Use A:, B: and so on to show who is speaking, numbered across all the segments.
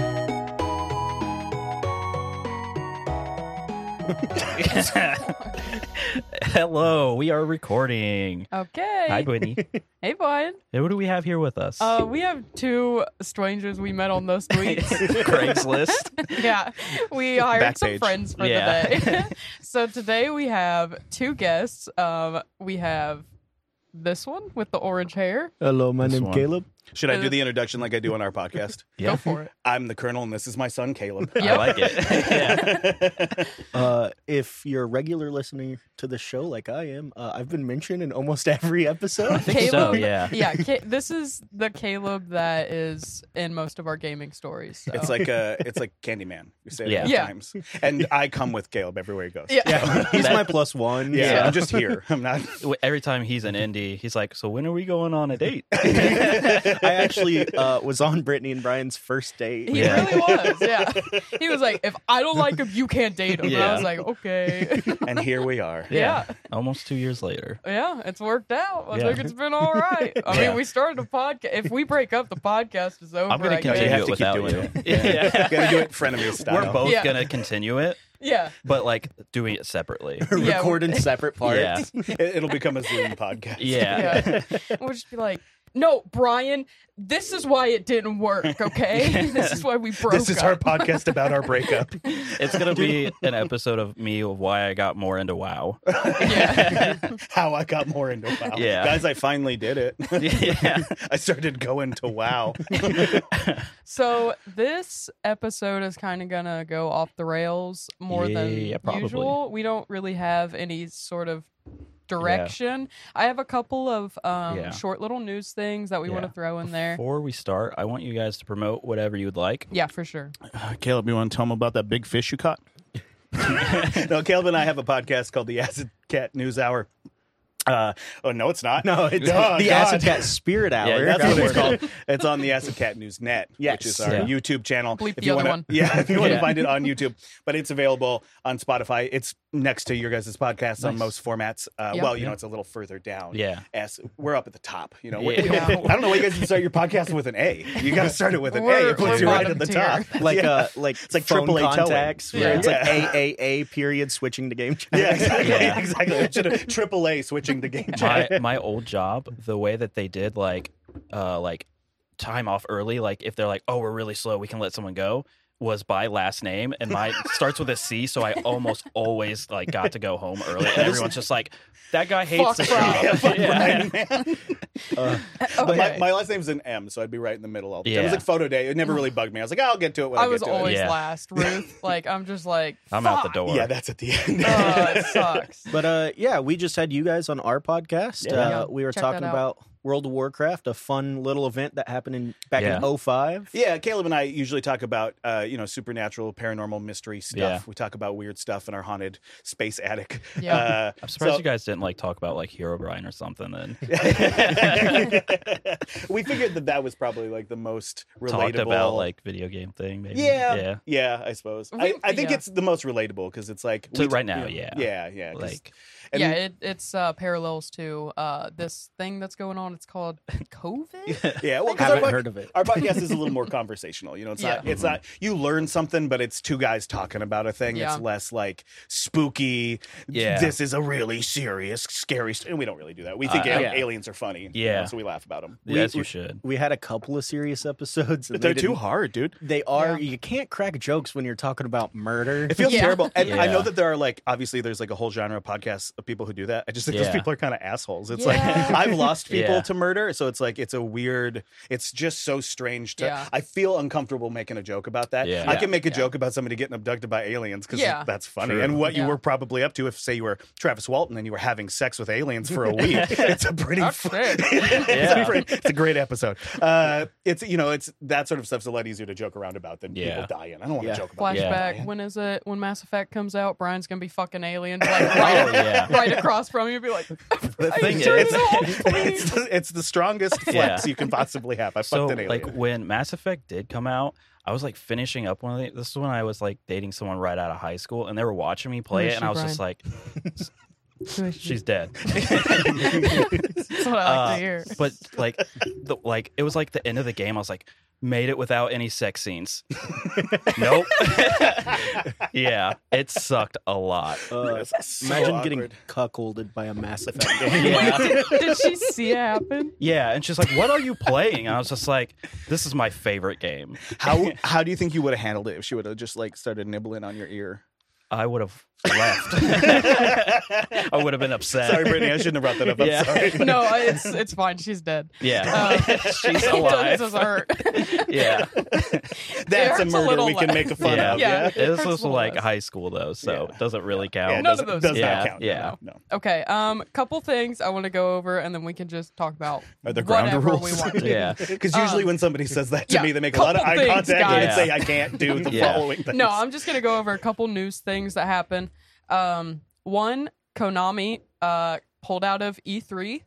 A: Hello, we are recording.
B: Okay.
A: Hi, Brittany.
B: Hey, Vaughn.
A: Hey, Who do we have here with us?
B: Uh, we have two strangers we met on those tweets.
A: Craigslist.
B: yeah. We hired some
C: Backpage.
B: friends for
A: Yeah.
B: the day. so today we have two guests. Um, we have this one with the orange hair.
D: Hello, my
A: This
D: name's
A: one.
D: Caleb.
C: Should I do the introduction like I do on our podcast?
A: Yeah.
B: Go for it.
C: I'm the Colonel, and this is my son, Caleb.
B: Yeah.
A: I like it. yeah.
D: Uh, if you're a regular listener to the show, like I am, uh, I've been mentioned in almost every episode.
A: think so, yeah.
B: Yeah. Ca- this is the Caleb that is in most of our gaming stories. so.
C: It's like uh, it's like Candyman. We say it
A: Yeah.
C: yeah.
B: Yeah.
C: times, and I come with Caleb everywhere he goes.
B: Yeah.
D: yeah, he's
A: That-
D: my plus one.
C: yeah.
A: Yeah.
C: I'm just here. I'm not.
A: W- Every time he's in indie, he's like, "So when are we going on a date?"
D: I actually uh, was on Brittany and Brian's first date.
B: He
A: Yeah.
B: really was, yeah. He was like, if I don't like him, you can't date him. And I
A: Yeah.
B: was like, okay.
C: And here we are.
B: Yeah.
A: Almost two years later.
B: Yeah, it's worked out. I
A: Yeah.
B: think it's been all right. I
A: Yeah.
B: mean, we started a podcast. If we break up, the podcast is over.
A: I'm gonna
B: I guess.
A: continue
C: You have
A: it
C: to keep
A: without
C: doing
A: you.
C: it. Yeah. Gotta do it frenemy style.
A: We're both
B: Yeah.
A: gonna continue it,
B: Yeah,
A: but like doing it separately.
B: Yeah.
D: Record in separate parts.
A: Yeah.
C: It, will become a Zoom podcast.
A: Yeah.
B: yeah. we'll just be like, no, Brian, this is why it didn't work. Okay, this is why we broke.
C: This is
B: up.
C: our podcast about our breakup.
A: It's gonna be an episode of me of why I got more into WoW.
B: Yeah.
C: How Oh, I got more into WoW.
A: Yeah.
C: Guys, I finally did it.
A: yeah.
C: I started going to WoW.
B: So this episode is kind of gonna go off the rails more
A: Yeah,
B: than
A: probably.
B: usual. We don't really have any sort of direction. I have a couple of um,
A: Yeah.
B: short little news things that we want
A: Yeah.
B: to throw in there.
A: Before we start, I want you guys to promote whatever you'd like.
B: Yeah, for sure.
C: Uh, Caleb, you want to tell them about that big fish you caught? no, Caleb and I have a podcast called the Acid Cat News Hour. Uh, oh no, it's not.
D: No, it's
C: Oh,
D: the
C: God.
D: Acid Cat Spirit Hour.
A: that's
C: That's what it's called. It's on the Acid Cat News Net,
D: Yes.
C: which is our
A: Yeah.
C: YouTube channel.
B: Bleep
C: if
B: the
C: you
B: other
C: wanna,
B: one.
C: Yeah, if you want to
A: Yeah.
C: find it on YouTube, but it's available on Spotify. It's next to your guys' podcast on
A: Nice.
C: most formats. Uh,
B: Yeah.
C: Well, you know, it's a little further down.
A: Yeah.
C: As we're up at the top, you know.
A: Yeah.
B: Yeah.
C: I don't know why you guys didn't start your podcast with an A. You got to start it with an A.
B: We're-
C: It puts
B: we're
C: you right
B: bottom
C: at the
B: tier.
C: top.
D: Like
C: Yeah.
D: uh, like it's
C: like
D: phone
C: AAA telling.
D: contacts. Where
B: Yeah.
D: It's like
C: Yeah.
D: AAA period switching to game.
C: Yeah, exactly.
A: Yeah.
C: Exactly. It should have triple A switching the game.
A: my my old job, the way that they did like uh like time off early, like if they're like, oh, we're really slow, we can let someone go, was by last name, and mine starts with a C, so I almost always like got to go home early, and everyone's just like, that guy hates
B: Fuck
A: the
B: Brian.
A: job.
C: Yeah, fuck
A: Yeah.
C: Brian, man.
D: Uh,
C: But
B: Okay.
C: my, my last name's an M, so I'd be right in the middle all the time. It was
A: Yeah.
C: like photo day. It never really bugged me. I was like, I'll get to it when I,
B: I was
C: get to
B: always
A: Yeah.
B: last, Ruth. like I'm just like
A: I'm out the
B: "Fuck."
A: door.
C: it. Yeah, that's at the end.
B: Oh, it sucks.
D: But uh, yeah, we just had you guys on our podcast.
A: Yeah.
D: Uh, we were
B: Check that
D: talking
B: out.
D: about World of Warcraft, a fun little event that happened in oh back
A: Yeah.
D: in 05.
C: Yeah, Caleb and I usually talk about uh, you know supernatural, paranormal, mystery stuff.
A: Yeah.
C: We talk about weird stuff in our haunted space attic.
B: Yeah.
C: Uh,
A: I'm surprised
C: so-
A: you guys didn't like talk about like Hero Brian or something. Then
C: we figured that that was probably like the most relatable.
A: talked about like video game thing. Maybe.
C: Yeah,
A: yeah.
C: yeah, I suppose. I,
B: We-
C: I think
B: yeah.
C: it's the most relatable because it's like
A: To
C: we-
A: right now,
C: you know, yeah, yeah. 'cause-
A: Like
C: and-
B: yeah, it, it's uh, parallels to uh, this thing that's going on. It's called COVID.
C: yeah. Well, 'cause our,
D: Haven't
C: pod-
D: heard of it.
C: our podcast is a little more conversational. You know, it's not.
B: Yeah.
C: It's not. You learn something, but it's two guys talking about a thing.
B: Yeah.
C: It's less like spooky.
A: Yeah.
C: This is a really serious, scary. St- and we don't really do that. We think
A: Uh,
C: al-
D: yeah.
C: aliens are funny. you know,
A: Yeah.
C: so we laugh about them.
D: We-
A: yes, you
D: we-
A: should.
D: We had a couple of serious episodes. and
C: But they're
D: they
C: too
D: didn't-
C: hard, dude.
D: They are.
B: Yeah.
D: You can't crack jokes when you're talking about murder.
C: It feels
B: Yeah.
C: terrible. And I know
A: Yeah.
C: that there are like obviously there's like a whole genre of podcasts of people who do that. I just think those
A: Yeah.
C: people are kind of assholes. It's
B: Yeah.
C: like I've lost people
A: Yeah.
C: to murder, so it's like it's a weird it's just so strange to
B: Yeah.
C: I feel uncomfortable making a joke about that.
A: Yeah.
C: I
A: Yeah.
C: can make a
B: Yeah.
C: joke about somebody getting abducted by aliens because
B: Yeah.
C: that's funny.
A: True.
C: And what you
B: Yeah.
C: were probably up to if say you were Travis Walton and you were having sex with aliens for a week. it's a pretty
B: That's
C: fu-
B: sick.
C: it's, a
A: Yeah.
C: great, it's a great episode. Uh, it's you know, it's that sort of stuff's a lot easier to joke around about than
A: Yeah.
C: people dying. I don't want to
D: Yeah.
C: joke about people
B: Flashback.
C: dying.
B: When is it? When Mass Effect comes out, Brian's gonna be fucking aliens like right,
A: Oh, yeah.
B: right across from you. Be like,
C: The
B: I
C: thing is,
B: turn
C: it's,
B: it off,
C: it's the, it's the strongest flex you can possibly have. I
A: so
C: fucked an alien.
A: like when Mass Effect did come out, I was like finishing up one of the, this is when I was like dating someone right out of high school, and they were watching me play
B: Who
A: it,
B: is
A: and
B: she,
A: I was just like, she's dead.
B: That's what I like to
A: Uh,
B: hear.
A: but like, the, like it was like the end of the game. I was like, made it without any sex scenes. nope. yeah, it sucked a lot.
D: Uh,
C: so
D: imagine getting
C: awkward.
D: cuckolded by a Mass Effect game.
A: Yeah.
B: Did she see it happen?
A: Yeah, and she's like, "What are you playing?" And I was just like, "This is my favorite game.
C: How how do you think you would have handled it if she would have just like started nibbling on your ear?
A: I would have left. I would have been upset.
C: Sorry, Brittany, I shouldn't have brought that up. I'm
A: Yeah.
C: sorry.
B: No, it's it's fine. She's dead.
A: Yeah,
B: Um,
A: she's
B: it
A: alive.
B: doesn't hurt.
A: yeah,
C: That's
B: hurts
C: a
B: a
C: murder
B: little
C: we can
B: less.
C: make fun
A: yeah.
C: of.
B: Yeah.
C: Yeah,
B: It
A: It was
B: hurts a
A: supposed to
B: little
A: like
B: less.
A: high school though, so
C: Yeah.
A: it doesn't really
C: Yeah, it
A: count.
B: None of
C: doesn't-
B: those
C: does
A: count.
C: not count.
A: Yeah,
C: no. no.
B: Okay, um, couple things I want to go over, and then we can just talk about
C: Are there
B: whatever
C: ground rules?
B: we want. to. Um,
A: Yeah.
C: Because usually when somebody says that to
B: yeah,
C: me, they make a lot of
B: couple
C: eye
B: things,
C: contact and
A: guys.
C: say, I can't do the
A: Yeah.
C: following things.
B: No, I'm just gonna go over a couple news things that happened. Um, one, Konami uh pulled out of E3,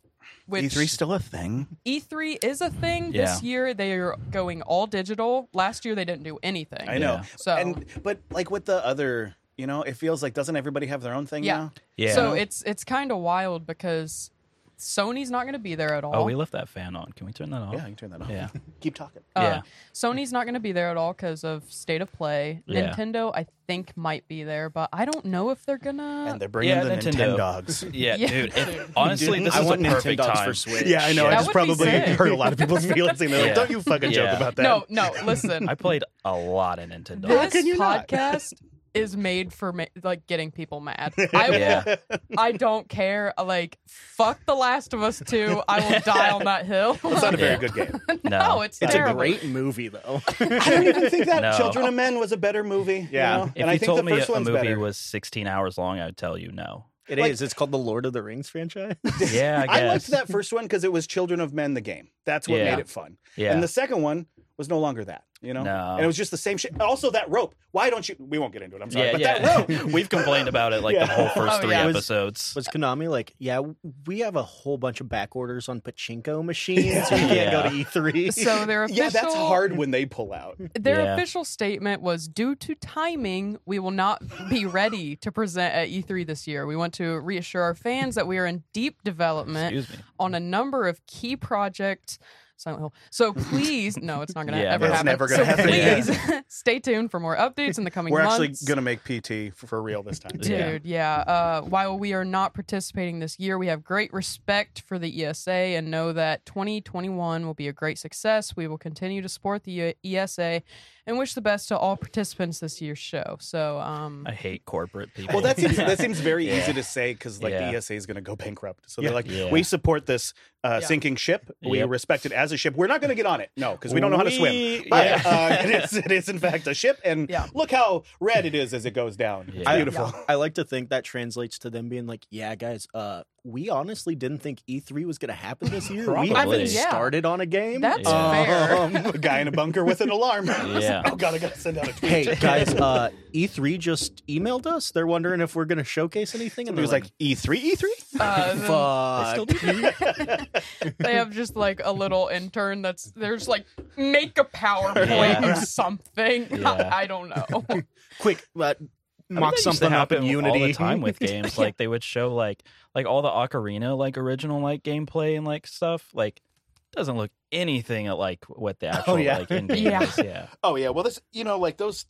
B: which
C: E3 E still a thing?
B: E3 is a thing this year. They are going all digital. Last year they didn't do anything.
C: I know.
A: Yeah.
B: So-
C: and but like with the other, you know, it feels like doesn't everybody have their own thing
B: Yeah.
C: now?
A: yeah.
B: So it's it's kind of wild because Sony's not going to be there at all.
A: oh, we left that fan on. Can we turn that off?
C: Yeah, you can turn that off.
A: Oh. Yeah.
C: Keep talking.
A: yeah.
B: Uh, Sony's not going to be there at all because of state of play.
A: Yeah.
B: Nintendo, I think, might be there, but I don't know if they're
C: And
B: gonna.
C: they're bringing
A: yeah,
C: the
A: Nintendo.
C: Nintendo dogs.
A: Yeah,
B: Yeah.
A: dude. If, honestly, this
D: I
A: is
D: want
A: a
D: Nintendo
A: perfect
D: dogs
A: time.
D: for Switch.
C: Yeah, I know. I
B: That
C: just
B: would be
C: probably
B: sick.
C: hurt a lot of people's feelings. And they're like,
A: Yeah.
C: don't you fucking
A: Yeah.
C: joke about that.
B: No, no. Listen,
A: I played a lot of Nintendo.
C: How
B: this
C: can you not?
B: podcast is made for ma- like getting people mad. I
A: Yeah.
B: I don't care. Like fuck The Last of Us Two. I will die on that hill.
C: It's not a very
A: Yeah.
C: good game.
A: No.
B: no, it's
D: It's
B: terrible.
D: a great movie, though.
C: I don't even think that
A: No.
C: Children of Men was a better movie. You
D: Yeah.
C: know?
A: If
C: and
A: you
C: I think
A: told
C: the
A: me a,
C: first
A: a
C: one's
A: movie
C: better.
A: was 16 hours long, I would tell you no.
D: It is.
C: Like-
D: It's called the Lord of the Rings franchise.
A: Yeah, I
C: I,
A: guess.
C: liked that first one because it was Children of Men, the game. That's what
A: Yeah.
C: made it fun.
A: Yeah.
C: And the second one was no longer that, you know?
A: No.
C: And it was just the same shit. Also, that rope. Why don't you? We won't get into it. I'm sorry.
A: yeah,
C: but
A: yeah.
C: that rope.
A: We've complained about it like
C: Yeah.
A: the whole first
B: Oh,
A: three
B: yeah.
D: Was-
A: episodes.
D: Was Konami like, yeah, we have a whole bunch of back orders on pachinko machines. We can't go to E
A: Yeah.
D: E3.
B: So their official
C: Yeah, that's hard when they pull out.
B: Their
A: Yeah.
B: official statement was due to timing, we will not be ready to present at E3 this year. We want to reassure our fans that we are in deep development
A: Excuse me.
B: on a number of key projects. Silent Hill. So please, no, it's not going to
A: Yeah,
B: ever
A: it's
B: happen.
C: never
B: so
C: gonna happen.
B: Please stay tuned for more updates in the coming
C: We're
B: months.
C: actually going to make PT for, for real this time.
A: Yeah.
B: Dude, yeah. Uh, while we are not participating this year, we have great respect for the ESA and know that 2021 will be a great success. We will continue to support the ESA and wish the best to all participants this year's show. So, um,
A: I hate corporate people.
C: Well, that seems that seems very
A: Yeah.
C: easy to say because like
A: Yeah.
C: the ESA is going to go bankrupt. So they're like,
A: Yeah.
C: we support this uh,
B: Yeah.
C: sinking ship. We
A: Yep.
C: respect it as a ship. We're not going to get on it, no, because we don't know how to swim.
A: We-
C: But
A: yeah.
C: uh, it, is, it is in fact a ship, and
B: Yeah.
C: look how red it is as it goes down. It's
A: Yeah.
C: beautiful.
D: I like to think that translates to them being like, yeah, guys, uh, we honestly didn't think E3 was going to happen this year. We
A: Probably.
D: haven't
B: Yeah.
D: started on a game.
B: that's
A: Yeah.
B: fair.
C: Um, a guy in a bunker with an alarm.
A: Yeah.
C: oh god, I gotta send out a tweet.
D: Hey guys, uh, E3 just emailed us. They're wondering if we're going to showcase anything, and
C: He was
D: they're
C: like
A: "E
C: E3, E3.
B: Uh, then
D: "Fuck."
B: they have just like a little intern that's there's like make a PowerPoint
A: Yeah.
B: or something.
A: Yeah.
B: I don't know.
D: quick, uh,
A: I mean, that
D: mock
A: used to
D: something up in
A: happen
D: Unity.
A: all the time with games. Like they would show like like all the ocarina like original like gameplay and like stuff like doesn't look anything like what the actual
D: yeah.
A: like in game
B: Yeah.
A: is. Yeah,
C: Oh yeah, well this you know like those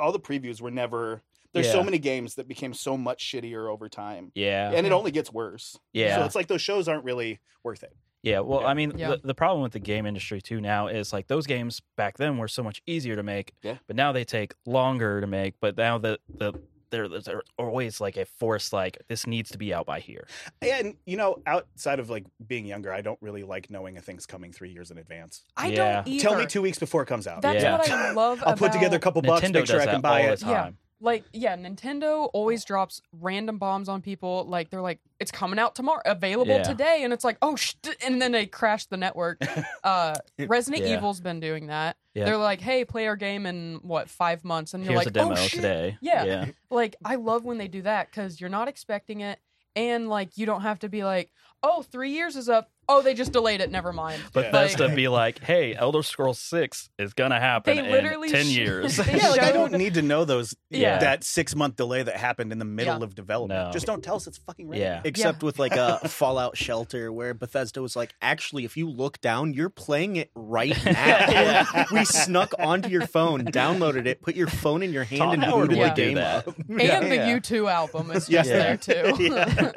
C: all the previews were never. There's so
A: Yeah.
C: many games that became so much shittier over time,
A: yeah,
C: and it only gets worse.
A: yeah.
C: So it's like those shows aren't really worth it.
A: Yeah, well,
C: Yeah.
A: I mean,
B: Yeah.
A: The, the problem with the game industry too now is like those games back then were so much easier to make,
C: Yeah.
A: but now they take longer to make. But now the the there there's always like a force like this needs to be out by here.
C: And you know, outside of like being younger, I don't really like knowing a thing's coming three years in advance.
B: I
A: Yeah.
B: don't either.
C: Tell me two weeks before it comes out.
B: That's
A: Yeah.
B: what I love.
C: I'll put together a
B: about-
C: couple bucks,
A: Nintendo
C: make sure
A: does
C: I can
A: that
C: buy
A: all
C: it.
A: the
B: Yeah.
A: time.
B: like yeah nintendo always drops random bombs on people like they're like it's coming out tomorrow available
A: Yeah.
B: today and it's like oh sh-, and then they crash the network uh resident
A: Yeah.
B: evil's been doing that
A: Yeah.
B: they're like hey play our game in what five months and you're
A: Here's
B: like
A: a demo
B: oh shit
A: today.
B: Yeah.
A: yeah,
B: like i love when they do that because you're not expecting it and like you don't have to be like oh three years is up oh, they just delayed it. Never mind.
A: Bethesda be like, "Hey, Elder Scrolls Six is gonna happen
B: They
A: in
B: literally
A: ten
B: sh-
A: years."
B: they
C: Yeah, like I
B: showed-
C: don't need to know those
B: Yeah.
C: that six month delay that happened in the middle
B: Yeah.
C: of development.
A: No.
C: Just don't tell us it's fucking ready.
A: Yeah.
D: Except with like a Fallout Shelter, where Bethesda was like, actually, if you look down, you're playing it right now. we snuck onto your phone, downloaded it, put your phone in your hand,
A: Todd
D: and
A: Howard
D: booted
B: would
D: the
B: do
D: game
A: that.
D: up.
B: And the U2 album is
C: Yeah.
B: just there too.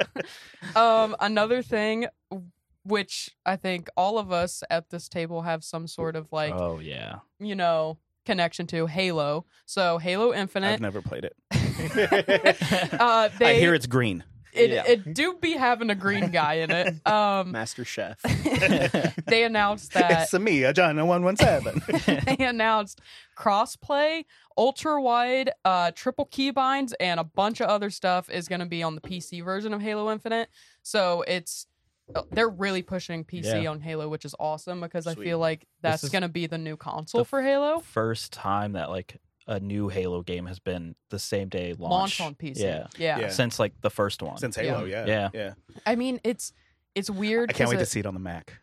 B: um, another thing, which I think all of us at this table have some sort of like,
A: oh yeah,
B: you know, connection to Halo. So Halo
C: I've
B: Infinite.
C: never played it.
B: uh, they,
C: I hear it's green.
B: It,
D: yeah.
B: it do be having a green guy in it. Um,
D: Master Chef.
B: they announced that
C: it's a me, a John, a one one seven.
B: they announced crossplay, ultra wide, uh, triple keybinds, and a bunch of other stuff is going to be on the PC version of Halo Infinite. So it's uh, they're really pushing PC
A: Yeah.
B: on Halo, which is awesome because I
D: Sweet.
B: feel like that's
A: is
B: going to be the new console
A: the
B: for Halo.
A: first time that like a new Halo game has been the same day launch,
B: Launch, on PC.
A: Yeah.
B: yeah.
C: Yeah.
A: since like the first one.
C: Since Halo, yeah.
A: Yeah.
C: Yeah.
B: I mean it's it's weird.
C: I can't
B: 'cause
C: wait
B: it,
C: to see it on the Mac.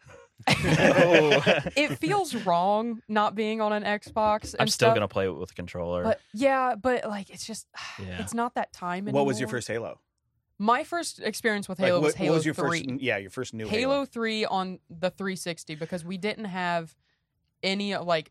A: Oh.
B: it feels wrong not being on an Xbox.
A: I'm
B: and
A: still
B: stuff,
A: gonna play it with a controller.
B: But yeah, but like it's just
A: Yeah.
B: it's not that time anymore.
C: what was your first Halo?
B: My first experience with Halo
C: like, what,
B: was Halo
C: what was your
B: 3.
C: first? Yeah, your first new
B: Halo,
C: Halo.
B: 3 on the 360 because we didn't have any like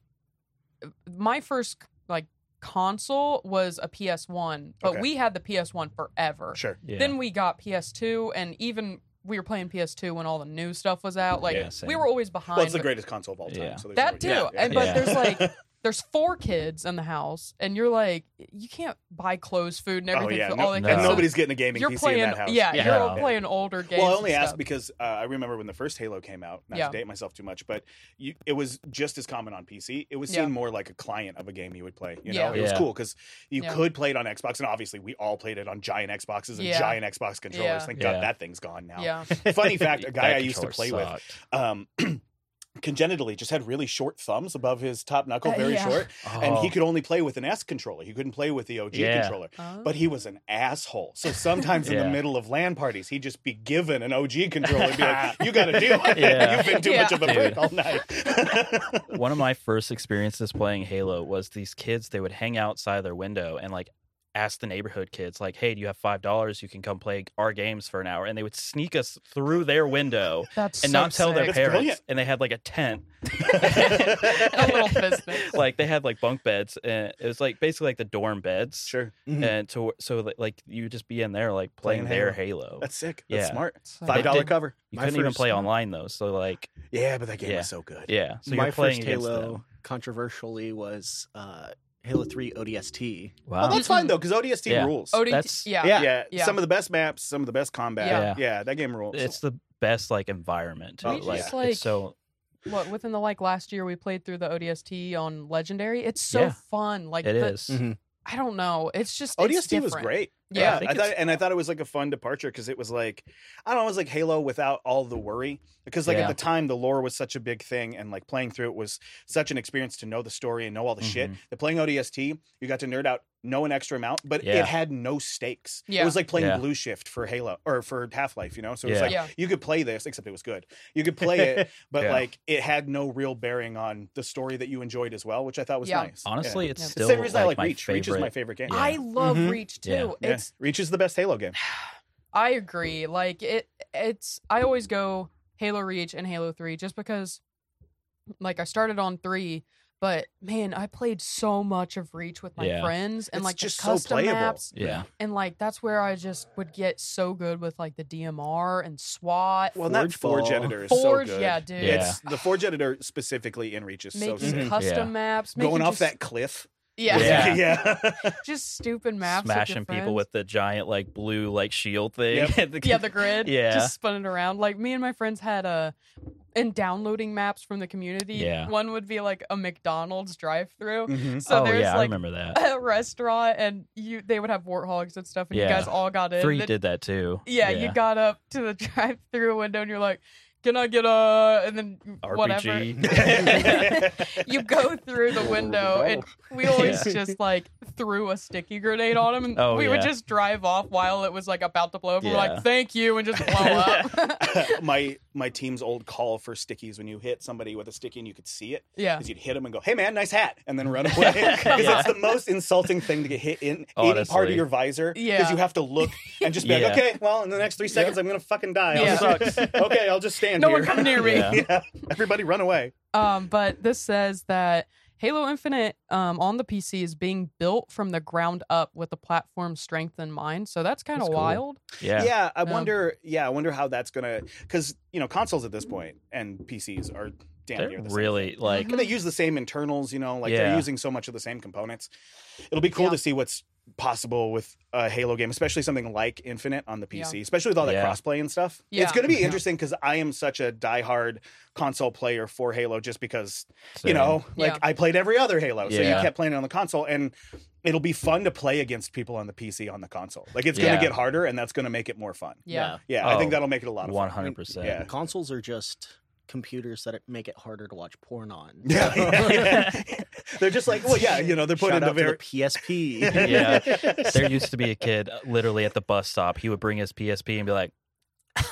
B: my first like console was a PS1, but
C: Okay.
B: we had the PS1 forever.
C: Sure.
A: yeah.
B: Then we got PS2 and even we were playing PS2 when all the new stuff was out. Like
A: Yeah,
B: we
A: same.
B: were always behind.
C: Well, it's the
B: but-
C: greatest console of all time.
A: Yeah.
C: So there's
B: That too.
C: no- yeah, yeah.
B: And but
A: Yeah.
B: there's like there's four kids in the house and you're like you can't buy clothes, food and
C: Oh
B: everything
C: yeah,
B: for
C: no-
B: all that
A: no.
B: kind
C: and
B: of
A: so
B: stuff.
C: nobody's getting a gaming
B: you're
C: PC
B: playing,
C: in that house.
B: Yeah,
A: Yeah.
B: you're
A: No.
B: all playing older games.
C: Well, I
B: and
C: only
B: stuff.
C: asked because uh, I remember when the first Halo came out. Not
B: Yeah.
C: to date myself too much, but you, it was just as common on PC. It was
B: Yeah.
C: seen more like a client of a game you would play. You know,
B: Yeah.
C: it was
A: Yeah.
C: cool because you
B: Yeah.
C: could play it on Xbox, and obviously we all played it on giant Xboxes and
B: Yeah.
C: giant Xbox controllers.
B: Yeah.
C: Thank
A: Yeah.
C: God that thing's gone now.
B: yeah,
C: Funny fact: a guy
A: That
C: I used to
A: controller
C: play with
A: sucked.
C: um, congenitally just had really short thumbs above his top knuckle,
B: Uh,
C: very
B: yeah.
C: short, and
A: Oh.
C: he could only play with an S controller. He couldn't play with the OG
A: Yeah.
C: controller. But he was an asshole. So sometimes in the
A: Yeah.
C: middle of LAN parties, he'd just be given an OG controller and be like, "You got to deal with it.
A: Yeah.
C: You've been too
B: Yeah.
C: much of a
A: Dude.
C: prick all night."
A: one of my first experiences playing Halo was these kids. They would hang outside their window and like ask the neighborhood kids, like, "Hey, do you have five dollars? You can come play our games for an hour." And they would sneak us through their window
B: that's
A: and
B: so
A: not tell their
B: sick.
C: That's
A: parents.
C: brilliant.
A: And they had like a tent,
B: a little business.
A: like they had like bunk beds, and it was like basically like the dorm beds.
C: sure,
D: Mhm.
A: And to, so that, like you would just be in there like playing,
C: Playing
A: their
C: Halo.
A: Halo.
C: that's sick. That's
A: Yeah.
C: smart.
B: So-
C: Five dollar
A: did-
C: cover.
A: you
D: my
A: couldn't even
D: first-
A: play online though, so like
C: Yeah, but that game
A: Yeah.
C: was so good.
A: yeah, so
D: My
A: you're playing
D: first
A: against
D: Halo,
A: them.
D: controversially, was uh, Halo 3 ODST.
A: Wow,
C: Well, that's fine though because ODST
A: Yeah.
C: rules.
B: ODT
A: That's-
B: yeah,
C: yeah.
B: Yeah.
C: some of the best maps, some of the best combat. Yeah,
A: Yeah.
C: that game rules.
A: it's the best like environment. Too.
C: We
A: like,
B: just, like-
A: it's so
B: What within the like last year we played through the ODST on Legendary. It's so
A: Yeah.
B: fun. Like
A: it
B: the,
A: is.
D: Mhm.
B: I don't know. It's just it's
C: ODST was
B: different.
C: great.
B: Yeah.
A: I
C: Yeah,
A: think
C: I thought,
A: it's-
C: and I thought it was like a fun departure because it was like, I don't know, it was like Halo without all the worry. Because like at
A: Yeah.
C: the time, the lore was such a big thing, and like playing through it was such an experience to know the story and know all the
A: Mm-hmm.
C: shit. That playing ODST, you got to nerd out, know an extra amount, but
A: Yeah.
C: it had no stakes. It
B: Yeah.
C: was like playing
A: Yeah.
C: Blue Shift for Halo or for Half Life, you know. So it was
A: Yeah.
C: like
B: Yeah.
C: you could play this, except it was good. You could play it, but
A: Yeah.
C: like it had no real bearing on the story that you enjoyed as well, which I thought was
B: Yeah.
C: nice.
A: Honestly,
C: Yeah.
A: it's
B: Yeah.
C: It's the
A: still
C: same reason
A: like,
C: I like
A: my
C: Reach.
A: favorite.
C: Reach is my favorite game.
B: I love
D: Mhm.
B: Reach too.
A: Yeah.
C: Yeah.
B: It's
C: Reach is the best Halo game.
B: I agree. Like it it's I always go Halo Reach and Halo 3 just because like I started on 3, but man, I played so much of Reach with my
A: Yeah.
B: friends and
C: It's
B: like
C: just
B: the
C: so
B: custom
C: playable.
B: maps
A: yeah,
B: and like that's where I just would get so good with like the DMR and SWAT.
C: Well,
D: Forge
C: that Forge
D: Ball.
C: editor is
B: Forge,
C: so good.
B: yeah, dude.
A: Yeah.
C: It's the Forge editor specifically in Reach is so
B: Making
C: sick.
B: custom
A: Yeah.
B: maps, making
C: Going
B: just-
C: off that cliff.
B: yeah,
A: Yeah.
C: yeah.
B: just stupid maps, with your
A: smashing people
B: friends.
A: with the giant like blue like shield thing.
C: Yep.
A: And the-
B: yeah, the grid.
A: Yeah.
B: Just spun it around. Like me and my friends had a and downloading maps from the community.
A: Yeah.
B: One would be like a McDonald's drive through.
C: Mhm.
B: So
A: oh
B: there's
A: yeah, I
B: like
A: remember that.
B: a restaurant and you they would have warthogs and stuff and you
A: Yeah.
B: guys all got in.
A: Three
B: Then-
A: did that too.
B: yeah, you got up to the drive through window and you're like, Can I get a and then whatever
A: RPG.
B: you go through the window and we always
A: Yeah.
B: just like threw a sticky grenade on him and
A: Oh,
B: we would
A: yeah.
B: just drive off while it was like about to blow up. We're
A: Yeah.
B: like, thank you, and just blow up.
C: Mm-hmm. my my team's old call for stickies when you hit somebody with a sticky and you could see it
B: yeah.
C: because you'd hit them and go, "Hey man, nice hat," and then run away because
A: Yeah.
C: it's the most insulting thing to get hit in any part
A: Honestly.
C: of your visor because
B: Yeah.
C: you have to look and just be
A: Yeah.
C: like, "Okay, well, in the next three seconds, I'm gonna fucking die." I'll
B: Yeah.
C: just- okay, I'll just stand
B: No
C: here.
B: one come near me.
A: Yeah.
C: yeah, everybody run away.
B: Um, but this says that Halo Infinite um, on the PC is being built from the ground up with the platform strength in mind. So that's kind of
A: That's cool.
B: wild.
A: yeah.
C: Yeah, I
B: Um,
C: wonder. Yeah, I wonder how that's gonna because you know consoles at this point and PCs are damn
A: They're
C: near the same.
A: really like
C: And they use the same internals, you know, like
A: Yeah.
C: they're using so much of the same components. It'll be cool
B: Yeah.
C: to see what's possible with a Halo game, especially something like Infinite on the PC, especially with all that
A: Yeah.
C: crossplay and stuff.
B: Yeah.
C: It's going to be
B: Yeah.
C: interesting because I am such a diehard console player for Halo just because, you
A: same.
C: know, like
B: Yeah.
C: I played every other Halo. So
A: Yeah.
C: you kept playing it on the console. And it'll be fun to play against people on the PC on the console. Like it's going
A: Yeah.
C: to get harder and that's going to make it more fun.
B: Yeah.
C: Yeah. I
A: Oh,
C: think that'll make it a lot of fun.
A: One hundred percent.
C: Yeah.
D: Consoles are just computers that make it harder to watch porn on.
C: Yeah, yeah, yeah. They're just like, well, yeah, you know, they're put
D: Shout
C: in the
D: out to
C: very
D: PSP.
A: Yeah. There used to be a kid uh, literally at the bus stop. He would bring his PSP and be like,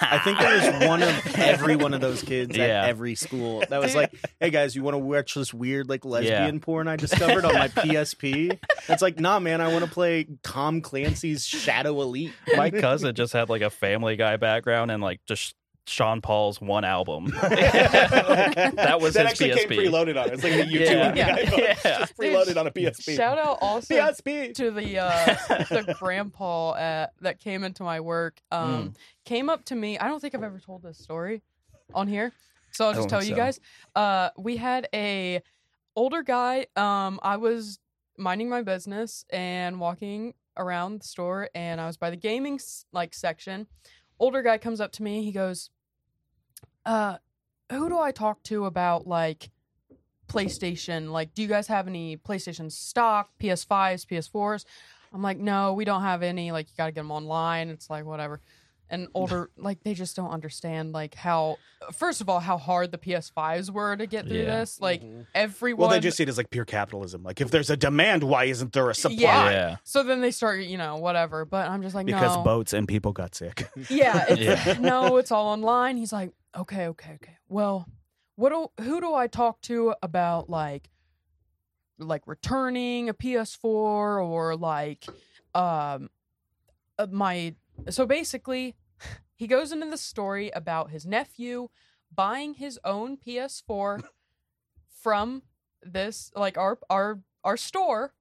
D: I think there was one of every one of those kids
A: Yeah.
D: at every school that was like, "Hey guys, you want to watch this weird like lesbian porn I discovered on my PSP?" It's like, "Nah, man, I want to play Tom Clancy's Shadow Elite."
A: My cousin just had like a Family Guy background and like just Sean Paul's one album. that was
C: that
A: his
C: actually
A: PSP.
C: came preloaded on it. It's like the YouTube
A: Yeah.
C: on the
B: Yeah.
C: iPhone. It's
A: Yeah.
C: just preloaded on a PSP.
B: Shout out also
C: PSP.
B: to the uh, the grandpa at, that came into my work
A: Mm.
B: um, came up to me. I don't think I've ever told this story on here, so I'll
A: I
B: just
A: don't
B: tell
A: think
B: you
A: so.
B: guys. Uh, we had a older guy. Um, I was minding my business and walking around the store, and I was by the gaming s- like section. Older guy comes up to me. He goes, "Uh, who do I talk to about like PlayStation. Like, do you guys have any PlayStation stock, PS5s, PS4s? I'm like, no, we don't have any. Like, you got to get them online. It's like, whatever. And older, like, they just don't understand, like, how, first of all, how hard the PS5s were to get through
A: Yeah.
B: this. Like,
D: Mhm.
B: everyone.
C: Mm-hmm. Well, they just see it as like pure capitalism. Like, if there's a demand, why isn't there a supply?
A: Yeah.
B: so then they start, you know, whatever. But I'm just like,
C: Because
B: no.
C: boats and people got sick.
B: yeah, it's,
A: Yeah.
B: no, it's all online. He's like, okay, okay, okay. Well, what do who do I talk to about like like returning a PS4 or like um uh, my so basically he goes into the story about his nephew buying his own PS4 from this like our our our store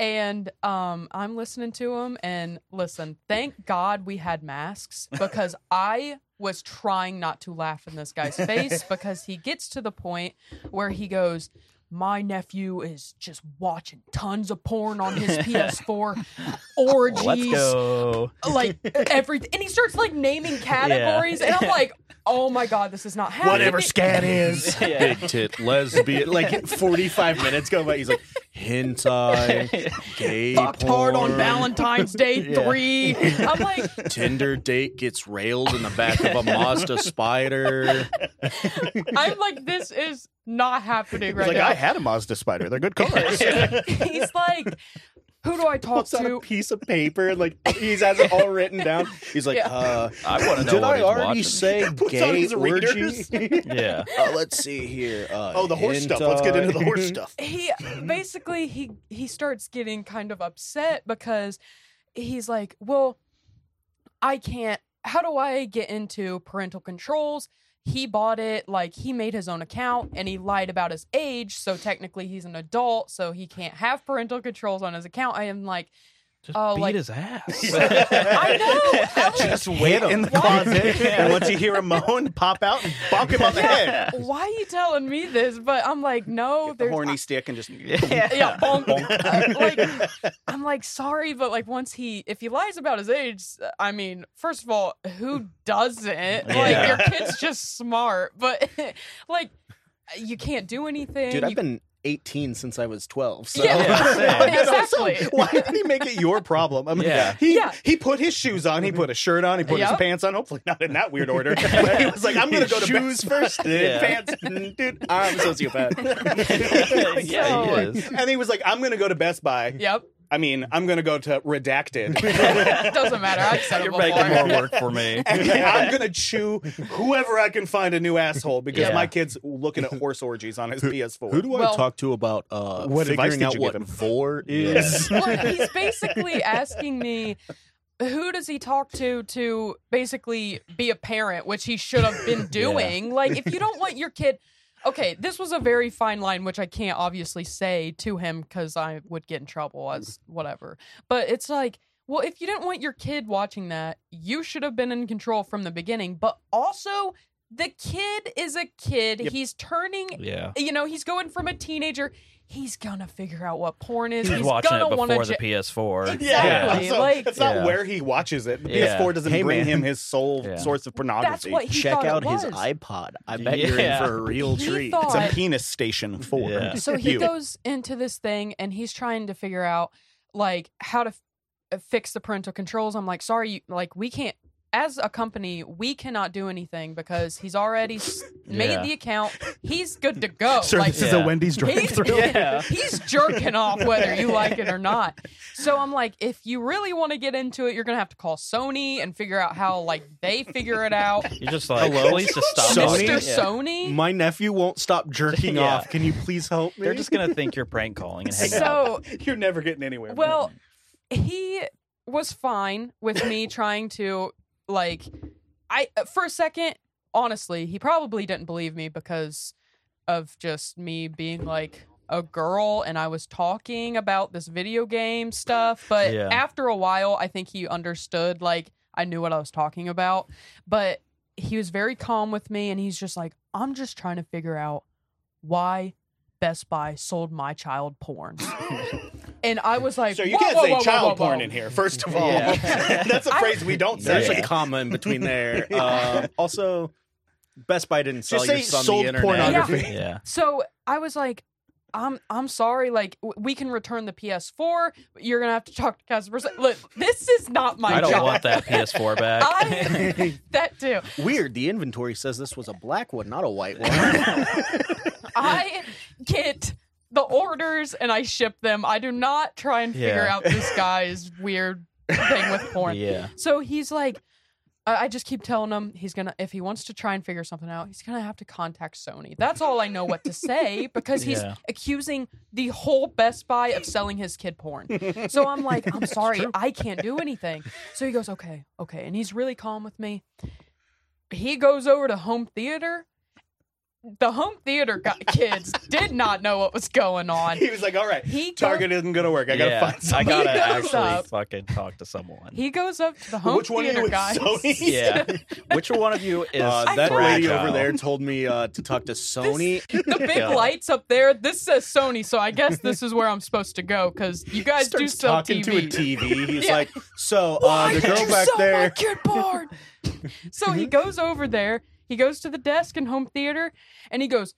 B: and um I'm listening to him and listen thank god we had masks because I was trying not to laugh in this guy's face because he gets to the point where he goes my nephew is just watching tons of porn on his PS4 orgies
A: Let's go.
B: uh, like everything and he starts like naming categories and i'm like oh my god this is not happening
C: Whatever scat is.
A: Yeah.
D: Big tit lesbian, like 45 minutes go by. He's like, hentai, gay
B: fucked hard on
D: porn,
B: valentine's day
D: Yeah.
B: three i'm like
D: Tinder date gets railed in the back of a Mazda Spider.
B: i'm like this is not happening
E: It's
B: right
E: like
B: now
E: I had a Mazda Spider. They're good cars.
B: he's like who do i talk
D: It's on a
B: to
D: piece of paper and like he has it all written down. He's like,
B: Yeah.
D: uh,
A: I want to know
D: did
A: what
D: I
A: he's
D: already
A: watching.
D: say
C: Puts on
D: gay
C: his
D: orgy?
C: readers.
A: Yeah.
D: Uh, let's see here. Uh,
C: Oh, the horse stuff. Let's get into the horse stuff.
B: he basically he he starts getting kind of upset because he's like well i can't how do i get into parental controls he bought it like he made his own account and he lied about his age so technically he's an adult so he can't have parental controls on his account i am like
A: Just
B: Oh,
A: beat
B: like-
A: his ass.
B: i know I'm like,
D: Just wait
C: In the
B: Why?
C: closet. And once you hear a moan, pop out and bonk him on the head.
B: why are you telling me this but i'm like no
C: Get the
B: there's
C: horny stick and just.
B: yeah, bonk. Uh, like, I'm like, sorry, but like, once he, if he lies about his age, uh, I mean, first of all, who doesn't? Like,
A: Yeah.
B: your kid's just smart, but like, you can't do anything.
D: Dude,
B: You-
D: I've been 18 since I was 12. So.
B: Yeah.
A: Yeah,
D: And also,
B: exactly.
D: why did he make it your problem? I mean,
A: Yeah.
D: he,
B: Yeah.
D: he put his shoes on, he put a shirt on, he put
B: Yep.
D: his pants on. Hopefully, not in that weird order.
C: But he was like, I'm going to go to
D: shoes first, dude.
A: Yeah.
D: Pants, mm, dude. I'm a sociopath.
A: yeah, he is.
C: And he was like, I'm going to go to Best Buy.
B: Yep.
C: I mean, I'm going to go to Redacted.
B: Doesn't matter. I've said it
A: You're
B: before.
A: making more work for me.
C: I'm going to chew whoever I can find a new asshole because
A: Yeah.
C: my kid's looking at horse orgies on his PS4.
E: Who do I
B: Well-
E: talk to about uh,
C: What advice
E: figuring
C: did
E: out
C: you
E: what
C: give him?
E: vor is?
B: well, he's basically asking me who does he talk to to basically be a parent, which he should have been doing. Like, if you don't want your kid. Okay, this was a very fine line, which I can't obviously say to him because I would get in trouble as whatever. But it's like, well, if you didn't want your kid watching that, you should have been in control from the beginning. But also, the kid is a kid. He's turning
A: Yeah.
B: you know, he's going from a teenager. He's gonna figure out what porn is.
A: He's,
B: He's,
A: watching
B: gonna
A: it
B: want to.
A: before the PS4.
B: Exactly.
A: Yeah.
C: So
B: like-
C: it's not
A: Yeah.
C: where he watches it. The
A: Yeah.
C: PS4 doesn't
D: Hey,
C: bring
D: man.
C: him his sole
A: Yeah.
C: source of
B: That's
C: pornography.
B: what he
D: Check
B: thought it
D: out his
B: was.
D: iPod. I bet you're in
A: Yeah.
D: for a real
B: He
D: treat.
B: thought-
C: It's a penis station for
A: Yeah.
B: So he
C: you.
B: goes into this thing and he's trying to figure out like how to f- uh, fix the parental controls. I'm like, sorry, you, like we can't. As a company, we cannot do anything because he's already s- made
A: Yeah.
B: the account. He's good to go.
E: Sir,
B: like,
E: this is
A: Yeah.
E: a Wendy's
B: He's,
E: drive-through.
A: Yeah.
B: he's jerking off whether you like it or not. So I'm like, if you really want to get into it, you're gonna have to call Sony and figure out how like they figure it out.
A: You're just like,
D: Hello?
A: please just stop.
D: Sony?
A: Yeah.
B: Mr. Sony.
D: My nephew won't stop jerking
A: Yeah.
D: off. Can you please help me?
A: They're just gonna think you're prank calling and hang up.
B: So
C: You're never getting anywhere.
B: well, he was fine with me trying to like I uh, for a second, honestly, he probably didn't believe me because of just me being like a girl and I was talking about this video game stuff, but
A: Yeah.
B: after a while I think he understood like I knew what I was talking about, but he was very calm with me and he's just like, "I'm just trying to figure out why Best Buy sold my child porn." and I was like,
C: so you
B: "Whoa,
C: can't
B: whoa,
C: say
B: whoa, whoa,
C: child
B: whoa,
C: porn
B: whoa."
C: in here, first of all.
A: Yeah.
C: That's a
B: I-
C: praze we don't say.
D: There's
A: Yeah.
D: a comma in between there. Um, also, Best Buy didn't sell
C: Just
D: your
C: say
D: son
C: sold
D: the internet.
C: pornography.
A: Yeah.
B: So I was like, I'm I'm sorry. Like w- we can return the PS4. But you're gonna have to talk to customer. ser- Look, this is not my
A: I don't
B: job.
A: want that PS4 back.
B: I that too.
D: Weird. The inventory says this was a black one, not a white one.
B: I get the orders and I ship them. I do not try and figure
A: Yeah.
B: out this guy's weird thing with porn.
A: yeah.
B: So he's like, I I just keep telling him he's gonna if he wants to try and figure something out, he's gonna have to contact Sony. That's all I know what to say because he's
A: Yeah.
B: accusing the whole Best Buy of selling his kid porn. So I'm like, I'm sorry, I can't do anything. So he goes, okay, okay, and he's really calm with me. He goes over to home theater. The home theater gu kids did not know what was going on.
C: He was like, all right,
B: He go-
C: Target isn't going to work. I got to
A: yeah.
C: find
A: I
C: something.
A: gotta
B: He goes
A: actually
B: up.
A: fucking talk to someone.
B: He goes up to the home
C: Which one of
B: theater
C: you is
B: guys.
C: Sony?
A: yeah. Which one of you is
D: Uh, that
B: fragile.
D: lady over there told me uh, to talk to Sony.
B: the big lights up there. This says Sony, so I guess this is where I'm supposed to go because you guys do
D: Starts
B: sell
D: talking
B: TV.
D: to a TV. He's
B: Yeah.
D: like, so uh, the
B: did
D: girl
B: you
D: back
B: sell my
D: there. Hmm?
B: kid porn? so he goes over there. He goes to the desk in home theater, and he goes,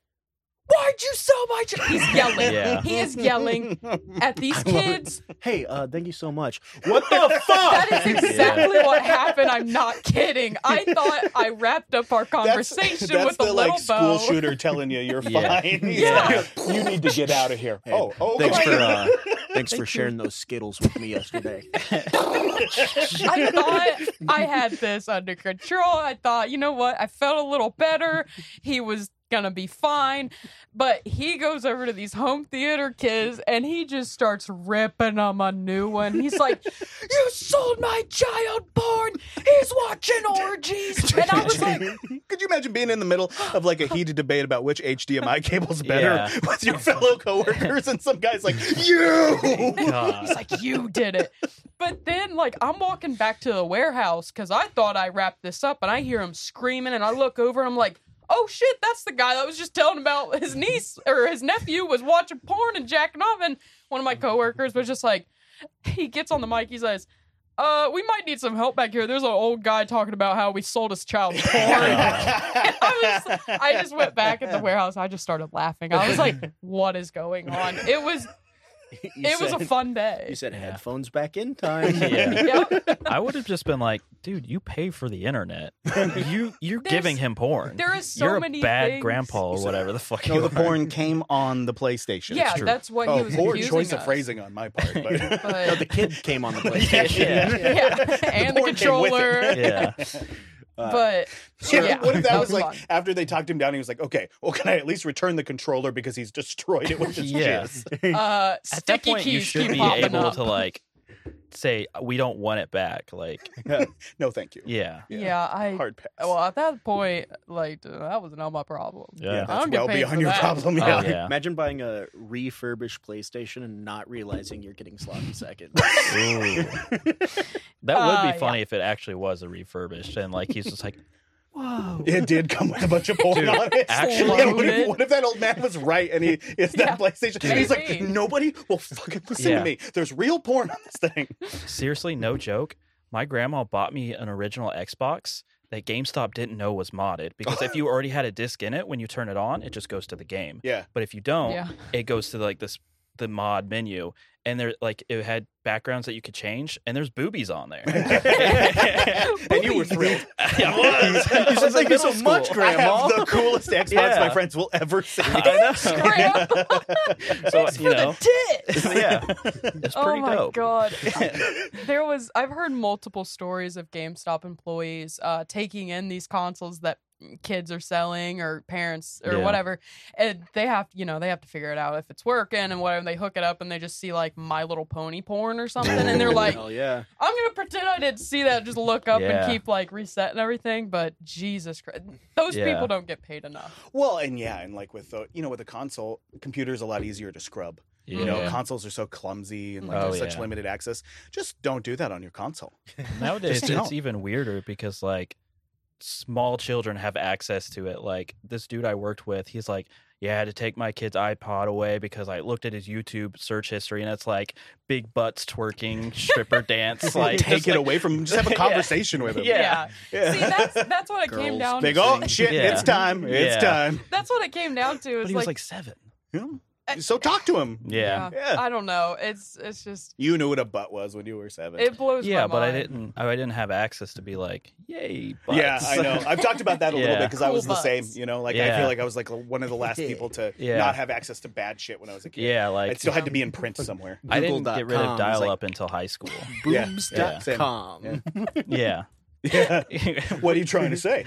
B: "Why'd you sell my?" Ch-? He's yelling.
A: Yeah.
B: He is yelling at these kids.
D: Hey, uh, thank you so much. What the fuck?
B: That is exactly what happened. I'm not kidding. I thought I wrapped up our
C: That's,
B: conversation
C: that's
B: with
C: the
B: a little
C: like
B: bow.
C: school shooter telling you you're
A: Yeah.
C: fine. He's
B: Yeah.
C: like, you need to get out of here.
D: Hey,
C: oh, oh,
D: thanks
C: okay.
D: for uh, thanks for sharing those Skittles with me yesterday.
B: I thought I had this under control. I thought, you know what? I felt a little better. He was going to be fine. But he goes over to these home theater kids and he just starts ripping them a new one. He's like, You sold my child porn. He's watching orgies. And I was like,
C: Could you imagine being in the middle of like a heated debate about which HDMI cable's better
A: Yeah.
C: with your fellow coworkers and some guy's like, you!
A: God.
B: He's like, you did it. But then, like, I'm walking back to the warehouse because I thought I wrapped this up, and I hear him screaming, and I look over, and I'm like, oh shit, that's the guy that was just telling about his niece or his nephew was watching porn and jacking off. And one of my coworkers was just like, he gets on the mic, he says, uh, we might need some help back here. There's an old guy talking about how we sold his child porn. I was, I just went back at the warehouse. I just started laughing. I was like, "What is going on?" It was, it was a fun day.
D: You said
A: Yeah.
D: headphones back in time.
A: Yeah.
B: Yep.
A: I would have just been like, dude, you pay for the internet. You you're
B: There's-
A: giving him porn.
B: there is so
A: you're
B: many
A: a bad
B: things.
A: grandpa or whatever the fuck.
C: No,
A: you
C: the
A: are.
C: porn came on the PlayStation.
B: Yeah, that's what he
C: oh,
B: was
C: poor
B: accusing
C: choice of
B: us.
C: phrasing on my part. But
B: But-
D: No, the kid came on the
A: yeah,
D: PlayStation.
A: yeah.
B: yeah, and the,
C: porn came with
B: controller.
C: it.
A: yeah.
B: But
C: Sure.
B: yeah,
C: what if that was like
B: fun.
C: after they talked him down? He was like, "Okay, well, can I at least return the controller because he's destroyed it with his
A: Yeah.
C: jizz?"
B: uh,
A: At that
B: sticky
A: point,
B: keys
A: you should
B: keep
A: be
B: popping
A: able
B: up.
A: to like say we don't want it back. Like,
C: no, thank you.
A: yeah,
B: yeah,
C: yeah,
B: I.
C: Hard pass.
B: Well, at that point, like uh, that was not my problem.
A: Yeah.
B: I
C: that's
B: don't get
C: well
B: paid
C: beyond
B: for
C: your
B: that.
C: problem.
A: Oh,
C: Yeah.
A: yeah.
D: Imagine buying a refurbished PlayStation and not realizing you're getting sloppy seconds.
A: Ooh. that would
B: Uh,
A: be funny if it actually was a refurbished and like he's just like, whoa,
C: It did come with a bunch of porn on it.
A: actually-
C: Yeah, what,
B: Loaded.
C: if, what if that old man was right and he it's
B: Yeah.
C: that PlayStation? and he's like,
B: Maybe.
C: nobody will fucking listen
A: Yeah.
C: to me. There's real porn on this thing.
A: seriously, no joke. My grandma bought me an original Xbox that GameStop didn't know was modded because if you already had a disc in it, when you turn it on, it just goes to the game.
C: Yeah.
A: But if you don't,
B: Yeah.
A: it goes to like this the mod menu and there like it had backgrounds that you could change and there's boobies on there.
C: and you were thrilled.
A: I was.
C: You
A: I
C: said,
A: was in
C: "Thank you so
A: middle
C: much,
A: school.
C: Grandma. the coolest Xbox
A: Yeah.
C: my friends will ever see.
A: I know.
B: Graham,
A: So
B: it's
A: you
B: for
A: know,
B: the tits.
A: yeah, it's pretty
B: Oh my
A: dope.
B: god. there was I've heard multiple stories of GameStop employees uh, taking in these consoles that kids are selling or parents or
A: Yeah.
B: whatever and they have you know they have to figure it out if it's working and whatever and they hook it up and they just see like my little pony porn or something and they're like
D: Hell yeah.
B: i'm gonna pretend i didn't see that just look up
A: Yeah.
B: and keep like resetting everything but jesus christ those
A: Yeah.
B: people don't get paid enough
C: Well, and yeah, and like with the you know with a console, computer's a lot easier to scrub. You know,
A: Mm-hmm. Yeah.
C: consoles are so clumsy and like
A: Oh,
C: there's such
A: yeah.
C: limited access. Just don't do that on your console.
A: Nowadays,
C: Just
A: it's
C: don't.
A: even weirder because like small children have access to it. Like this dude I worked with, he's like, yeah, I had to take my kid's iPod away because I looked at his YouTube search history and it's like big butts twerking stripper dance. Like
C: take
A: just
C: it
A: like-
C: away from him. Just have a
A: Yeah.
C: conversation with him.
A: Yeah.
B: see that's that's what it came
D: Girls
B: down
C: They
B: to
C: go, oh, shit,
A: Yeah.
C: it's time. It's
A: Yeah.
C: time.
B: that's what it came down to
A: But
B: is
A: he was
B: like,
A: like seven.
C: Yeah.
B: Uh,
C: So talk to him.
A: Yeah.
C: Yeah.
B: i don't know it's it's just
C: You knew what a butt was when you were seven.
B: It blows.
A: Yeah,
B: my
A: but I
B: mind.
A: didn't. I didn't have access to be like, yay. Butts.
C: yeah, I know. I've talked about that a little
A: Yeah.
C: bit because I
B: Cool
C: was the
B: butts.
C: same. You know, like I
A: Yeah.
C: feel like I was like one of the last people to
A: Yeah.
C: not have access to bad shit when I was a kid.
A: yeah,
C: I
A: like
C: still had to be in print somewhere.
A: I didn't get rid of
D: Google.com was
A: dial
D: like-
A: up until high school.
C: Yeah.
D: Boobs.com.
A: yeah.
C: Yeah. What are you trying to say?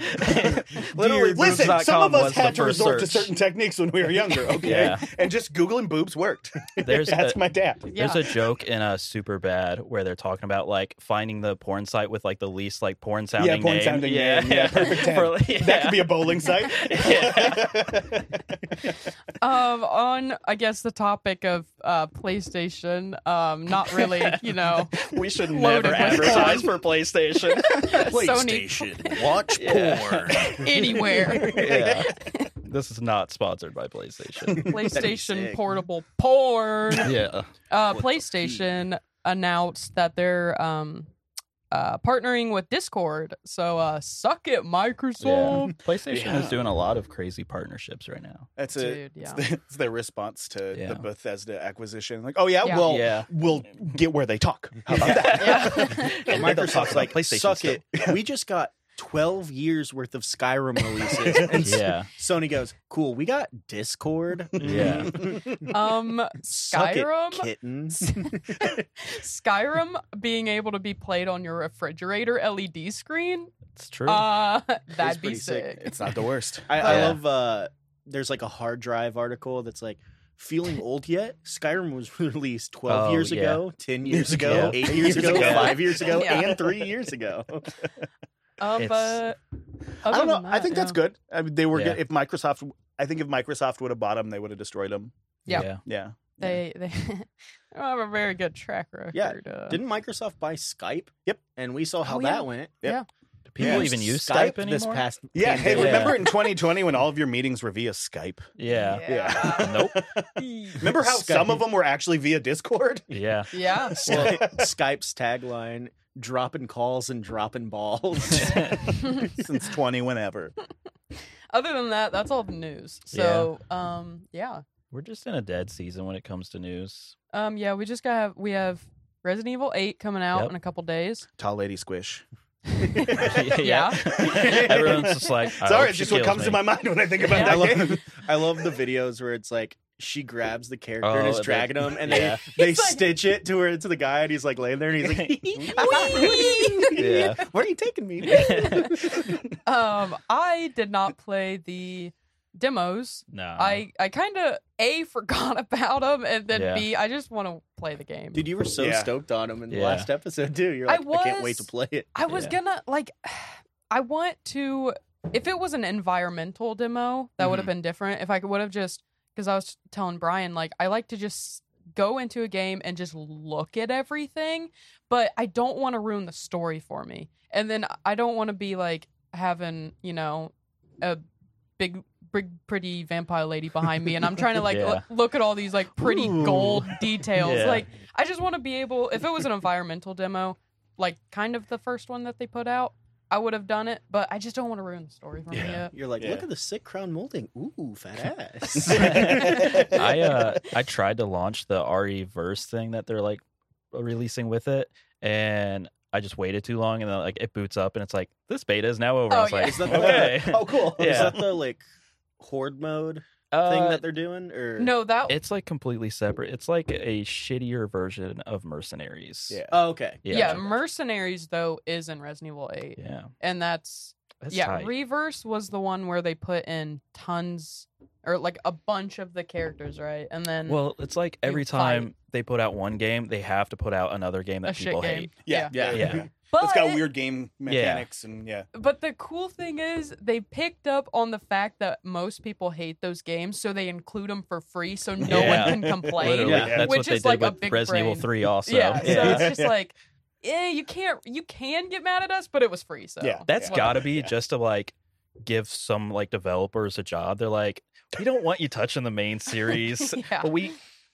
A: Literally,
C: Listen, some of
A: boobs.com
C: us
A: was the
C: had to
A: first
C: resort to
A: search.
C: certain techniques when we were younger, okay?
A: Yeah.
C: And just Googling boobs worked.
A: There's
C: That's
A: a-
C: my dad.
B: Yeah.
A: There's a joke in a super bad where they're talking about like finding the porn site with like the least like porn sounding
C: yeah, porn
A: name.
C: sounding name. Yeah, perfect
A: For-
C: ten. That could be a bowling site.
B: Um, on I guess the topic of uh, PlayStation. Um, not really. You know,
A: we should
B: Loaded
A: never
B: with
A: advertise for PlayStation.
B: Sony
E: Watch porn.
B: anywhere.
A: yeah. This is not sponsored by PlayStation.
B: PlayStation
D: sick.
B: portable porn.
A: yeah.
B: Uh, PlayStation announced that they're um. Uh, partnering with Discord, so uh, suck it, Microsoft.
A: PlayStation is
C: Yeah.
A: doing a lot of crazy partnerships right now.
C: That's
B: Dude,
C: it.
B: yeah.
C: It's, the, it's their response to
A: Yeah.
C: the Bethesda acquisition. Like, oh yeah,
B: Yeah.
C: well,
A: Yeah.
C: we'll get where they talk. How about that?
B: Yeah.
A: And
D: Microsoft's like,
A: PlayStation
D: suck
A: still.
D: it. We just got 12 years worth of Skyrim releases. And
A: Yeah.
D: Sony goes, cool, we got Discord.
A: Yeah.
B: um,
D: Suck it,
B: Skyrim.
D: kittens.
B: Skyrim being able to be played on your refrigerator LED screen.
A: It's true.
B: Uh, that'd be
D: pretty sick.
B: sick.
C: It's not the worst.
D: I, I
A: Yeah.
D: love, uh, there's like a hard drive article that's like, feeling old yet? Skyrim was released 12
A: Oh,
D: years
A: yeah.
D: ago, 10 years
C: Yeah.
D: ago, 8 years ago,
C: ago.
D: 5 years ago,
B: Yeah.
D: and 3 years ago.
B: Uh,
A: It's-
B: but
C: I
B: other
C: don't know.
B: than
C: I
B: that,
C: think that's
B: yeah.
C: good. I mean, they were
A: Yeah.
C: good. if Microsoft. I think if Microsoft would have bought them, they would have destroyed them.
B: Yeah.
C: Yeah.
B: They they they don't have a very good track record.
D: Yeah,
B: uh,
D: Didn't Microsoft buy Skype?
C: Yep.
D: And we saw how
B: Oh, yeah.
D: that went.
A: Do people
C: Yeah.
A: even use Skype,
D: Skype
A: anymore?
D: this past
C: Yeah. Hey,
A: Yeah.
D: pandemic.
C: remember in 2020 when all of your meetings were via Skype?
A: yeah.
C: Yeah.
A: Nope.
C: Remember how
D: Skype.
C: some of them were actually via Discord?
A: Yeah.
B: yeah.
D: Well, Skype's tagline dropping calls and dropping balls.
C: since 20 whenever.
B: Other than that, that's all the news. So, um, yeah,
A: We're just in a dead season when it comes to news.
B: um, yeah, we just got have we have Resident Evil Eight coming out
A: Yep.
B: in a couple days.
C: Tall lady squish.
A: Everyone's just like, I hope
C: Sorry, it's
A: she
C: just what
A: kills
C: comes
A: me.
C: to my mind when I think about
B: Yeah.
D: I
C: that
D: love,
C: game.
D: I love the videos where it's like she grabs the character and
A: Oh,
D: is
A: they-
D: dragging him, and
A: yeah.
D: they, they
B: He's like-
D: stitch it to her to the guy, and he's like laying there, and he's like,
A: Yeah.
D: "Where are you taking me?"
B: Um, I did not play the demos.
A: No.
B: I I kind of a forgot about them, and then
A: Yeah.
B: b I just want to play the game.
D: Dude, you were so
C: Yeah.
D: stoked on him in the
A: Yeah.
D: last episode too. You're
B: I
D: like, I, can't wait to
B: was-
D: play it.
B: I was
A: Yeah.
B: gonna like I want to if it was an environmental demo, that would have
A: Mm-hmm.
C: Mhm.
B: been different. If I would have just because I was telling Brian like I like to just go into a game and just look at everything, but I don't want to ruin the story for me. And then I don't want to be like having, you know, a big big pretty vampire lady behind me and I'm trying to like
A: Yeah.
B: lo- look at all these like pretty
D: Ooh.
B: gold details.
A: Yeah.
B: Like I just want to be able, if it was an environmental demo, like kind of the first one that they put out, I would have done it, but I just don't want to ruin the story for me
A: Yeah.
B: yet.
D: You're like,
C: Yeah.
D: look at the sick crown molding. Ooh, fat ass.
A: I uh I tried to launch the RE verse thing that they're like releasing with it and I just waited too long and then like it boots up and it's like this beta is now over.
B: Oh,
A: I was
B: yeah.
A: like,
D: Is that the,
A: okay.
D: Oh, cool. Is
A: Yeah.
D: that the like horde mode thing
A: Uh,
D: that they're doing? Or
B: No, that
A: it's like completely separate. It's like a shittier version of Mercenaries.
C: Yeah.
D: Oh, okay.
B: yeah, Mercenaries though is in Resident Evil Eight,
A: Yeah.
B: and that's,
A: That's
B: yeah.
A: tight.
B: Reverse was the one where they put in tons or like a bunch of the characters, right? And then
A: well, it's like
B: you
A: every
B: fight.
A: time they put out one game, they have to put out another game
B: a
A: that
B: shit
A: people
B: game.
A: hate.
C: Yeah.
A: Yeah.
B: but
C: It's got weird game mechanics and yeah.
B: But the cool thing is they picked up on the fact that most people hate those games, so they include them for free, so no
A: Yeah.
B: one can complain.
A: Literally.
C: Yeah.
A: That's
B: Which
A: what they
B: is
A: did
B: like a big
A: with Resident Evil
B: brain.
A: 3 also.
B: yeah, so
C: Yeah.
B: it's just
C: Yeah.
B: like, eh, you can't, you can get mad at us, but it was free, so
C: Yeah.
A: That's
B: whatever.
A: gotta be
C: Yeah.
A: just to like give some like developers a job. They're like, we don't want you touching the main series,
B: Yeah.
A: but we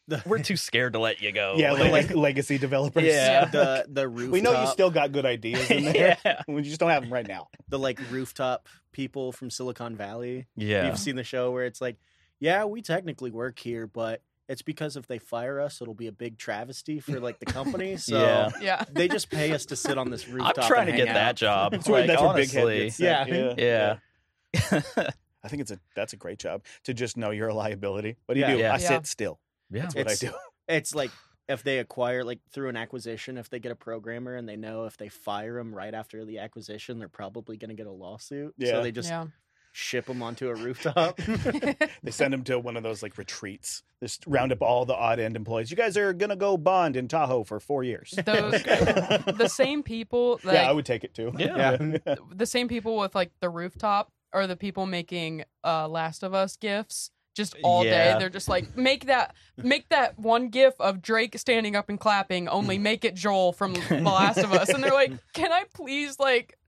D: The-
A: we're too scared to let you go.
C: Yeah, like legacy developers.
A: Oh, Yeah.
D: The the rooftop.
C: We know you still got good ideas in there.
A: yeah,
C: We just don't have them right now.
D: the like rooftop people from Silicon Valley.
A: yeah,
D: You've seen the show where it's like, yeah, we technically work here, but it's because if they fire us, it'll be a big travesty for like the company. So
A: Yeah.
B: yeah.
D: they just pay us to sit on this
A: I'm
D: rooftop.
A: trying to
D: and
A: get
D: hang
A: that
D: out.
A: job.
C: That's where,
A: like,
C: that's where Big Head
A: honestly,
C: gets set.
D: Yeah.
A: yeah,
C: I think it's a that's a great job to just know you're a liability. What do you
D: Yeah.
C: do?
A: Yeah.
C: I
B: Yeah.
C: sit still.
A: yeah.
C: That's what I
D: It's-
C: do.
D: It's like if they acquire like through an acquisition, if they get a programmer and they know if they fire them right after the acquisition, they're probably going to get a lawsuit.
C: Yeah.
D: So they just
B: yeah.
D: ship them onto a rooftop.
C: They send them to one of those like retreats. Just round up all the odd end employees. You guys are gonna go bond in Tahoe for four years.
B: Those- the same people, like,
C: yeah, I would take it too.
A: Yeah.
C: yeah.
B: the same people with like the rooftop are the people making uh Last of Us gifts just all day.
A: Yeah.
B: They're just like make that make that one gif of Drake standing up and clapping, only make it Joel from The Last of Us. And they're like, "Can I please like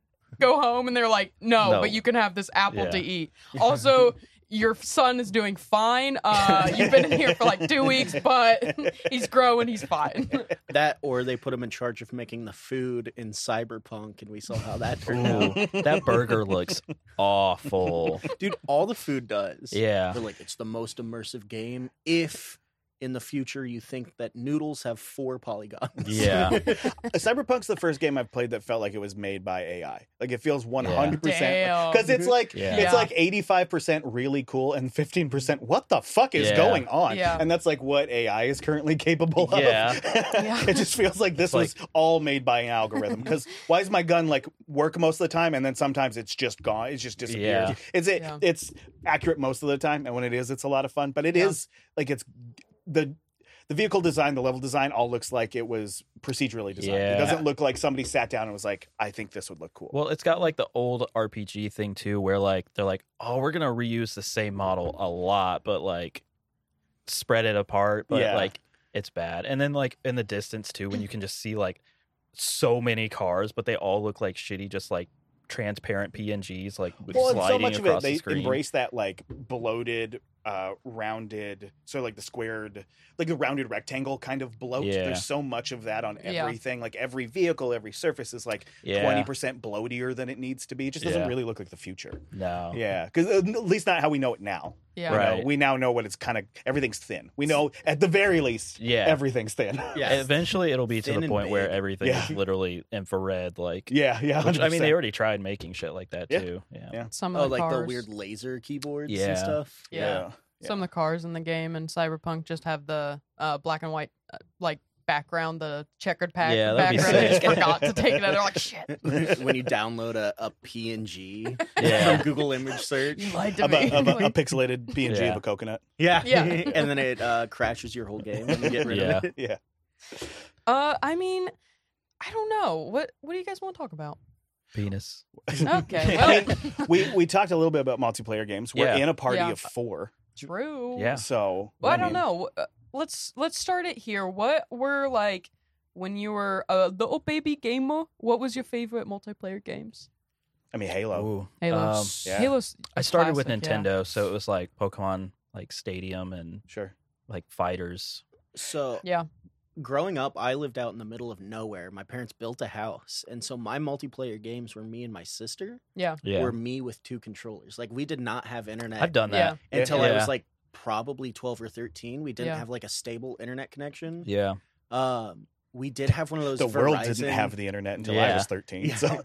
B: go home?" And they're like, "No,
A: No.
B: but you can have this apple to
A: Yeah.
B: eat." Also, your son is doing fine. Uh you've been in here for like 2 weeks, but he's growing, he's fine.
D: that or they put them in charge of making the food in Cyberpunk, and we saw how that turned out.
A: Ooh, that burger looks awful.
D: Dude, all the food does.
A: Yeah,
D: They're like, it's the most immersive game if in the future you think that noodles have four polygons.
A: yeah,
C: Cyberpunk's the first game I've played that felt like it was made by AI. Like it feels 100%
B: Damn.
C: because it's like
A: Oh, Yeah.
B: Yeah.
C: it's like 85% really cool and 15% what the fuck is
A: Yeah.
C: going on?
B: Yeah.
C: And that's like what AI is currently capable of.
A: Yeah.
B: Yeah.
C: it just feels like this was all made by an algorithm cuz why is my gun like work most of the time and then sometimes it's just gone it's just disappears.
A: Yeah.
C: It's it,
B: Yeah.
C: it's accurate most of the time and when it is it's a lot of fun, but it is
B: Yeah.
C: like it's the the vehicle design, the level design, all looks like it was procedurally designed.
A: Yeah.
C: It doesn't look like somebody sat down and was like, "I think this would look cool."
A: Well, it's got like the old RPG thing too, where like they're like, oh, we're gonna reuse the same model a lot, but like spread it apart, but
C: Yeah.
A: like it's bad. And then like in the distance too, when you can just see like so many cars, but they all look like shitty, just like transparent PNGs, like with
C: well, and
A: sliding
C: so much of
A: across
C: it they
A: the screen.
C: embrace that like bloated uh, rounded, sort of like the squared, like the rounded rectangle kind of bloat.
A: Yeah.
C: There's so much of that on
B: Yeah.
C: everything. Like every vehicle, every surface is like
A: Yeah.
C: twenty percent bloatier than it needs to be. It just doesn't
A: Yeah.
C: really look like the future.
A: No.
C: Yeah, because at least not how we know it now.
B: Yeah.
C: You know,
A: Right.
C: we now know what it's kind of. Everything's thin. We know at the very least,
A: Yeah.
C: everything's thin.
D: Yes.
A: Eventually, it'll be to
D: Thin
A: the
D: and
A: point where
D: big.
A: everything is
C: Yeah.
A: literally infrared. Like,
C: yeah, yeah.
A: which, I mean, they
C: 100%.
A: already tried making shit like that
C: Yeah.
A: too. Yeah.
C: Yeah.
B: Some of
D: Oh,
B: the
D: like
B: cars.
D: the weird laser keyboards
A: Yeah.
D: and stuff.
B: Yeah. Some of the cars in the game and Cyberpunk just have the uh, black and white uh, like background, the checkered pack
A: Yeah, that'd be
B: background. They just
A: sick.
B: forgot to take that. They're like, shit,
D: when you download a, a PNG
A: Yeah.
D: from Google image search.
B: you lied to
C: Of
B: me.
C: a, of a, a
B: Like,
C: pixelated PNG
A: Yeah.
C: of a coconut.
D: Yeah.
B: Yeah.
D: and then it uh, crashes your whole game when you get rid
A: Yeah.
D: of it.
C: yeah.
B: uh, I mean, I don't know. What What do you guys want to talk about?
A: Penis.
B: Okay,
C: I
B: well,
C: We we talked a little bit about multiplayer games. We're
A: Yeah.
C: in a party
B: Yeah.
C: of four,
B: true.
A: Yeah.
C: so
B: Well, I don't
C: mean,
B: know. Uh, Let's let's start it here. What were like when you were a little baby gamer? What was your favorite multiplayer games?
C: I mean, Halo.
A: Ooh.
B: Halo.
A: Um,
C: yeah.
B: Halo's
A: I started with
B: classic, yeah.
A: Nintendo, so it was like Pokemon, like Stadium, and
C: Sure.
A: like Fighters.
D: So
B: Yeah.
D: growing up, I lived out in the middle of nowhere. My parents built a house, and so my multiplayer games were me and my sister. Were me with two controllers. Like we did not have internet
A: I've done that.
D: until I
A: Yeah.
D: was like probably twelve or thirteen. We didn't
B: Yeah.
D: have like a stable internet connection.
A: Yeah.
D: Um, we did have one of those.
C: The world
D: Verizon-
C: didn't have the internet until I
A: Yeah. Uh,
C: was thirteen.
D: Yeah.
C: So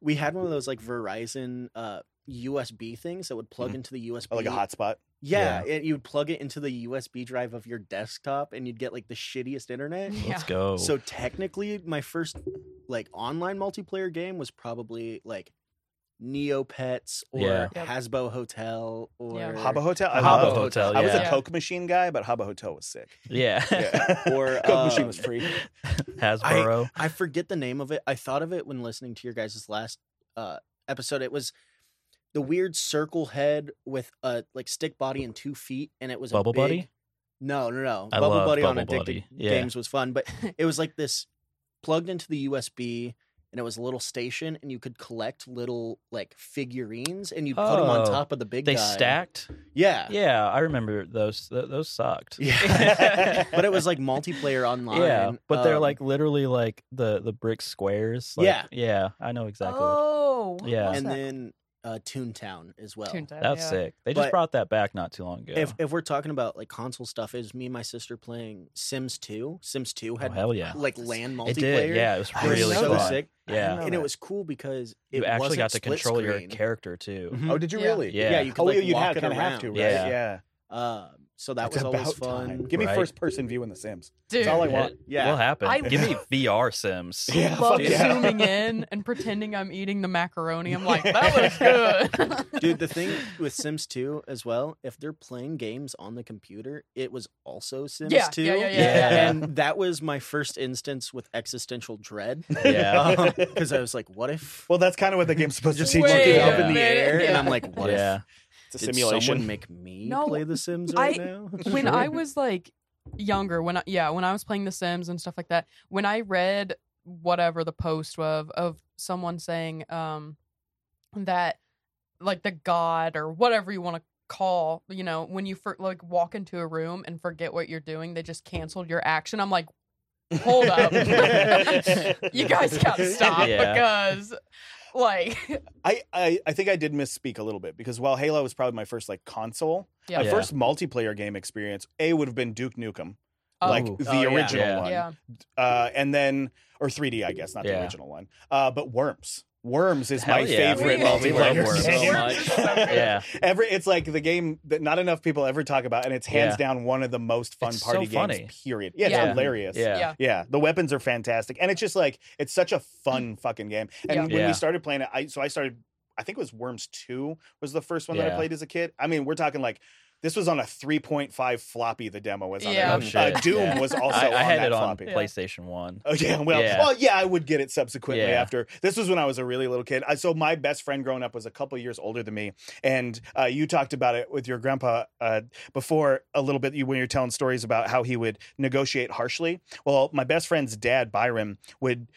D: We had one of those like Verizon uh, USB things that would plug
C: Mhm.
D: into the USB.
C: like a hotspot.
D: Yeah, and you'd plug it into the USB drive of your desktop, and you'd get like the shittiest internet.
B: Yeah.
A: Let's go.
D: So technically, my first like online multiplayer game was probably like Neopets or
A: Yeah.
B: Yep.
D: Hasbo Hotel or
B: Yeah.
C: Habbo Hotel. I
A: Habbo
C: loved-
A: Hotel,
C: I was a
B: yeah.
C: Coke machine guy, but Habbo Hotel was sick.
A: yeah. Mm-hmm.
C: Yeah.
D: Or,
C: Coke machine was
D: um,
C: free.
A: Hasbro.
D: I forget the name of it. I thought of it when listening to your guys' last uh, episode. It was the weird circle head with a like stick body and two feet, and it was a
A: Bubble
D: big-
A: Buddy?
D: No, no, no.
A: I
D: Bubble
A: love
D: Buddy on
A: Bubble Buddy.
D: Addicted
A: Yeah.
D: Games was fun, but it was like this plugged into the USB and it was a little station and you could collect little like figurines and you'd put them on
A: Oh.
D: top of the big
A: They
D: guy.
A: stacked.
D: Yeah.
A: Yeah, I remember those. Th- those sucked.
D: Yeah. but it was like multiplayer online.
A: Yeah, but they're
D: um,
A: like literally like the the brick squares. Like,
D: Yeah.
A: yeah, I know exactly. what-
B: Oh, what
A: Yeah.
B: was
D: and
B: that?
D: then uh Toontown as well.
B: Toontown,
A: That's
B: yeah.
A: sick. They just
D: But-
A: brought that back not too long ago.
D: If if we're talking about like console stuff, is me and my sister playing Sims 2. Sims 2
A: oh
D: had
A: hell yeah,
D: like LAN multiplayer.
A: it did. Yeah, it was
D: It was
A: really
D: so
A: fun.
D: sick.
A: Yeah,
C: know
D: And it
C: that.
D: was cool because it
A: you actually
D: wasn't
A: got to
D: split
A: control your
D: screen.
A: character too.
D: Mhm.
C: Oh, did you
B: Yeah.
C: really?
A: Yeah.
D: Yeah, you could
C: Oh,
D: like,
C: yeah, you'd
D: walk
C: have
D: it
C: kind of have
D: around.
C: to, right?
A: Yeah.
D: Um, so that
C: It's
D: was always
C: about
D: fun.
C: time. Give me
A: Right.
C: first person view in The Sims.
B: Dude,
C: That's all I
A: It
C: want.
D: Yeah.
A: will happen.
B: I-
A: Give me VR Sims.
C: Yeah,
B: love
C: fuck yeah.
B: zooming in and pretending I'm eating the macaroni. I'm like, that looks good.
D: Dude, the thing with Sims 2 as well, if they're playing games on the computer, it was also Sims
B: Yeah,
D: 2.
B: yeah, yeah, yeah,
A: Yeah. yeah.
D: And that was my first instance with existential dread.
A: Yeah.
D: Because I was like, what if
C: Well, that's kind of what the game's supposed to
D: just
C: teach
D: looking
C: you.
B: Wait
D: up
A: a
D: in the
B: minute,
D: air? And
B: yeah.
D: I'm like, what
A: yeah.
C: It's a
D: if did someone
C: simulation.
D: make me
B: No,
D: play The Sims right now?
B: when I was like younger, when I, yeah, when I was playing The Sims and stuff like that, when I read whatever the post of of someone saying um that like the god or whatever you want to call, you know, when you for, like walk into a room and forget what you're doing, they just canceled your action. I'm like, hold up. you guys got to stop
A: Yeah.
B: because like
C: I, I, I think I did misspeak a little bit because while Halo was probably my first like console,
B: yeah.
C: my
A: Yeah.
C: first multiplayer game experience, A would have been Duke Nukem,
B: Oh,
C: like
A: Ooh.
C: the
D: Oh, yeah.
C: original
A: Yeah.
C: one.
B: yeah.
C: Uh, and then or 3D, I guess, not the
A: Yeah.
C: original one. Uh, but Worms. Worms is
A: Hell
C: my
A: yeah.
C: favorite
B: We- we
A: love
C: multiplayer
A: Worms
C: game.
A: so
B: much. So good.
A: Yeah.
C: Every it's like the game that not enough people ever talk about, and it's hands
A: Yeah.
C: down one of the most fun
A: It's so
C: party
A: funny.
C: games. Period. Yeah, it's
B: Yeah.
C: hilarious.
A: Yeah.
B: Yeah.
C: Yeah, the weapons are fantastic, and it's just like it's such a fun fucking game. And
B: Yeah.
C: when
A: Yeah.
C: we started playing it, I so I started. I think it was Worms Two was the first one that I
A: Yeah.
C: played as a kid. I mean, we're talking like this was on a three point five floppy. The demo was on.
B: Yeah.
C: there.
A: Oh, shit.
C: Uh, Doom
A: Yeah.
C: was also
A: I, I
C: on
A: had
C: that
A: it on
C: floppy.
B: Yeah.
A: PlayStation One.
C: Oh yeah, well,
A: Yeah.
C: well, yeah, I would get it subsequently
A: Yeah.
C: after. This was when I was a really little kid. I, so my best friend growing up was a couple years older than me, and uh, you talked about it with your grandpa uh, before a little bit. You when you're telling stories about how he would negotiate harshly. Well, my best friend's dad, Byron, would.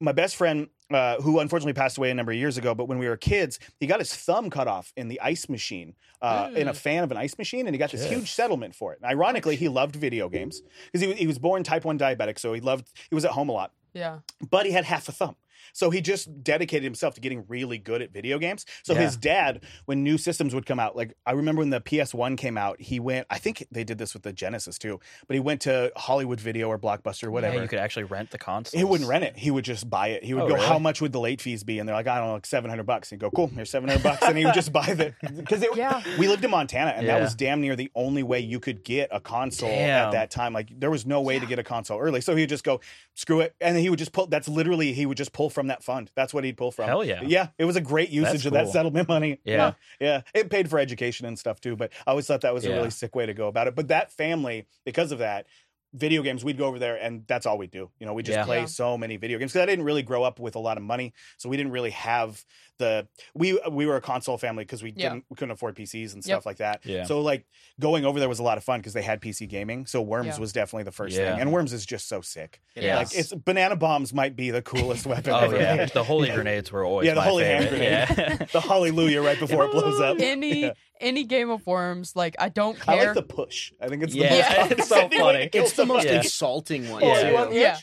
C: My best friend uh, who unfortunately passed away a number of years ago, but when we were kids, he got his thumb cut off in the ice machine, uh, in
A: Mm.
C: a fan of an ice machine, and he got this huge settlement for it. And ironically, he loved video games because he, wa- he was born type 1 diabetic, so he loved, he was at home a lot
B: Yeah.
C: but he had half a thumb. So he just dedicated himself to getting really good at video games. So
A: Yeah.
C: his dad, when new systems would come out, like I remember when the PS1 came out, he went, I think they did this with the Genesis too, but he went to Hollywood Video or Blockbuster or whatever.
A: Yeah, you could actually rent the console.
C: he wouldn't rent it. He would just buy it. He would
A: Oh,
C: go,
A: really?
C: "How much would the late fees be?" And they're like, "I don't know, like seven hundred bucks." And he'd go, "Cool, here's seven hundred bucks." And he would just buy the because
B: Yeah.
C: we lived in Montana, and that
A: Yeah.
C: was damn near the only way you could get a console at
A: Damn.
C: that time. Like there was no way to get a console early, so he'd just go, "Screw it," and he would just pull. That's literally he would just pull from that fund. That's what he'd pull from.
A: Hell yeah.
C: yeah! It was a great usage
A: That's
C: of that
A: cool.
C: settlement money.
A: Yeah.
C: yeah, it paid for education and stuff too. But I always thought that was a
A: Yeah.
C: really sick way to go about it. But that family, because of that, video games we'd go over there and that's all we do you know we just
A: Yeah.
C: play
B: Yeah.
C: so many video games because i didn't really grow up with a lot of money so we didn't really have the we uh, we were a console family because we
B: Yeah.
C: didn't we couldn't afford pcs and
B: Yep.
C: stuff like that
A: Yeah.
C: so like going over there was a lot of fun because they had pc gaming so worms
B: Yeah.
C: was definitely the first
A: Yeah.
C: thing and worms is just so sick
A: Yeah.
C: like it's banana bombs might be the coolest weapon
A: Oh
C: ever
A: yeah,
C: made.
A: the holy grenades were always
C: Yeah, the
A: my
C: holy hand
A: favorite.
C: grenade.
A: Yeah.
C: the hallelujah right before it blows up
B: Any
C: Yeah.
B: any game of worms, like I don't
C: i
B: care.
C: like the push i think it's the
A: Yeah,
C: most
B: it's
C: upsetting
A: so
C: way to
A: funny.
C: kill
D: It's the most
A: Yeah.
D: insulting one.
A: Yeah.
C: Oh, you want
D: too.
C: the
B: Yeah.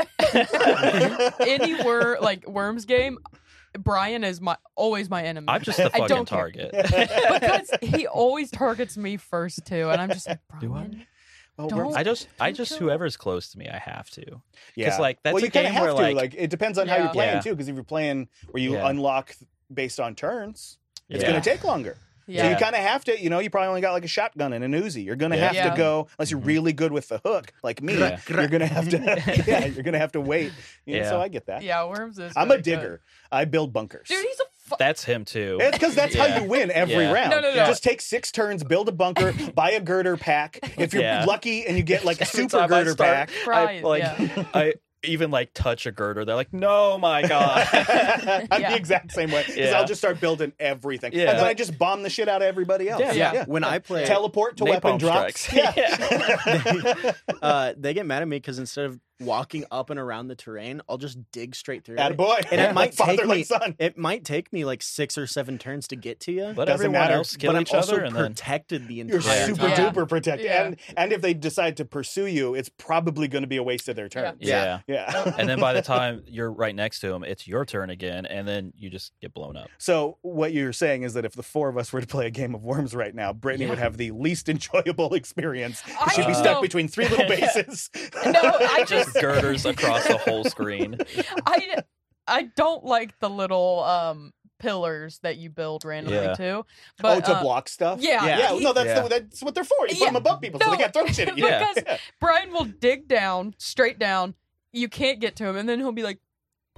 C: itch?
B: any wor like worms game, Brian is my always my enemy.
A: I'm just the
B: I
A: fucking
B: don't care.
A: target.
B: because he always targets me first too, and I'm just like Brian.
A: Do I?
C: Well,
B: Don't-
C: worms-
A: I just, I
B: Don't
A: just
B: kill.
A: whoever's close to me, I have to.
C: Yeah,
A: like, that's
C: well,
A: a
C: you kinda
A: game
C: have
A: where,
C: to.
A: like-
C: it depends on how
B: Yeah.
C: you're playing
A: Yeah.
C: too. Because if you're playing where you
A: Yeah.
C: unlock based on turns, it's
A: Yeah.
C: going to take longer. So you
B: Yeah.
A: Yeah.
C: kind of have to. You know, you probably only got like a shotgun and an Uzi. You're going to
A: Yeah.
C: have
B: Yeah.
C: to go unless you're
D: Mm-hmm.
A: Mhm.
C: really good with the hook, like me.
A: Yeah.
C: You're going to have to. yeah, you're going to have to wait. You know,
A: Yeah.
C: So I get that.
B: Yeah, worms is.
C: I'm
B: really
C: a digger. I build bunkers.
B: good. dude. He's a fu-
A: That's him too.
C: It's because that's
A: Yeah.
C: how you win every
A: Yeah.
C: round.
B: No, no, no.
C: Just take six turns, build a bunker, buy a girder pack. If you're
A: Yeah.
C: lucky and you get like a
A: Every
C: super
A: time I
C: girder
A: start-
C: pack,
A: I,
B: Brian.
A: like,
B: yeah.
A: I even like touch a girder. They're like, no, my god.
C: I'm
B: Yeah.
C: the exact same way because
A: Yeah.
C: I'll just start building everything,
A: Yeah.
C: and then I just bomb the shit out of everybody else.
A: Yeah.
D: Yeah. When I play,
C: teleport to
A: Napalm
C: weapon drops.
A: strikes.
C: Yeah.
D: uh, they get mad at me because instead of walking up and around the terrain, I'll just dig straight through.
C: Atta
D: it.
C: boy.
D: And it might
C: father
D: take
C: like
D: me-
C: son.
D: It might take me like six or seven turns to get to you,
A: Let
C: Doesn't
A: everyone
C: matter.
A: else kill
D: but I'm
A: each
D: also
A: other, and then
D: protected the
C: You're
D: entire
C: super
D: time.
B: Yeah.
C: duper protected,
B: Yeah.
C: and and if they decide to pursue you, it's probably going to be a waste of their turn.
A: yeah.
C: Yeah.
A: and then by the time you're right next to him, it's your turn again, and then you just get blown up.
C: So what you're saying is that if the four of us were to play a game of Worms right now, Brittany
A: Yeah.
C: would have the least enjoyable experience.
B: I
C: She'd be
A: Uh,
C: stuck between three little bases.
B: No, I
A: Just
B: just
A: girders across the whole screen.
B: I I don't like the little um pillars that you build randomly
A: Yeah.
B: too. But
C: oh, to
B: uh,
C: block stuff.
B: yeah,
C: yeah.
B: he-
C: no, that's
A: Yeah.
C: The, that's what they're for. You put
B: Yeah.
C: them above people so
B: No,
C: they can't throw shit at you.
A: Yeah.
B: because Brian will dig down straight down. You can't get to him, and then he'll be like,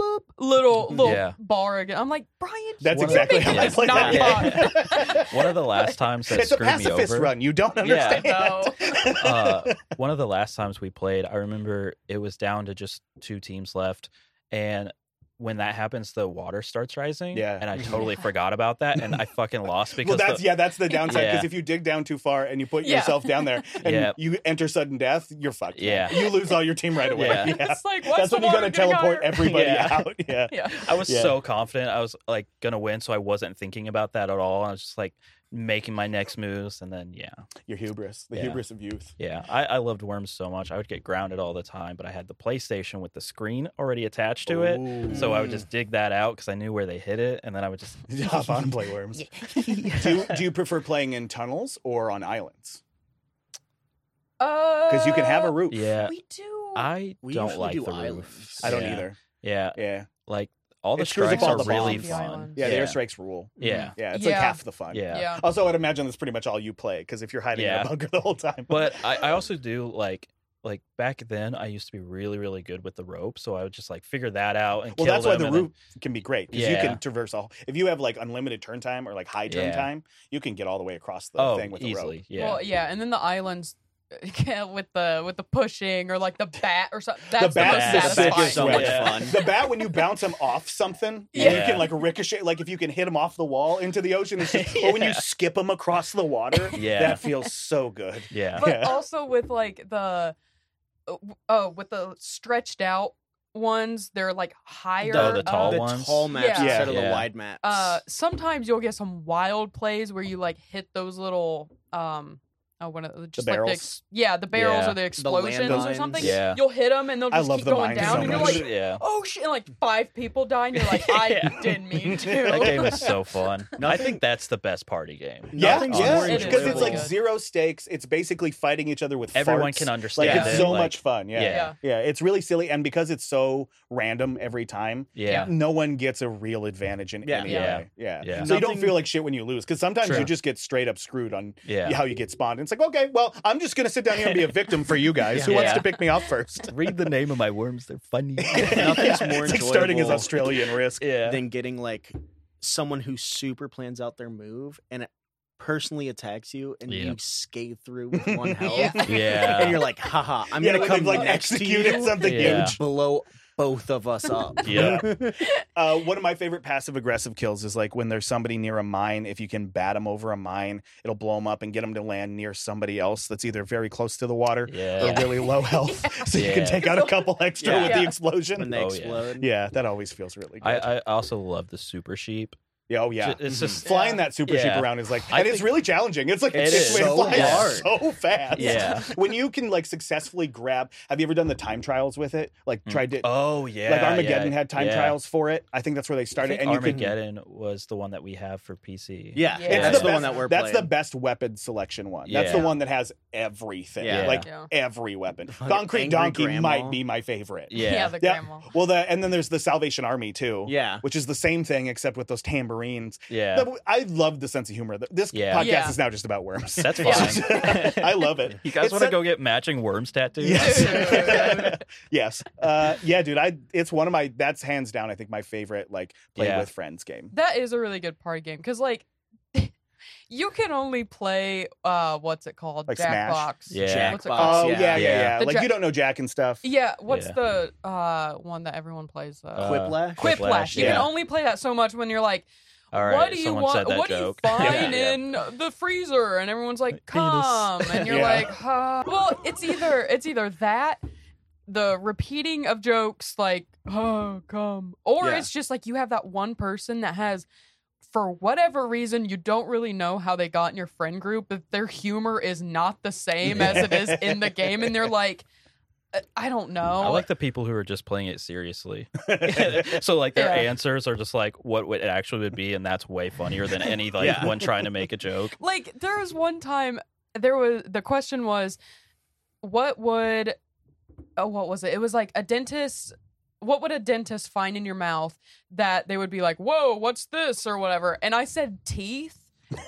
B: "Boop, little little
A: Yeah.
B: bar again." I'm like, Brian,
C: Mm-hmm. That's
A: What
C: exactly
A: about-
C: how I
A: Yes,
C: play
B: not
C: that game.
A: One of the last times that
C: it's a
A: screwed me
C: pacifist
A: over.
C: run. You don't
A: Yeah.
C: understand.
B: no,
A: uh, one of the last times we played, I remember it was down to just two teams left, and when that happens, the water starts rising.
C: Yeah. Mm-hmm.
A: and I
D: Mhm.
A: totally forgot about that, and I fucking lost because
C: well, that's
A: the,
C: yeah, that's the downside because
A: Yeah.
C: if you dig down too far and you put
B: Yeah.
C: yourself down there and
A: Yeah.
C: you enter sudden death, you're fucked. man.
A: Yeah.
C: you lose all your team right away.
A: Yeah.
B: it's like why's
C: That's
B: the
C: when you
B: water
C: gotta
B: getting
C: teleport
B: hotter?
C: everybody
A: Yeah.
C: out. Yeah.
B: Yeah,
A: I was
C: Yeah.
A: so confident I was like gonna win, so I wasn't thinking about that at all. I was just like making my next moves, and then yeah,
C: Your hubris. The
A: Yeah.
C: hubris of youth.
A: yeah. I, I loved Worms so much. I would get grounded all the time, but I had the PlayStation with the screen already attached to it, so I would just dig that out because I knew where they hit it, and then I would just
C: hop on and play worms. do you, do you prefer playing in tunnels or on islands? Because you can have a roof.
A: yeah.
B: Uh, We do.
A: I
D: We
A: don't
D: usually
A: like
D: do
A: the
D: islands.
A: roof.
C: I don't
A: yeah.
C: either.
A: Yeah,
C: Yeah.
A: like all the
C: It screws up
A: strikes
C: all
A: are
C: the
A: really
C: bombs.
A: fun.
C: Yeah, the
A: yeah.
C: airstrikes rule.
A: Yeah.
C: Yeah. It's
B: Yeah.
C: like half the fun.
A: Yeah.
B: yeah.
C: Also, I'd imagine that's pretty much all you play because if you're hiding in
A: Yeah.
C: a bunker the whole time.
A: But I, I also do like like back then I used to be really really good with the rope, so I would just like figure that out and
C: well,
A: kill
C: that's why
A: them.
C: the
A: and then-
C: route can be great because you
A: Yeah.
C: can traverse all. If you have like unlimited turn time or like high turn
A: Yeah.
C: time, you can get all the way across the
A: oh,
C: uh, thing with the rope.
A: easily. Yeah.
B: Well, yeah, and then the islands yeah, with the with the pushing or like the bat or something. That's the, most
A: bat's the
B: satisfying.
A: sickest
D: so much
A: Yeah.
D: fun.
C: The bat when you bounce them off something, yeah. you
A: Yeah.
C: can like ricochet. Like if you can hit them off the wall into the ocean, it's just, or when
A: Yeah.
C: you skip them across the water,
A: Yeah.
C: that feels so good.
A: yeah.
B: But
C: Yeah.
B: uh, also with like the oh, with the stretched out ones, they're like higher.
A: Oh, the tall
B: up.
D: the
A: ones?
D: tall maps
B: Yeah.
D: instead of the
A: Yeah.
D: wide maps.
B: Uh, sometimes you'll get some wild plays where you like hit those little um. Oh, one of the, just like
C: barrels?
B: the ex- yeah, the barrels
A: Yeah.
B: or the explosions or
D: landmines.
B: something.
A: Yeah.
B: You'll hit them and they'll
C: I
B: just
C: love
B: keep
C: the
B: going
C: mines
B: down,
C: so
B: and you're
C: much.
B: like,
A: yeah.
B: oh shit! And like five people die, and you're like, I
A: Yeah.
B: didn't mean to.
A: That game is so fun. I
D: Nothing-
A: think that's the best party game.
C: Yeah,
D: Nothing's
A: yeah.
D: more
B: It is.
D: enjoyable.
C: because it's like
B: Good.
C: zero stakes. It's basically fighting each other with
A: Everyone
C: farts.
A: can understand
C: Like
A: it.
C: it's so
A: like-
C: much fun. Yeah. yeah,
A: yeah.
C: It's really silly, and because it's so random every time,
A: Yeah.
C: no one gets a real advantage in
D: Yeah.
C: any
A: Yeah.
C: way. Yeah,
A: Yeah.
C: So you don't
D: Nothing-
C: feel like shit when you lose, because sometimes
A: True.
C: you just get straight up screwed on
A: Yeah.
C: how you get spawned. It's like, okay, well, I'm just gonna sit down here and be a victim for you guys. Who wants
A: Yeah.
C: to pick me off first?
A: Read the name of my worms. They're funny.
D: Nothing's
C: Yeah,
D: more
C: it's like starting as
D: enjoyable
C: Australian risk.
A: yeah.
D: than getting like someone who super plans out their move and it personally attacks you and
A: Yeah.
D: you skate through with one health.
A: Yeah.
D: And you're like, haha, I'm
C: yeah,
D: gonna
C: like
D: come
C: they've, like
D: next to you
C: executed something
A: Yeah.
D: and
C: huge.
D: blow both of us up.
A: yeah.
C: Uh, one of my favorite passive aggressive kills is like when there's somebody near a mine. If you can bat them over a mine, it'll blow them up and get them to land near somebody else that's either very close to the water
A: Yeah.
C: or really low health, so you can
A: Yeah.
C: take out a couple extra
D: Yeah.
C: with the
B: Yeah.
D: When
C: explosion.
D: they
A: Oh, yeah.
D: explode.
C: yeah, that always feels really good.
A: I, I also love the super sheep.
C: yeah, oh yeah.
A: Ju- It's
D: Mhm.
A: just
C: Flying that super
A: Yeah.
C: sheep around is like,
A: I
C: and it's
A: think-
C: really challenging. It's like
A: It
C: it's
A: is.
D: So
C: flying
D: hard.
C: so fast.
A: Yeah.
C: when you can like successfully grab. Have you ever done the time trials with it? Like tried to
A: Oh yeah.
C: like Armageddon had time
A: yeah.
C: trials for it. I think that's where they
A: I
C: started.
A: think
C: and you could
A: Armageddon was the one that we have for PC.
D: Yeah,
B: Yeah. It's
D: that's
B: the
D: the,
C: best,
D: one that we're
C: That's the
D: playing.
C: best weapon selection one. That's the
A: Yeah.
C: one that has everything.
D: Yeah.
C: Like
B: Yeah.
C: every weapon.
D: fucking
C: Concrete
D: angry
C: Donkey
D: grandma.
C: might be my favorite.
A: Yeah.
B: yeah, the
C: Yeah.
B: grandma.
C: Well, the and then there's the Salvation Army too.
D: Yeah.
C: Which is the same thing except with those tambourines.
A: Yeah.
C: The- I love the sense of humor. This
A: Yeah.
C: podcast
B: Yeah.
C: is now just about worms.
A: That's
B: Yeah.
A: fine.
C: I love it.
A: You guys
C: It's
A: want to
C: that-
A: go get matching worms tattoos?
C: Yes. yes. Uh, yeah, dude. I it's one of my that's hands down, I think my favorite like play
A: Yeah.
C: with friends game.
B: That is a really good party game because like you can only play uh what's it called
C: Like Smash?
B: Jackbox.
A: Yeah.
B: What's it
D: Jackbox,
B: called?
C: Oh yeah, yeah, yeah.
A: Yeah.
B: The
C: Like
B: Jack-
C: you don't know Jack and stuff.
B: Yeah, what's
A: Yeah.
B: the uh one that everyone plays? Uh,
A: Uh,
D: Quiplash.
B: Quiplash.
A: Quiplash,
B: You
C: yeah.
B: can only play that so much when you're like,
A: All right.
B: what do you
A: someone
B: want?
A: Said that
B: What
A: joke.
B: do you find
A: Yeah.
B: in the freezer? And everyone's like,
A: Penis.
B: come. And you're
C: Yeah.
B: like, huh. Well, it's either it's either that, the repeating of jokes like, oh, come, or
D: Yeah.
B: it's just like you have that one person that has. For whatever reason, you don't really know how they got in your friend group, but their humor is not the same as it is in the game, and they're like, "Uh, "I don't know."
A: I like the people who are just playing it seriously. so like their
B: Yeah.
A: answers are just like what would it actually would be, and that's way funnier than any like
D: Yeah.
A: one trying to make a joke.
B: like there was one time there was the question was what would oh what was it it was like a dentist what would a dentist find in your mouth that they would be like whoa what's this or whatever and i said teeth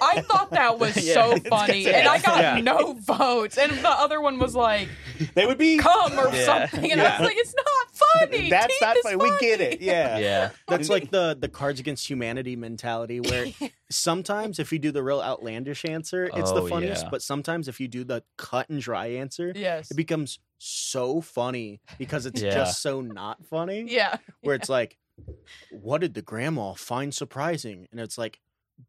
B: i thought that was
A: Yeah.
B: so
A: It's
B: funny
C: 'cause-
B: and i got
D: yeah.
B: no votes and the other one was like
C: They would be
B: come or
A: Yeah.
B: something and i
C: Yeah.
B: was like it's not funny
C: That's
B: Teeth
C: not
B: is
C: funny. We get it. Yeah.
A: Yeah.
D: That's like the the Cards Against Humanity mentality, where sometimes if you do the real outlandish answer, it's the
A: Oh,
D: funniest.
A: yeah.
D: But sometimes if you do the cut and dry answer,
B: yes
D: it becomes so funny because it's
A: Yeah.
D: just so not funny.
B: yeah
D: Where it's like, what did the grandma find surprising? And it's like,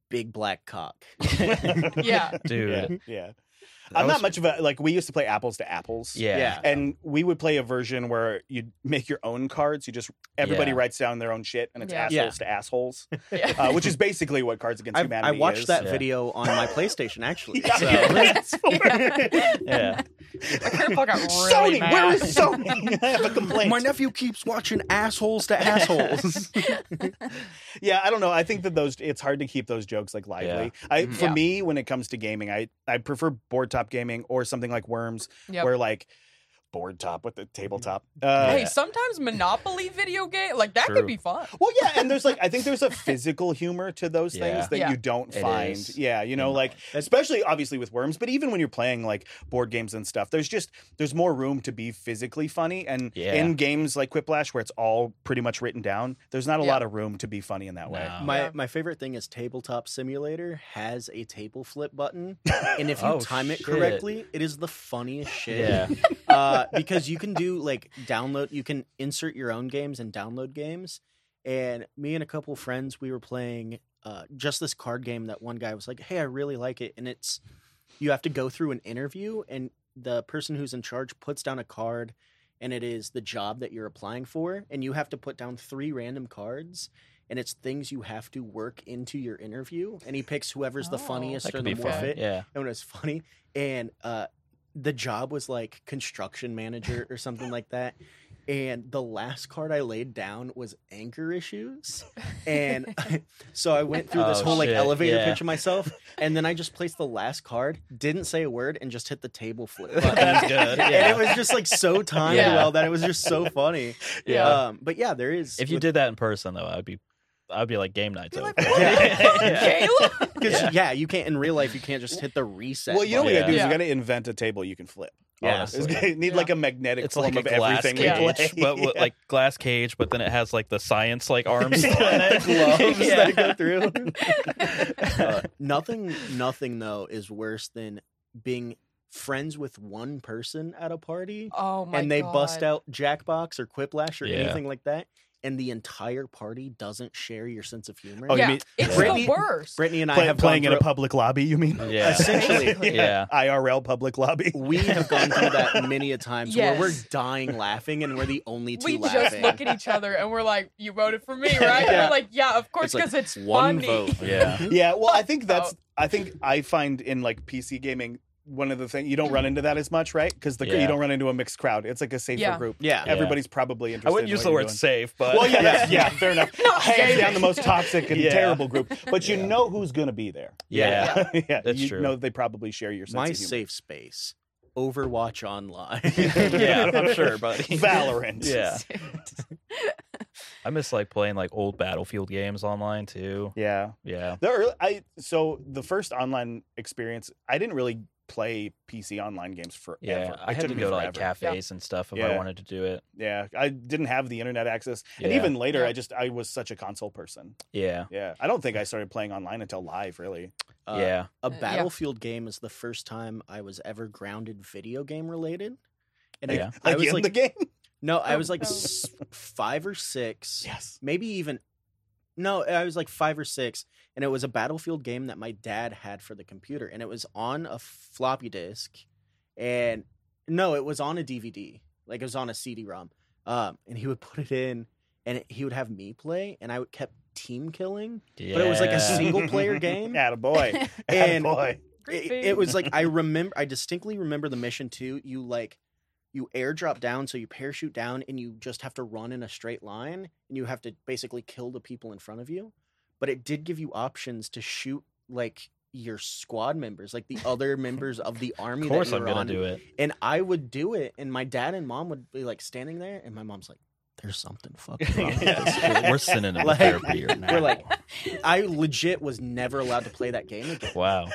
D: big black cock.
B: yeah
A: Dude.
C: Yeah.
A: that
C: yeah. I'm
A: was-
C: not much of a like we used to play apples to apples.
A: Yeah.
D: Yeah.
C: And we would play a version where you make your own cards. You just everybody
A: Yeah.
C: writes down their own shit, and it's
B: Yeah.
D: Yeah.
C: assholes to assholes,
B: yeah
C: uh, which is basically what Cards Against
D: I, I
C: Humanity.
D: watched
C: is.
D: that
A: Yeah.
D: video on my PlayStation actually.
C: Yeah.
D: So
C: That's what-
A: Yeah.
B: my grandpa got really
C: Sony,
B: mad.
C: where is Sony? I have a complaint.
D: my nephew keeps watching assholes to assholes.
C: yeah, I don't know. I think that those it's hard to keep those jokes like lively. I
D: Mhm.
C: for
B: Yeah.
C: me when it comes to gaming, I I prefer board top gaming or something like Worms,
B: Yep.
C: where like board top with the tabletop. Uh,
B: Hey, sometimes Monopoly video game like that
A: True.
B: could be fun.
C: Well, yeah, and there's like I think there's a physical humor to those
A: Yeah.
C: things that
B: Yeah.
C: you don't
A: It
C: find.
A: is.
C: Yeah, you know, like especially obviously with worms, but even when you're playing like board games and stuff, there's just there's more room to be physically funny. And
A: Yeah.
C: in games like Quiplash, where it's all pretty much written down, there's not a
B: Yeah.
C: lot of room to be funny in that way.
A: No.
D: My
B: Yeah.
D: my favorite thing is Tabletop Simulator has a table flip button, and if you
A: Oh,
D: time it
A: shit.
D: correctly, it is the funniest shit.
A: Yeah.
D: Uh, because you can do like download, you can insert your own games and download games. And me and a couple friends, we were playing uh, just this card game that one guy was like, "Hey, I really like it," and it's you have to go through an interview, and the person who's in charge puts down a card, and it is the job that you're applying for, and you have to put down three random cards. And it's things you have to work into your interview, and he picks whoever's
B: Oh.
D: the funniest
A: That
D: or
A: could
D: the
A: be
D: more
A: fun.
D: fit
A: Yeah.
D: and it was funny. And uh, the job was like construction manager or something like that. And the last card I laid down was anchor issues. And so I went through this
A: Oh,
D: whole like
A: shit,
D: elevator
A: yeah.
D: pitch of myself. And then I just placed the last card, didn't say a word, and just hit the table flip. button.
A: That's good.
D: And it
A: Yeah.
D: was just like so timed
B: Yeah.
D: well that it was just so funny.
A: Yeah.
D: Um, but yeah, there is.
A: If you did that in person, though, I'd be, I'd be like game night.
B: Be
A: over.
B: like,
A: yeah.
B: Caleb?
D: Because
A: Yeah.
D: yeah. you can't in real life, you can't just hit the reset.
C: Well, you know what you
A: Yeah.
C: gotta do is
B: Yeah.
C: you gotta invent a table you can flip.
A: Yeah.
C: It's gonna need like a magnetic
A: It's
C: form
A: like a
C: of
A: glass
C: everything.
A: cage,
C: we
B: Yeah.
C: play.
A: but with, like glass cage, but then it has like the science like arms.
C: Yeah.
A: on it.
D: the gloves
A: Yeah.
D: that go through. Uh, nothing, nothing though is worse than being friends with one person at a party
B: Oh my!
D: and they
B: God.
D: bust out Jackbox or Quiplash or
A: Yeah.
D: anything like that, and the entire party doesn't share your sense of humor.
C: Oh, you
B: yeah,
C: mean-
B: it's
D: Brittany-
B: the worst.
D: Brittany and I
C: Play-
D: have
C: playing
D: gone
C: in a
D: through-
C: public lobby, you mean?
A: Yeah.
D: Essentially.
A: Yeah.
C: IRL public lobby.
D: We have gone through that many a times where we're
B: Yes.
D: dying laughing and we're the only two
B: we just
D: laughing.
B: look at each other and we're like, "You voted for me, right?" And
D: Yeah.
B: We're like, "Yeah, of course,
D: like
B: because it's,
D: one
B: funny."
D: vote.
A: Yeah.
C: yeah, well, I think that's. I think I find in like PC gaming one of the things you don't run into that as much, right? Because the you
A: Yeah.
C: don't run into a mixed crowd. It's like a safer
B: Yeah.
C: group.
D: Yeah.
A: Yeah.
C: Everybody's probably interested.
A: I wouldn't
C: in
A: use
C: what
A: the
C: you're
A: word
C: doing.
A: safe, but
C: Well, yeah, that's,
A: yeah,
C: yeah, fair enough.
B: Not
C: Hands
B: gaming.
C: down, the most toxic and
A: Yeah.
C: terrible group. But you know who's going to be there.
A: yeah.
C: yeah,
A: That's
C: you
A: true.
C: know they probably share your sense
D: My
C: of humor.
D: safe space, Overwatch Online. Uh,
A: Yeah, I'm sure, buddy.
C: Valorant.
A: Yeah. I miss like playing like old Battlefield games online too.
C: yeah.
A: Yeah.
C: The early, I so the first online experience, I didn't really play PC online games forever.
A: Yeah, I
C: It
A: had
C: took
A: to
C: me
A: go to like
C: forever.
A: cafes and stuff if
C: Yeah.
A: I wanted to do it.
C: Yeah, I didn't have the internet access, and
A: Yeah.
C: even later,
B: Yeah.
C: I just I was such a console person.
A: Yeah,
C: Yeah, I don't think I started playing online until live, really.
D: Uh,
A: yeah,
D: a
B: Uh, yeah.
D: battlefield game is the first time I was ever grounded video game related. And I-
A: Yeah.
C: Oh,
D: I,
C: Like
D: was
C: in
D: like,
C: the game.
D: no, I was like
B: Oh.
D: s- five or six,
C: Yes.
D: maybe even. No, I was like five or six, and it was a battlefield game that my dad had for the computer, and it was on a floppy disk, and no, it was on a DVD, like it was on a CD-ROM, um, and he would put it in, and it, he would have me play, and I would kept team killing,
A: yeah.
D: but it was like a
A: Yeah.
D: single player game,
C: Attaboy.
D: And-
C: Attaboy.
D: it,
B: Creepy.
D: it was like I remember I distinctly remember the mission too. You like you airdrop down, so you parachute down and you just have to run in a straight line and you have to basically kill the people in front of you. But it did give you options to shoot like your squad members, like the other members of the army.
A: Of course,
D: that you
A: I'm
D: were
A: gonna
D: on.
A: do it.
D: And I would do it, and my dad and mom would be like standing there, and my mom's like, "There's something fucking wrong with this kid."
A: We're sending him
D: Like,
A: to therapy right now.
D: We're like, I legit was never allowed to play that game again.
A: wow,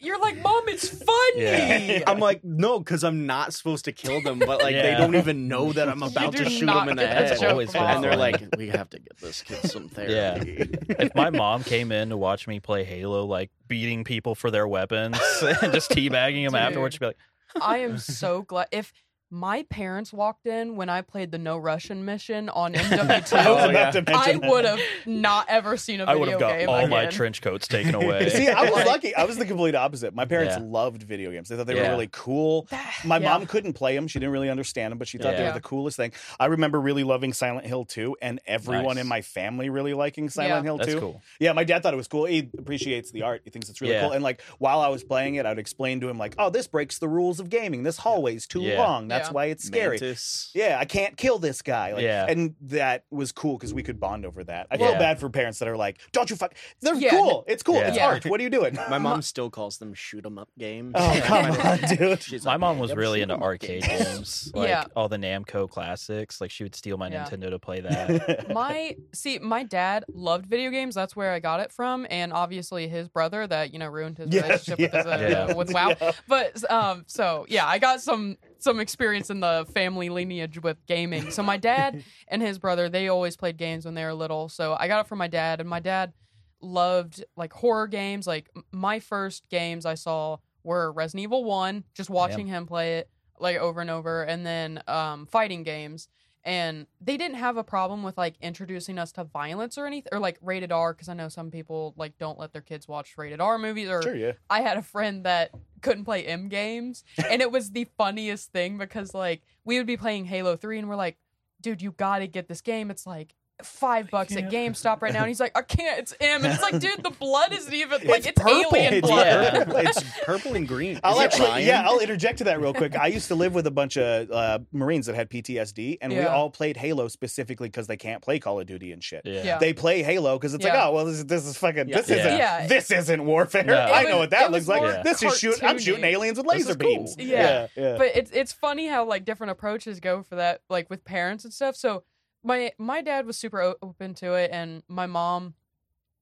B: You're like, "Mom, it's funny."
A: Yeah.
D: I'm like, no, because I'm not supposed to kill them, but like they
A: Yeah.
D: don't even know that I'm
B: You
D: about
B: do
D: to shoot
B: not
D: them in the
B: get that
D: head.
A: That's
B: joke,
A: always been
B: Mom.
D: and they're
A: fun.
D: like, we have to get this kid some therapy.
A: if my mom came in to watch me play Halo, like beating people for their weapons and just teabagging them afterwards, she'd be like,
B: I am so glad if my parents walked in when I played the No Russian mission on MW2.
C: I was
A: Oh,
C: about
A: yeah.
C: to
B: I
C: mention that.
B: would have not ever seen a
A: "I
B: video
A: would have got
B: game
A: all my
B: again.
A: trench coats taken away."
C: See, I was lucky. I was the complete opposite. My parents
A: Yeah.
C: loved video games. They thought they were
A: Yeah.
C: really cool. My
B: Yeah.
C: mom couldn't play them. She didn't really understand them, but she thought they
A: Yeah.
C: were the coolest thing. I remember really loving Silent Hill 2 and everyone
A: Nice.
C: in my family really liking Silent
B: Yeah.
C: Hill 2.
A: That's cool.
C: Yeah, my dad thought it was cool. He appreciates the art. He thinks it's really
A: Yeah.
C: cool. And like while I was playing it, I'd explain to him like, "Oh, this breaks the rules of gaming. This hallway's too
A: Yeah.
C: long. That's
B: Yeah.
C: why it's scary."
D: Mantis.
C: Yeah, I can't kill this guy. Like,
A: Yeah.
C: and that was cool because we could bond over that. I feel
A: Yeah.
C: bad for parents that are like, "Don't you fuck? They're
B: Yeah,
C: cool. It's cool.
A: Yeah.
C: It's
B: Yeah.
C: art. What are you doing?"
D: My mom still calls them shoot 'em up games.
C: Oh, come on, dude.
D: She's
A: My
D: like,
A: mom
D: "Man,
A: was
D: them
A: really
D: shoot
A: into
D: 'em up
A: arcade
D: games."
A: games, like
B: Yeah.
A: all the Namco classics. Like she would steal my
B: Yeah.
A: Nintendo to play that.
B: my see my dad loved video games that's where i got it from and obviously his brother that you know ruined his
C: Yeah,
B: relationship with, his, uh,
A: yeah.
B: with wow but um so yeah i got some some experience in the family lineage with gaming so my dad and his brother they always played games when they were little so i got it from my dad and my dad loved like horror games like m- my first games i saw were resident evil 1 just watching him play it like over and over and then um fighting games and they didn't have a problem with like introducing us to violence or anything or like rated R because I know some people like don't let their kids watch rated R movies or
C: Sure, yeah.
B: I had a friend that couldn't play M games, and it was the funniest thing because like we would be playing Halo Three, and we're like, "Dude, you gotta get this game." It's like five bucks at GameStop right now, and he's like, "I can't." It's M, and it's like, "Dude, the blood isn't even like it's, alien
C: It's
B: blood."
A: Yeah.
D: purple. it's purple and green.
C: I'll
E: Is it
C: actually,
E: Ryan?
C: yeah, I'll interject to that real quick. I used to live with a bunch of uh, Marines that had PTSD, and we
B: Yeah.
C: all played Halo specifically because they can't play Call of Duty and shit.
A: Yeah.
B: Yeah.
C: They play Halo because it's like,
B: Yeah.
C: oh well, this, this is fucking,
D: Yeah.
C: this isn't,
B: Yeah.
C: this isn't warfare.
A: No.
C: I
B: It
C: know
B: was-
C: what that
B: it
C: looks
B: was
C: like.
A: more
C: This is shoot. I'm shooting
B: cartoony.
C: aliens with
A: This is
C: laser
A: cool.
C: beams.
B: Yeah.
C: yeah.
B: but it's it's funny how like different approaches go for that like with parents and stuff so my my dad was super o- open to it and my mom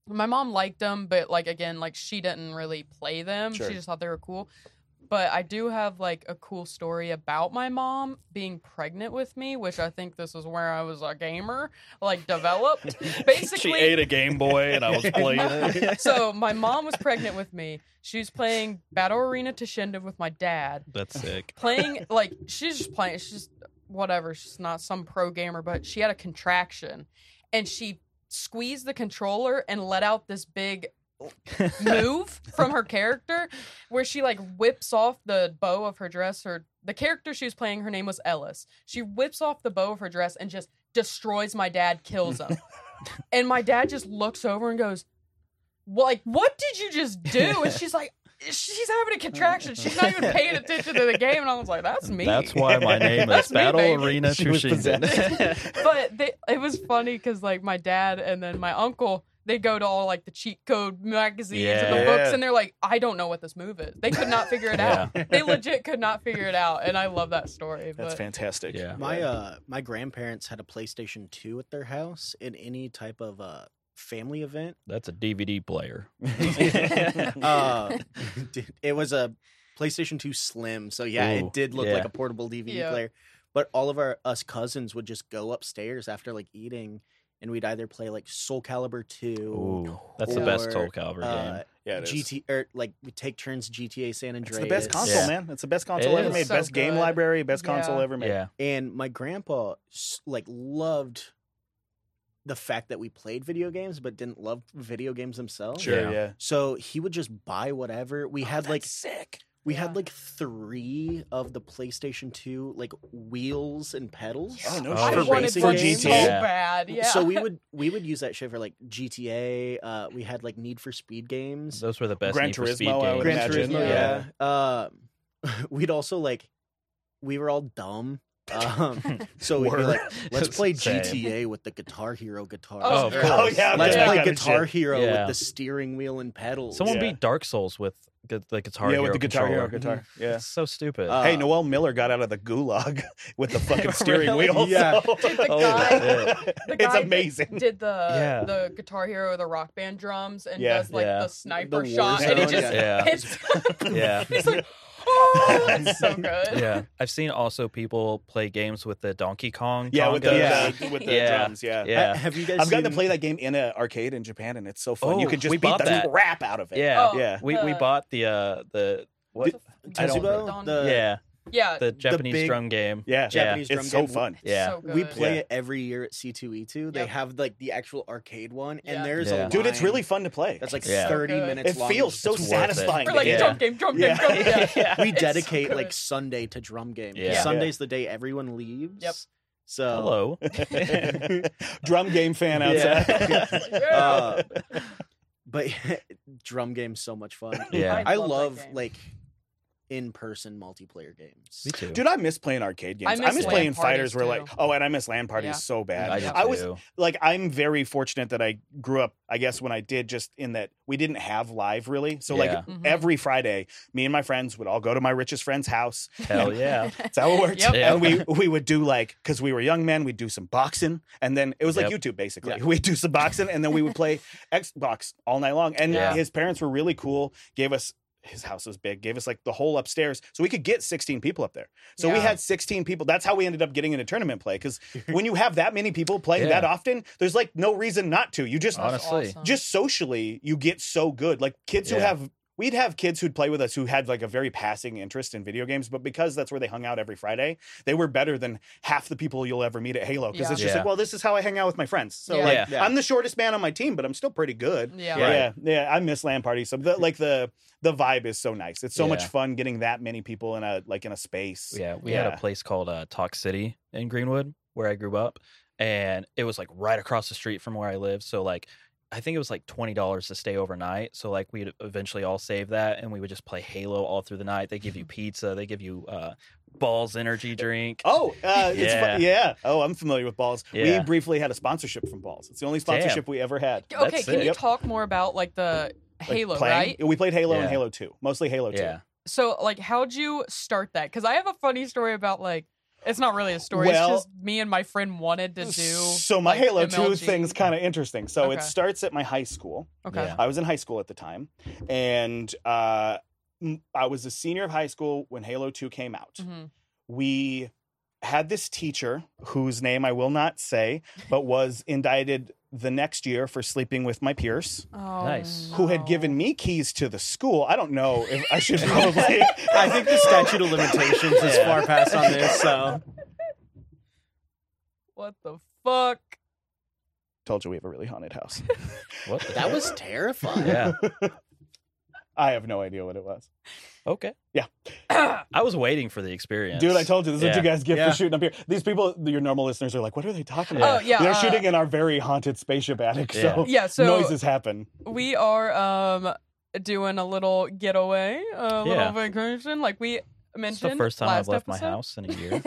B: my mom liked them but like again like she didn't really play them
C: Sure.
B: she just thought they were cool but i do have like a cool story about my mom being pregnant with me which i think this is where i was a gamer like developed basically
A: She ate a Game Boy and I was playing it.
B: so my mom was pregnant with me she was playing battle arena Toshinden with my dad
A: That's sick.
B: playing like she's just playing she's just whatever she's not some pro gamer but she had a contraction and she squeezed the controller and let out this big move from her character where she like whips off the bow of her dress or the character she was playing her name was ellis she whips off the bow of her dress and just destroys my dad kills him and my dad just looks over and goes well, like what did you just do and she's like she's having a contraction she's not even paying attention to the game and i was like that's me
A: That's why my name is
B: That's me,
A: Battle
B: baby.
A: Arena
C: She was
A: Trushinden.
B: but they, it was funny because like my dad and then my uncle they go to all like the cheat code magazines and the
C: Yeah.
B: books and they're like i don't know what this move is they could not figure it out
A: yeah.
B: they legit could not figure it out and i love that story
C: That's
B: but
C: fantastic.
A: Yeah.
D: My uh my grandparents had a PlayStation 2 at their house in any type of uh family event.
A: That's a DVD player.
D: Uh it was a PlayStation 2 Slim, so yeah,
A: Ooh,
D: it did look
A: yeah.
D: like a portable DVD
B: Yeah.
D: player. But all of our us cousins would just go upstairs after like eating and we'd either play like Soul Calibur 2
A: Ooh, that's the best
D: Or,
A: Soul Calibur
D: uh,
A: game.
C: yeah it is.
D: GT or like we take turns GTA San Andreas.
C: It's the best console,
A: Yeah.
C: man. It's the best console
A: It
C: ever
A: is.
C: made.
B: So
C: best game
B: good.
C: library, best console
B: Yeah.
C: ever made.
A: Yeah,
D: and my grandpa s- like loved the fact that we played video games but didn't love video games themselves
C: Sure,
A: Yeah.
C: yeah.
D: so he would just buy whatever
C: Oh,
D: we had like
E: sick.
D: we
B: Yeah.
D: had like three of the playstation 2 like wheels and pedals
E: Yeah. Oh,
C: no
A: I
B: i
A: shit.
B: wanted
D: racing
B: for
D: games.
B: so
A: Yeah.
B: bad yeah
D: so we would we would use that shit for like gta uh we had like need for speed games
A: those were the best
C: Gran
A: Need for Speed
C: Turismo, I
A: games.
C: would
D: Gran
C: imagine.
D: Turismo,
A: Yeah.
D: yeah. Um, we'd also like, we were all dumb. Um, so we'd be
A: Word.
D: like, let's play
A: Same.
D: GTA with the Guitar Hero guitar.
B: Oh,
A: of
B: yeah.
A: course.
C: Oh, yeah.
D: Let's
C: that
D: play
C: kind of
D: Guitar
C: shit.
D: Hero
A: Yeah.
D: with the steering wheel and pedals.
A: Someone
C: Yeah.
A: beat Dark Souls with gu- the Guitar
C: yeah,
A: Hero
C: with the Guitar
A: controller.
C: Hero guitar. Yeah.
A: It's so stupid.
D: Uh,
C: hey, Noel Miller got out of the gulag with the fucking steering
A: Really?
C: wheel.
D: Yeah.
C: so-
B: Dude, the
A: Oh,
B: guy- the guy
C: it's
B: that
C: amazing.
B: did the
A: Yeah.
B: the guitar hero the rock band drums and
C: Yeah.
B: does like
A: Yeah.
B: the sniper
D: The
B: shot and he
D: Warzone,
B: just
A: yeah.
B: hits
A: Yeah.
B: he's like oh that's so good
A: yeah, I've seen also people play games with the Donkey Kong.
C: yeah, with the, uh,
A: congas.
C: the- with the
A: Yeah.
C: drums. Yeah.
D: Uh,
A: yeah,
D: have you guys?
C: I've gotten to
D: seen-
C: play that game in an arcade in Japan, and it's so fun. you
A: Oh,
C: could just
A: we
C: beat
A: bought
C: the
A: that.
C: crap out of it.
A: yeah.
B: Oh,
C: Yeah.
A: We we
B: uh,
A: bought the uh the what?
C: Did-
A: I don't
D: Tetsubo?
B: Don-
C: uh,
D: The-
A: yeah,
B: yeah
A: the Japanese
D: big-
A: drum game.
C: Yeah.
D: Japanese drum
C: It's so
D: game.
C: fun.
A: Yeah.
B: So
D: We
B: good.
D: play
C: Yeah.
D: it every year at C2E2. They
B: Yep.
D: have like the actual arcade one,
B: Yeah.
D: and there's
A: Yeah.
D: a
C: Dude, it's
D: line
C: really fun to play.
D: That's like
A: Yeah.
D: 30
B: So good.
D: minutes
C: it
D: long.
C: feels so
A: It's worth it.
C: satisfying.
B: We're like
A: Yeah.
B: drum game, drum
C: Yeah.
B: game, drum game.
A: Yeah.
D: we
B: It's so
D: dedicate like
B: good.
D: Sunday to drum games.
A: Yeah. Yeah.
D: Sunday's the day everyone leaves.
B: Yep.
D: So
C: Oh.
A: Hello.
C: Drum game fan
A: Yeah.
C: outside.
D: Uh, but drum games so much fun.
A: Yeah.
D: I,
B: love that
D: love,
B: game.
D: like in person multiplayer games.
A: Me too.
C: Dude, I miss playing arcade games.
B: I
C: I miss,
B: miss LAN
C: playing
B: parties,
C: fighters. Where like,
B: too.
C: oh, and I miss land parties
B: Yeah.
C: so bad.
A: I, do
C: I was
A: too.
C: like, I'm very fortunate that I grew up. I guess when I did, just in that we didn't have live really. So like
A: Yeah.
B: Mhm.
C: every Friday, me and my friends would all go to my richest friend's house.
A: Hell yeah.
C: That's how it worked.
B: Yep.
A: Yeah.
C: And we we would do like because we were young men, we'd do some boxing, and then it was like
A: Yep.
C: YouTube basically.
D: Yeah.
C: We'd do some boxing, and then we would play Xbox all night long. And
A: Yeah.
C: his parents were really cool. Gave us his house was big. Gave us like the whole upstairs, so we could get 16 people up there. So we
B: Yeah.
C: had 16 people. That's how we ended up getting into tournament play. Because when you have that many people playing
A: Yeah.
C: that often, there's like no reason not to. You just
B: That's
A: Honestly.
B: awesome.
C: just socially you get so good like kids who
A: Yeah.
C: have We'd have kids who'd play with us who had like a very passing interest in video games, but because that's where they hung out every Friday, they were better than half the people you'll ever meet at Halo. Because
B: Yeah.
C: it's just
A: Yeah.
C: like, well, this is how I hang out with my friends. So
B: Yeah.
C: like,
A: Yeah.
D: Yeah.
C: I'm the shortest man on my team, but I'm still pretty good.
B: Yeah.
A: Right.
C: Yeah, yeah, I miss land parties. So the, like the the vibe is so nice. It's so much
A: Yeah.
C: fun getting that many people in a like in a space.
A: Yeah, we had
C: Yeah.
A: a place called uh, Talk City in Greenwood where I grew up, and it was like right across the street from where I lived. So like, I think it was like twenty dollars to stay overnight. So like, we'd eventually all save that, and we would just play Halo all through the night. They give you pizza, they give you uh, balls energy drink.
C: Oh, uh, It's
A: Yeah.
C: fu- yeah. Oh, I'm familiar with balls.
A: Yeah.
C: We briefly had a sponsorship from balls. It's the only sponsorship we ever had.
A: That's
B: Okay, can
A: it.
B: you
C: Yep.
B: talk more about like the
C: Like,
B: Halo,
C: playing-
B: right?
C: We played Halo and
A: Yeah.
C: Halo Two, mostly Halo Two.
A: yeah,
B: So, like, how'd you start that? Because I have a funny story about like, it's not really a story.
C: Well-
B: it's just me and my friend wanted to do.
C: So my
B: like,
C: Halo Two
B: MLG.
C: thing's kind of interesting. So
B: Okay.
C: it starts at my high school.
B: Okay.
A: Yeah.
C: I was in high school at the time, and uh, m- I was a senior of high school when Halo Two came out.
B: Mhm.
C: we had this teacher whose name I will not say, but was indicted the next year for sleeping with my peers,
B: Oh,
A: Nice.
B: no.
C: who had given me keys to the school. I don't know if I should probably.
D: I think the statute of limitations is
A: Yeah.
D: far past on this. So
B: What the fuck?
C: Told you we have a really haunted house.
A: what the
D: that
A: heck?
D: was terrifying.
A: yeah
C: I have no idea what it was.
A: okay.
C: Yeah.
A: I was waiting for the experience,
C: Dude, I told you, this is what
A: Yeah.
C: you guys get
D: Yeah.
C: for shooting up here. These people, your normal listeners, are like, what are they talking
B: Oh
C: about?
B: yeah.
C: They're
B: uh,
C: shooting in our very haunted spaceship attic, so,
B: Yeah. So
C: noises happen.
B: we are um doing a little getaway, uh, a little
A: Yeah.
B: vacation, like we
A: It's
B: mentioned.
A: the first time I've
B: last
A: left
B: episode.
A: my house in a year.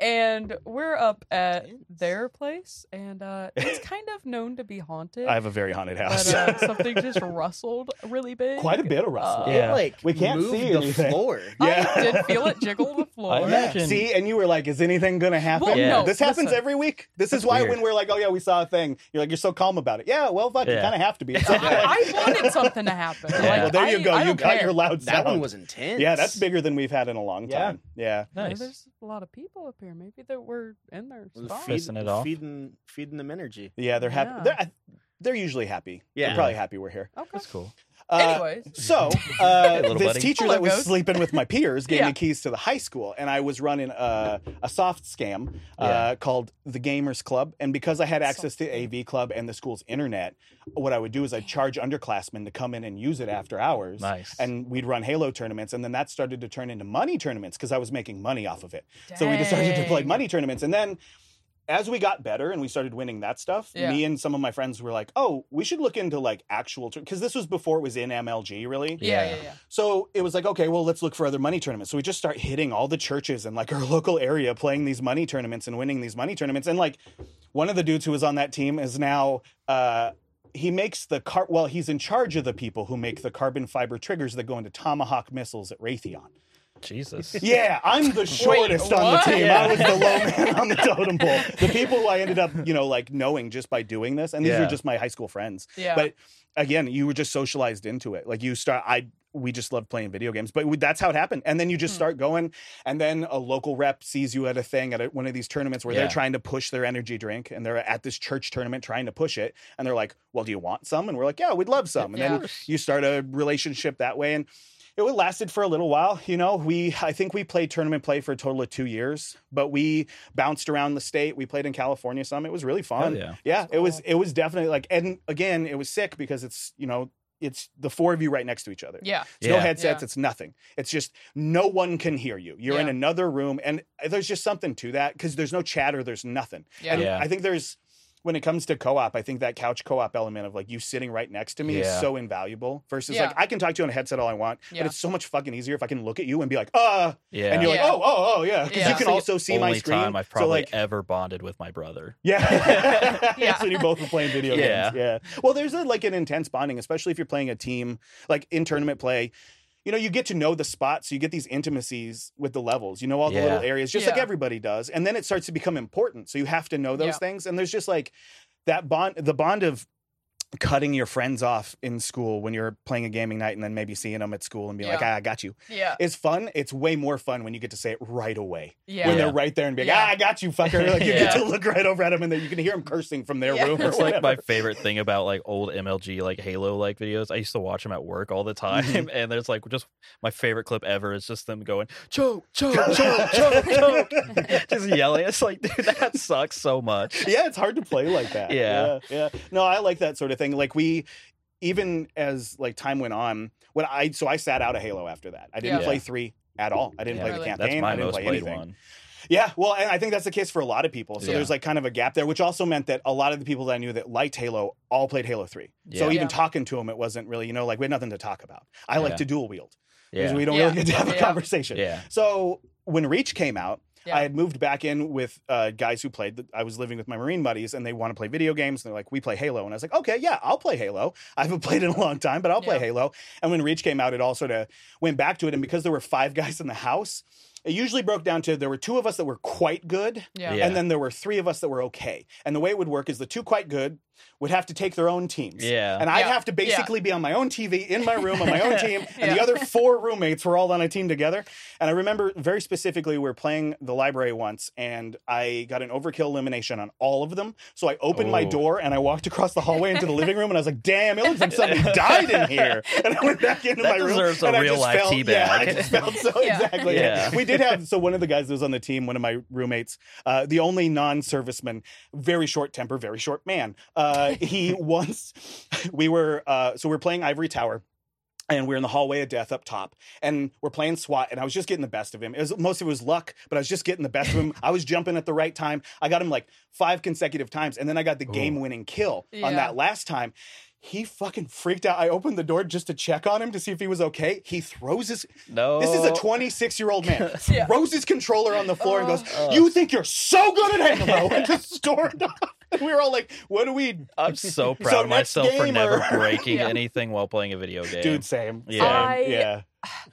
B: and we're up at their place, and uh, it's kind of known to be haunted.
C: I have a very haunted house.
B: but uh, something just rustled really big.
C: Quite a bit of rustle.
B: Uh,
A: Yeah.
D: It, like
C: We can't
D: moved
C: see
D: the
C: anything.
D: floor.
B: I did feel it jiggle the floor.
A: I imagine.
C: See, and you were like, "Is anything gonna happen?"
B: Well,
A: no,
C: this happens
B: listen.
C: every week. This is
A: That's
C: why
A: weird.
C: when we're like, "Oh yeah, we saw a thing," you're like, "You're so calm about it." Yeah, well, fuck, you
A: Yeah.
C: kind of have to be. It's
B: I,
C: okay.
B: I wanted something to happen.
A: Yeah.
B: Like,
C: well, there
B: I-
C: you go.
B: I
C: You
B: don't
C: got
B: care.
C: your loud
D: That
C: sound.
D: one was intense.
C: yeah, that's bigger than we've had in a long
D: Yeah.
C: time. Yeah,
B: Maybe
A: Nice.
B: There's a lot of people up here. Maybe that were in their
D: Well,
B: spot.
A: feed- Facing it off.
D: Feeding, feeding them energy.
C: yeah. They're happy.
B: Yeah.
C: They're, I- they're usually happy.
D: Yeah.
C: They're probably happy we're here.
B: Okay.
A: That's cool.
C: Uh,
B: Anyways,
C: So uh,
A: little
C: this
A: buddy.
C: teacher
B: Hello,
C: that was
B: ghost.
C: sleeping with my peers gave
B: Yeah.
C: me keys to the high school, and I was running a, a soft scam uh,
A: Yeah.
C: called the Gamers Club. And because I had
B: Soft
C: access to
B: scam.
C: AV Club and the school's internet, what I would do is I'd charge underclassmen to come in and use it after hours.
A: Nice.
C: And we'd run Halo tournaments, and then that started to turn into money tournaments because I was making money off of it. So we decided to play
B: Dang.
C: money tournaments, and then as we got better and we started winning that stuff,
B: Yeah.
C: me and some of my friends were like, "Oh, we should look into like actual because this was before it was in MLG, really."
B: Yeah, yeah,
A: Yeah.
B: yeah.
C: So it was like, okay, well, let's look for other money tournaments. So we just start hitting all the churches in like our local area, playing these money tournaments and winning these money tournaments. And like one of the dudes who was on that team is now uh he makes the car well, he's in charge of the people who make the carbon fiber triggers that go into tomahawk missiles at Raytheon.
A: Jesus.
C: Yeah, I'm the shortest on the
B: what?
C: team.
A: Yeah.
C: I was the low man on the totem pole. The people who I ended up, you know, like knowing just by doing this, and these
A: Yeah.
C: are just my high school friends.
B: Yeah.
C: But again, you were just socialized into it. Like you start, I we just love playing video games, but we- that's how it happened. And then you just
B: Hmm.
C: start going, and then a local rep sees you at a thing at a, one of these tournaments where
A: Yeah.
C: they're trying to push their energy drink, and they're at this church tournament trying to push it, and they're like, "Well, do you want some?" And we're like, "Yeah, we'd love some." And
B: Yeah.
C: then you start a relationship that way, and it lasted for a little while. You know, we I think we played tournament play for a total of two years, but we bounced around the state. We played in California some. It was really fun.
A: Hell yeah.
C: Yeah,
B: That's
C: it was
B: cool.
C: it was definitely like and again, it was sick because it's, you know, it's the four of you right next to each other.
B: yeah.
C: It's no
A: Yeah.
C: headsets,
B: Yeah.
C: it's nothing. It's just no one can hear you. You're in
B: Yeah.
C: another room and there's just something to that cuz there's no chatter, there's nothing.
B: Yeah.
C: And
A: Yeah.
C: I think there's when it comes to co-op, I think that couch co-op element of like you sitting right next to me is
A: Yeah.
C: so invaluable versus
B: Yeah.
C: like I can talk to you on a headset all I want,
B: Yeah.
C: but it's so much fucking easier if I can look at you and be like, "Uh,"
A: Yeah.
C: and you're
B: Yeah.
C: like, "Oh, oh, oh, yeah,"
B: Yeah.
C: cuz you can
A: That's the
C: also see
A: only
C: my screen.
A: time I've
C: So,
A: probably
C: like,
A: ever bonded with my brother.
C: Yeah.
B: Yeah.
C: That's when you both were playing video
A: Yeah.
C: games. Yeah. Well, there's a, like an intense bonding, especially if you're playing a team, like in tournament play. You know, you get to know the spots, so you get these intimacies with the levels. You know all the
A: Yeah.
C: little areas, just like
B: Yeah.
C: everybody does, and then it starts to become important. So you have to know those
B: Yeah.
C: things, and there's just like that bond, the bond of cutting your friends off in school when you're playing a gaming night and then maybe seeing them at school and being like, ah, I got you.
B: Yeah.
C: It's fun. It's way more fun when you get to say it right away.
B: Yeah.
C: When they're right there and be like,
B: Yeah.
C: ah, I got you, fucker. Like you get
B: Yeah.
C: to look right over at them and then you can hear them cursing from their
B: Yeah.
C: room. Or
B: It's
A: It's like my
C: whatever.
A: favorite thing about like old MLG like Halo like videos. I used to watch them at work all the time,
C: Mm-hmm.
A: and there's like just my favorite clip ever is just them going choke, choke, choke, choke, choke, just yelling. It's like dude, that sucks so much.
C: yeah, it's hard to play like that.
A: Yeah.
C: yeah, yeah. No, I like that sort of thing. Like we, even as like time went on, when I so I sat out of Halo after that. I didn't
B: Yeah.
C: play three at all. I didn't
A: Yeah.
C: play the
B: Really?
C: campaign.
A: That's my
C: I didn't
A: most
C: play
A: played
C: anything.
A: one.
C: Yeah, well, and I think that's the case for a lot of people. So
A: Yeah.
C: there's like kind of a gap there, which also meant that a lot of the people that I knew that liked Halo all played Halo Three.
A: Yeah.
C: So even
B: Yeah.
C: talking to them, it wasn't really you know like we had nothing to talk about. I like
A: Yeah.
C: to dual wield because
A: Yeah,
C: we don't
B: Yeah.
C: really get to have a
B: Yeah.
C: conversation.
A: yeah,
C: So when Reach came out,
B: Yeah.
C: I had moved back in with uh, guys who played. The, I was living with my Marine buddies, and they want to play video games. And they're like, "We play Halo," and I was like, "Okay, yeah, I'll play Halo. I haven't played in a long time, but I'll play
B: Yeah.
C: Halo." And when Reach came out, it all sort of went back to it. And because there were five guys in the house, it usually broke down to there were two of us that were quite good,
B: yeah.
A: Yeah.
C: and then there were three of us that were okay. And the way it would work is the two quite good would have to take their own teams.
A: yeah.
C: And I'd
B: Yeah.
C: have to
B: Yeah.
C: basically be on my own TV in my room on my own team, and the
B: Yeah.
C: other four roommates were all on a team together. And I remember very specifically we were playing the library once, and I got an overkill elimination on all of them. So I opened my
A: Ooh.
C: door and I walked across the hallway into the living room, and I was like, "Damn, it looks like somebody died in here." And I went back into
A: That
C: my room.
A: deserves a
C: and I
A: real
C: just
A: life
C: felt,
A: teabag.
C: Yeah, I just felt so
B: Yeah.
C: exactly.
A: Yeah.
C: We did have so one of the guys that was on the team, one of my roommates, uh, the only non-serviceman, very short temper, very short man. Uh, he once we were uh, so we we're playing Ivory Tower. And we're in the hallway of death up top, and we're playing SWAT. And I was just getting the best of him. It was most of it was luck, but I was just getting the best of him. I was jumping at the right time. I got him like five consecutive times, and then I got the game-winning kill on
B: Yeah.
C: that last time. He fucking freaked out. I opened the door just to check on him to see if he was okay. He throws his
A: no,
C: this
B: Oh.
C: is a 26 year old man.
B: Yeah.
C: Throws his controller on the floor and goes,
A: Oh.
C: You think you're so good at Halo? And just stormed off. And we were all like, What do we
A: I'm so proud
C: So
A: of
C: next
A: myself for
C: game
A: never
C: or-
A: breaking
B: Yeah.
A: anything while playing a video game.
C: Dude, same.
A: Yeah.
C: Same.
B: I-
C: yeah.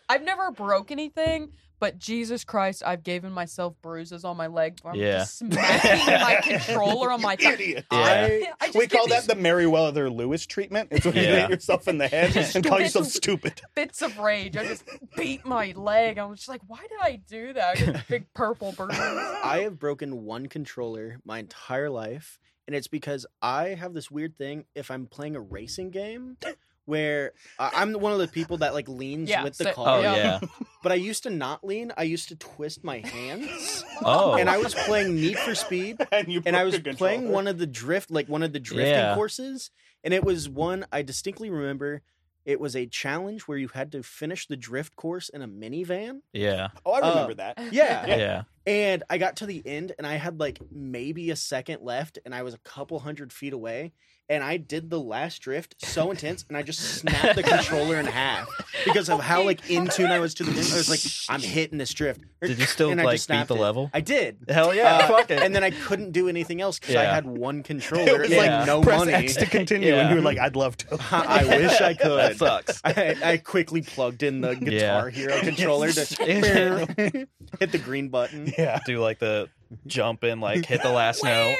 B: I've never broke anything, but Jesus Christ, I've given myself bruises on my leg. where I'm
A: Yeah.
B: just smacking my controller on my
C: You
B: thumb.
C: idiot.
A: Yeah.
B: I- I just
C: we
B: get
C: call
B: these
C: that the Merriweather Lewis treatment. It's when you
A: Yeah.
C: hit yourself in the head and call
B: Stupid.
C: yourself stupid.
B: fits of rage. I just beat my leg. I was just like, why did I do that? I got a big purple bruise.
D: I have broken one controller my entire life, and it's because I have this weird thing if I'm playing a racing game where I- I'm one of the people that like leans
B: Yeah,
D: with the
B: so-
A: Oh
D: car.
A: yeah.
B: Yeah.
D: But I used to not lean. I used to twist my hands.
A: Oh.
D: And I was playing Need for Speed
C: And you
D: and I was
C: broke your
D: playing
C: controller.
D: one of the drift, like one of the drifting
A: Yeah.
D: courses, and it was one I distinctly remember. It was a challenge where you had to finish the drift course in a minivan.
A: yeah.
C: Oh, I
D: uh,
C: remember that.
D: Yeah,
A: Yeah.
D: and I got to the end, and I had like maybe a second left, and I was a couple hundred feet away, and I did the last drift so intense, and I just snapped the controller in half because of how like in tune I was to the. Game. I was like, I'm hitting this drift.
A: Did you still
D: And I
A: like
D: just
A: beat
D: snapped
A: the
D: it.
A: level?
D: I did.
A: Hell yeah.
D: Uh,
A: fuck it.
D: And then I couldn't do anything else because I
A: Yeah.
D: had one controller
C: was
D: and
A: like,
D: like no
C: Press
D: money.
C: X to continue.
A: Yeah.
C: And you were like, I'd love to.
D: I wish I
A: that
D: could.
A: sucks.
D: I, I quickly plugged in the Guitar Hero controller to hit the green button.
C: Yeah.
A: do like the jump and like hit the last note.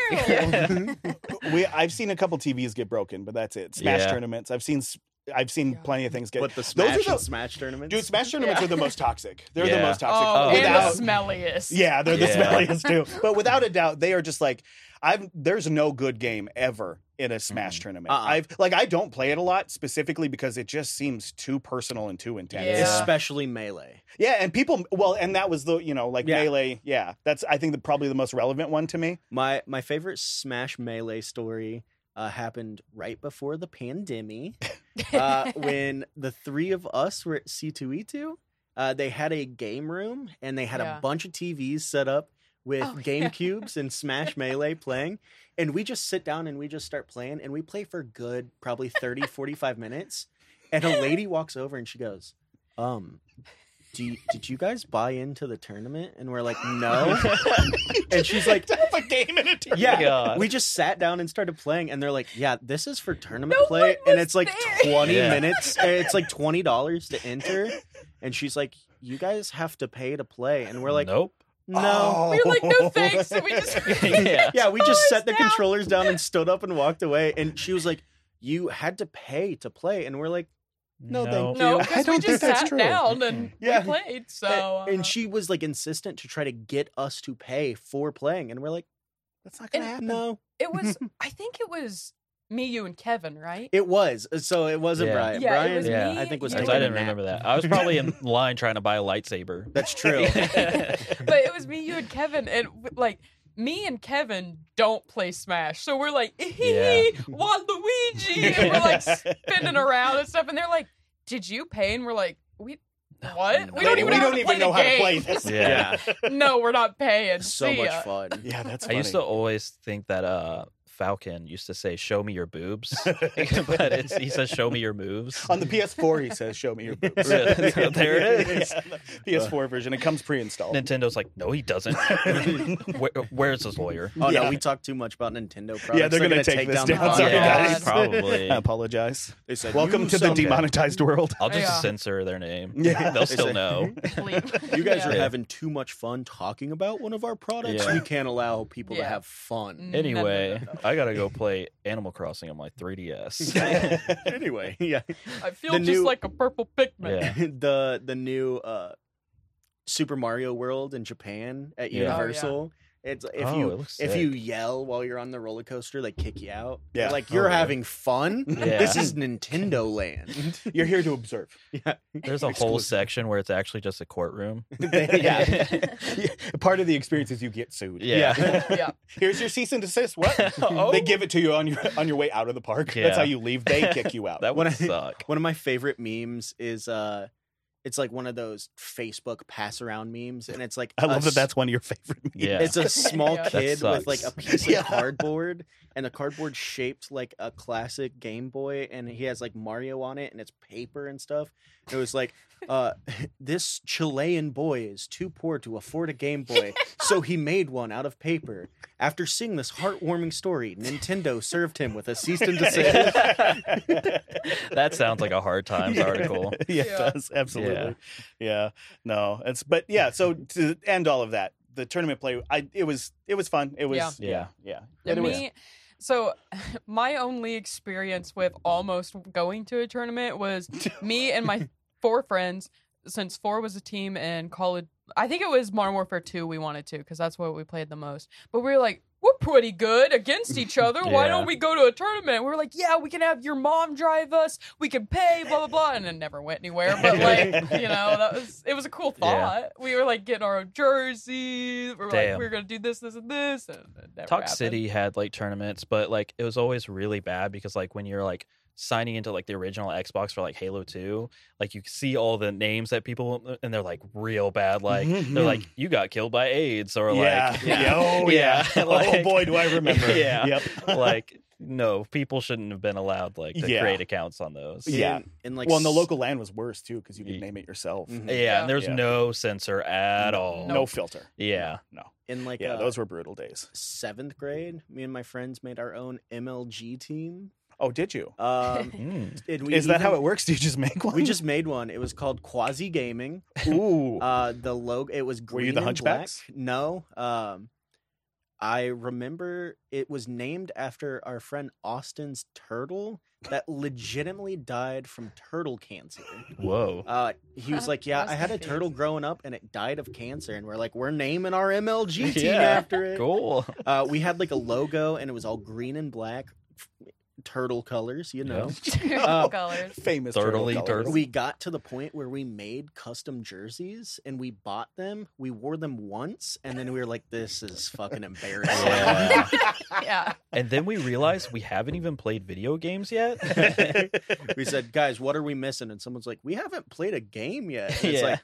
C: we I've seen a couple TVs get broken, but that's it. Smash
A: Yeah.
C: tournaments. I've seen s- I've seen
B: Yeah.
C: plenty of things get.
D: But the
C: Those
D: Smash
C: are
D: and
C: the-
D: Smash tournaments.
C: dude. Smash tournaments
B: Yeah.
C: are the most toxic. They're the
A: Yeah.
C: most toxic.
B: Oh,
A: Without-
B: and the smelliest.
C: yeah, they're the
A: Yeah.
C: smelliest too. But without a doubt, they are just like I've. There's no good game ever in a Smash tournament.
D: Uh-uh.
C: I've like I don't play it a lot specifically because it just seems too personal and too intense.
B: Yeah.
D: especially melee.
C: Yeah, and people. Well, and that was the you know like
D: Yeah.
C: melee. Yeah, that's I think the, probably the most relevant one to me.
D: My my favorite Smash melee story uh, happened right before the pandemic. uh, when the three of us were at C2E2, uh, they had a game room and they had
B: Yeah.
D: a bunch of TVs set up with
B: Oh, yeah.
D: Game Cubes and Smash Melee playing. And we just sit down and we just start playing and we play for good, probably 30, 45 minutes. And a lady walks over and she goes, um, do you, did you guys buy into the tournament? And we're like, no. and she's like,
C: That's a game in a tournament.
D: yeah,
A: God.
D: we just sat down and started playing, and they're like, "Yeah, this is for tournament
B: No
D: play,
B: one
D: and
B: was
D: it's like
B: there.
D: twenty
A: Yeah.
D: minutes. and It's like twenty dollars to enter." And she's like, "You guys have to pay to play," and we're like,
A: nope.
D: "No."
C: Oh.
B: We were like, no thanks. And we just.
A: yeah.
D: Yeah, we just
B: Dollars
D: set the
B: now.
D: controllers down and stood up and walked away. And she was like, you had to pay to play, and we're like, No, thank
B: No,
D: I
B: because we
C: don't
B: just
C: think that's
B: sat
C: true.
B: down and
C: Yeah.
B: we played. So
D: A-
B: uh,
D: and she was like insistent to try to get us to pay for playing, and we're like,
C: That's not gonna
B: And-
C: happen.
D: no,
B: it was. I think it was me, you, and Kevin, right?
D: it was. So it wasn't
A: Yeah.
D: Brian.
B: Yeah, it
D: Brian,
B: was
A: Yeah.
B: me,
D: I think was.
B: you-
A: Since
D: taking
A: I
D: a
A: didn't
D: nap.
A: remember that. I was probably in line trying to buy a lightsaber.
D: That's true.
B: but it was me, you, and Kevin, and like me and Kevin don't play Smash, so we're like, hee
A: Yeah.
B: Waluigi, and we're like spinning around and stuff, and they're like, "Did you pay?" And we're like, "We what? We
A: No,
B: don't
A: we
B: even know,
A: don't
B: how, to play the
C: know how to
B: game.
C: play this.
A: yeah.
B: no, we're not paying.
D: so
B: See
D: much
B: ya.
D: fun.
C: Yeah, that's
A: I
C: funny.
A: used to always think that uh, Falcon used to say, "Show me your boobs," but it's, he says, "Show me your moves."
C: On the PS4, he says, "Show me your boobs."
A: Really? There it is.
C: Yeah, the PS4 version. It comes pre-installed.
A: Nintendo's like, "No, he doesn't." Where, where's his lawyer?
D: Oh
C: Yeah.
D: no, we talk too much about Nintendo products.
C: yeah, they're, gonna, take, this down.
D: the
B: down.
D: podcast.
C: Sorry,
B: Yeah,
C: guys.
A: probably.
C: I apologize.
D: They said,
C: Welcome
D: "You
C: to the
D: someday-
C: demonetized world.
A: I'll just
B: Yeah.
A: censor their name.
C: Yeah.
A: They'll
D: They
A: still
D: say-
A: know.
B: Bleep.
D: You guys
B: Yeah.
D: are
A: Yeah.
D: having too much fun talking about one of our products.
A: Yeah.
D: We can't allow people to
B: Yeah.
D: have fun.
A: Anyway, I gotta go play Animal Crossing on my 3DS.
B: Mm.
D: anyway, yeah.
B: I feel
D: The
B: just
D: new-
B: like a purple Pikmin.
A: yeah.
D: the the new uh Super Mario World in Japan at
A: Yeah. Oh, yeah.
D: Universal. It's if
A: oh,
D: you
A: it looks
D: if
A: sick.
D: you yell while you're on the roller coaster, they kick you out. They're
C: Yeah.
D: like
A: Oh,
D: you're
A: really?
D: having fun.
A: Yeah.
D: This is Nintendo Land.
C: You're here to observe.
A: There's a whole section where it's actually just a courtroom.
C: yeah. Part of the experience is you get sued.
A: Yeah.
B: Yeah.
C: Here's your cease and desist. What?
A: Oh.
C: They give it to you on your on your way out of the park.
A: Yeah.
C: That's how you leave. They kick you out.
A: That
D: When
A: would
D: I-
A: suck.
D: One of my favorite memes is uh it's like one of those Facebook pass around memes and it's like
C: I love
D: a
C: that that's one of your favorite memes.
A: Yeah.
D: It's a small
B: Yeah. That
D: kid with like a
A: sucks.
D: piece
C: Yeah.
D: of cardboard, and the cardboard shaped like a classic Game Boy, and he has like Mario on it, and it's paper and stuff. And it was like, uh, this Chilean boy is too poor to afford a Game Boy, so he made one out of paper. After seeing this heartwarming story, Nintendo served him with a cease and desist.
A: that sounds like a hard times
C: Yeah.
A: article.
C: Yeah, it
B: Yeah.
C: does absolutely. Yeah. no, it's but yeah. So to end all of that, the tournament play, I it was it was fun. It was
B: Yeah.
A: Yeah.
C: yeah.
B: Yeah,
C: But it was-
B: me, so my only experience with almost going to a tournament was me and my four friends. Since four was a team in college, I think it was Modern Warfare Two. We wanted to because that's what we played the most. But we were like, we're pretty good against each other. Why
A: Yeah.
B: don't we go to a tournament? We were like, yeah, we can have your mom drive us. We can pay, blah blah blah, and it never went anywhere. But like, you know, that was it was a cool
A: Yeah.
B: thought. We were like getting our own jerseys. We were like,
A: Damn.
B: we are gonna do this, this, and this. And it never
A: Talk
B: happened.
A: City had like tournaments, but like it was always really bad because like when you're like signing into like the original Xbox for like Halo 2, like you see all the names that people and they're like real bad. Like they're like, you got killed by AIDS or
C: Mm-hmm. yeah.
A: like
C: yeah. Oh yeah.
A: Yeah.
C: oh
A: Like-
C: boy, do I remember.
A: Yeah.
C: Yep.
A: like no, people shouldn't have been allowed like to
C: Yeah.
A: create accounts on those.
C: Yeah.
D: And, and, like,
C: well, and the
D: s-
C: local land was worse too because you could
A: Ye-
C: name it yourself.
D: Mhm.
A: Yeah,
B: Yeah.
A: and there's
C: Yeah.
A: no censor at all.
C: No filter.
A: Yeah.
C: No.
D: in like
C: Yeah,
D: uh,
C: those were brutal days.
D: seventh grade, me and my friends made our own MLG team.
C: Oh, did you?
D: Um,
A: Mm.
D: and we
C: Is that how
D: even-
C: it works? Do you just make one?
D: We just made one. It was called Quasi Gaming.
C: ooh.
D: Uh, the logo it was
C: Were
D: green.
C: you the
D: and
C: Hunchbacks?
D: black. No. Um, I remember it was named after our friend Austin's turtle that legitimately died from turtle cancer.
A: Whoa.
D: Uh, he was like, "Yeah, I had a
B: Rest in
D: turtle growing up and it died of cancer," and we're like, "We're naming our MLG team
A: Yeah.
D: after it."
A: Cool.
D: Uh, we had like a logo and it was all green and black, f- turtle colors, you know. Uh,
A: Oh.
B: colors.
C: Famous
A: Turtley
C: turtle
A: turtle.
C: colors.
D: we got to the point where we made custom jerseys and we bought them. We wore them once and then we were like, this is fucking embarrassing.
A: Yeah.
B: Yeah.
A: and then we realized we haven't even played video games yet.
D: we said, guys, what are we missing? And someone's like, we haven't played a game yet. And it's
A: Yeah.
D: like,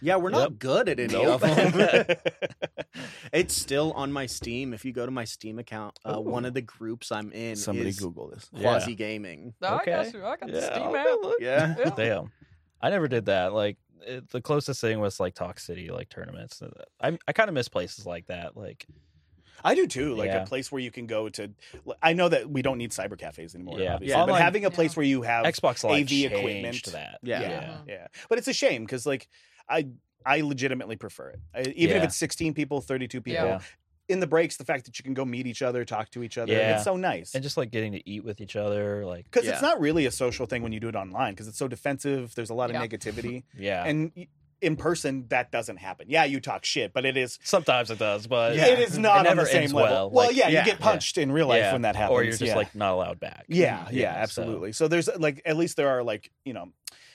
D: yeah, we're not
A: Yep.
D: good at any
A: Nope.
D: of them. it's still on my Steam. If you go to my Steam account, uh, one of the groups I'm in
C: Somebody
D: is
C: Google this.
A: Yeah.
D: quasi gaming.
B: No,
A: Okay.
B: I got you. I got the
A: Yeah,
B: Steam
A: okay,
B: app.
A: look.
D: Yeah.
B: Yeah.
A: Damn. I never did that. Like it, the closest thing was like Talk City like tournaments. I I kind of miss places like that. Like
C: I do too. Like
A: Yeah.
C: a place where you can go to. I know that we don't need cyber cafes anymore.
A: Yeah.
C: obviously,
D: Yeah.
C: but
A: Online-
C: having a place
B: Yeah.
C: where you have
A: Xbox Live
C: AV
A: changed
C: equipment.
A: that.
D: Yeah.
C: yeah,
B: Mhm.
C: yeah. But it's a shame because like I I legitimately prefer it. I, even
A: Yeah.
C: if it's 16 people, 32 people,
A: Yeah.
C: in the breaks, the fact that you can go meet each other, talk to each other,
A: Yeah.
C: it's so nice.
A: and just like getting to eat with each other, like
C: Because
D: Yeah.
C: it's not really a social thing when you do it online because it's so defensive. There's a lot of
B: Yeah.
C: negativity.
A: yeah.
C: And y- in person, that doesn't happen. Yeah, you talk shit, but it is.
A: Sometimes it does, but
D: Yeah.
C: It is not
A: it
C: on
A: never
C: the same
A: ends
C: level.
A: well.
C: well,
A: Like,
C: yeah,
D: yeah.
C: you get punched in real life
A: yeah.
C: when that happens.
A: or you're just
C: yeah.
A: like not allowed back.
C: Yeah, yeah,
A: so-
C: absolutely. So. there's like at least there are like you know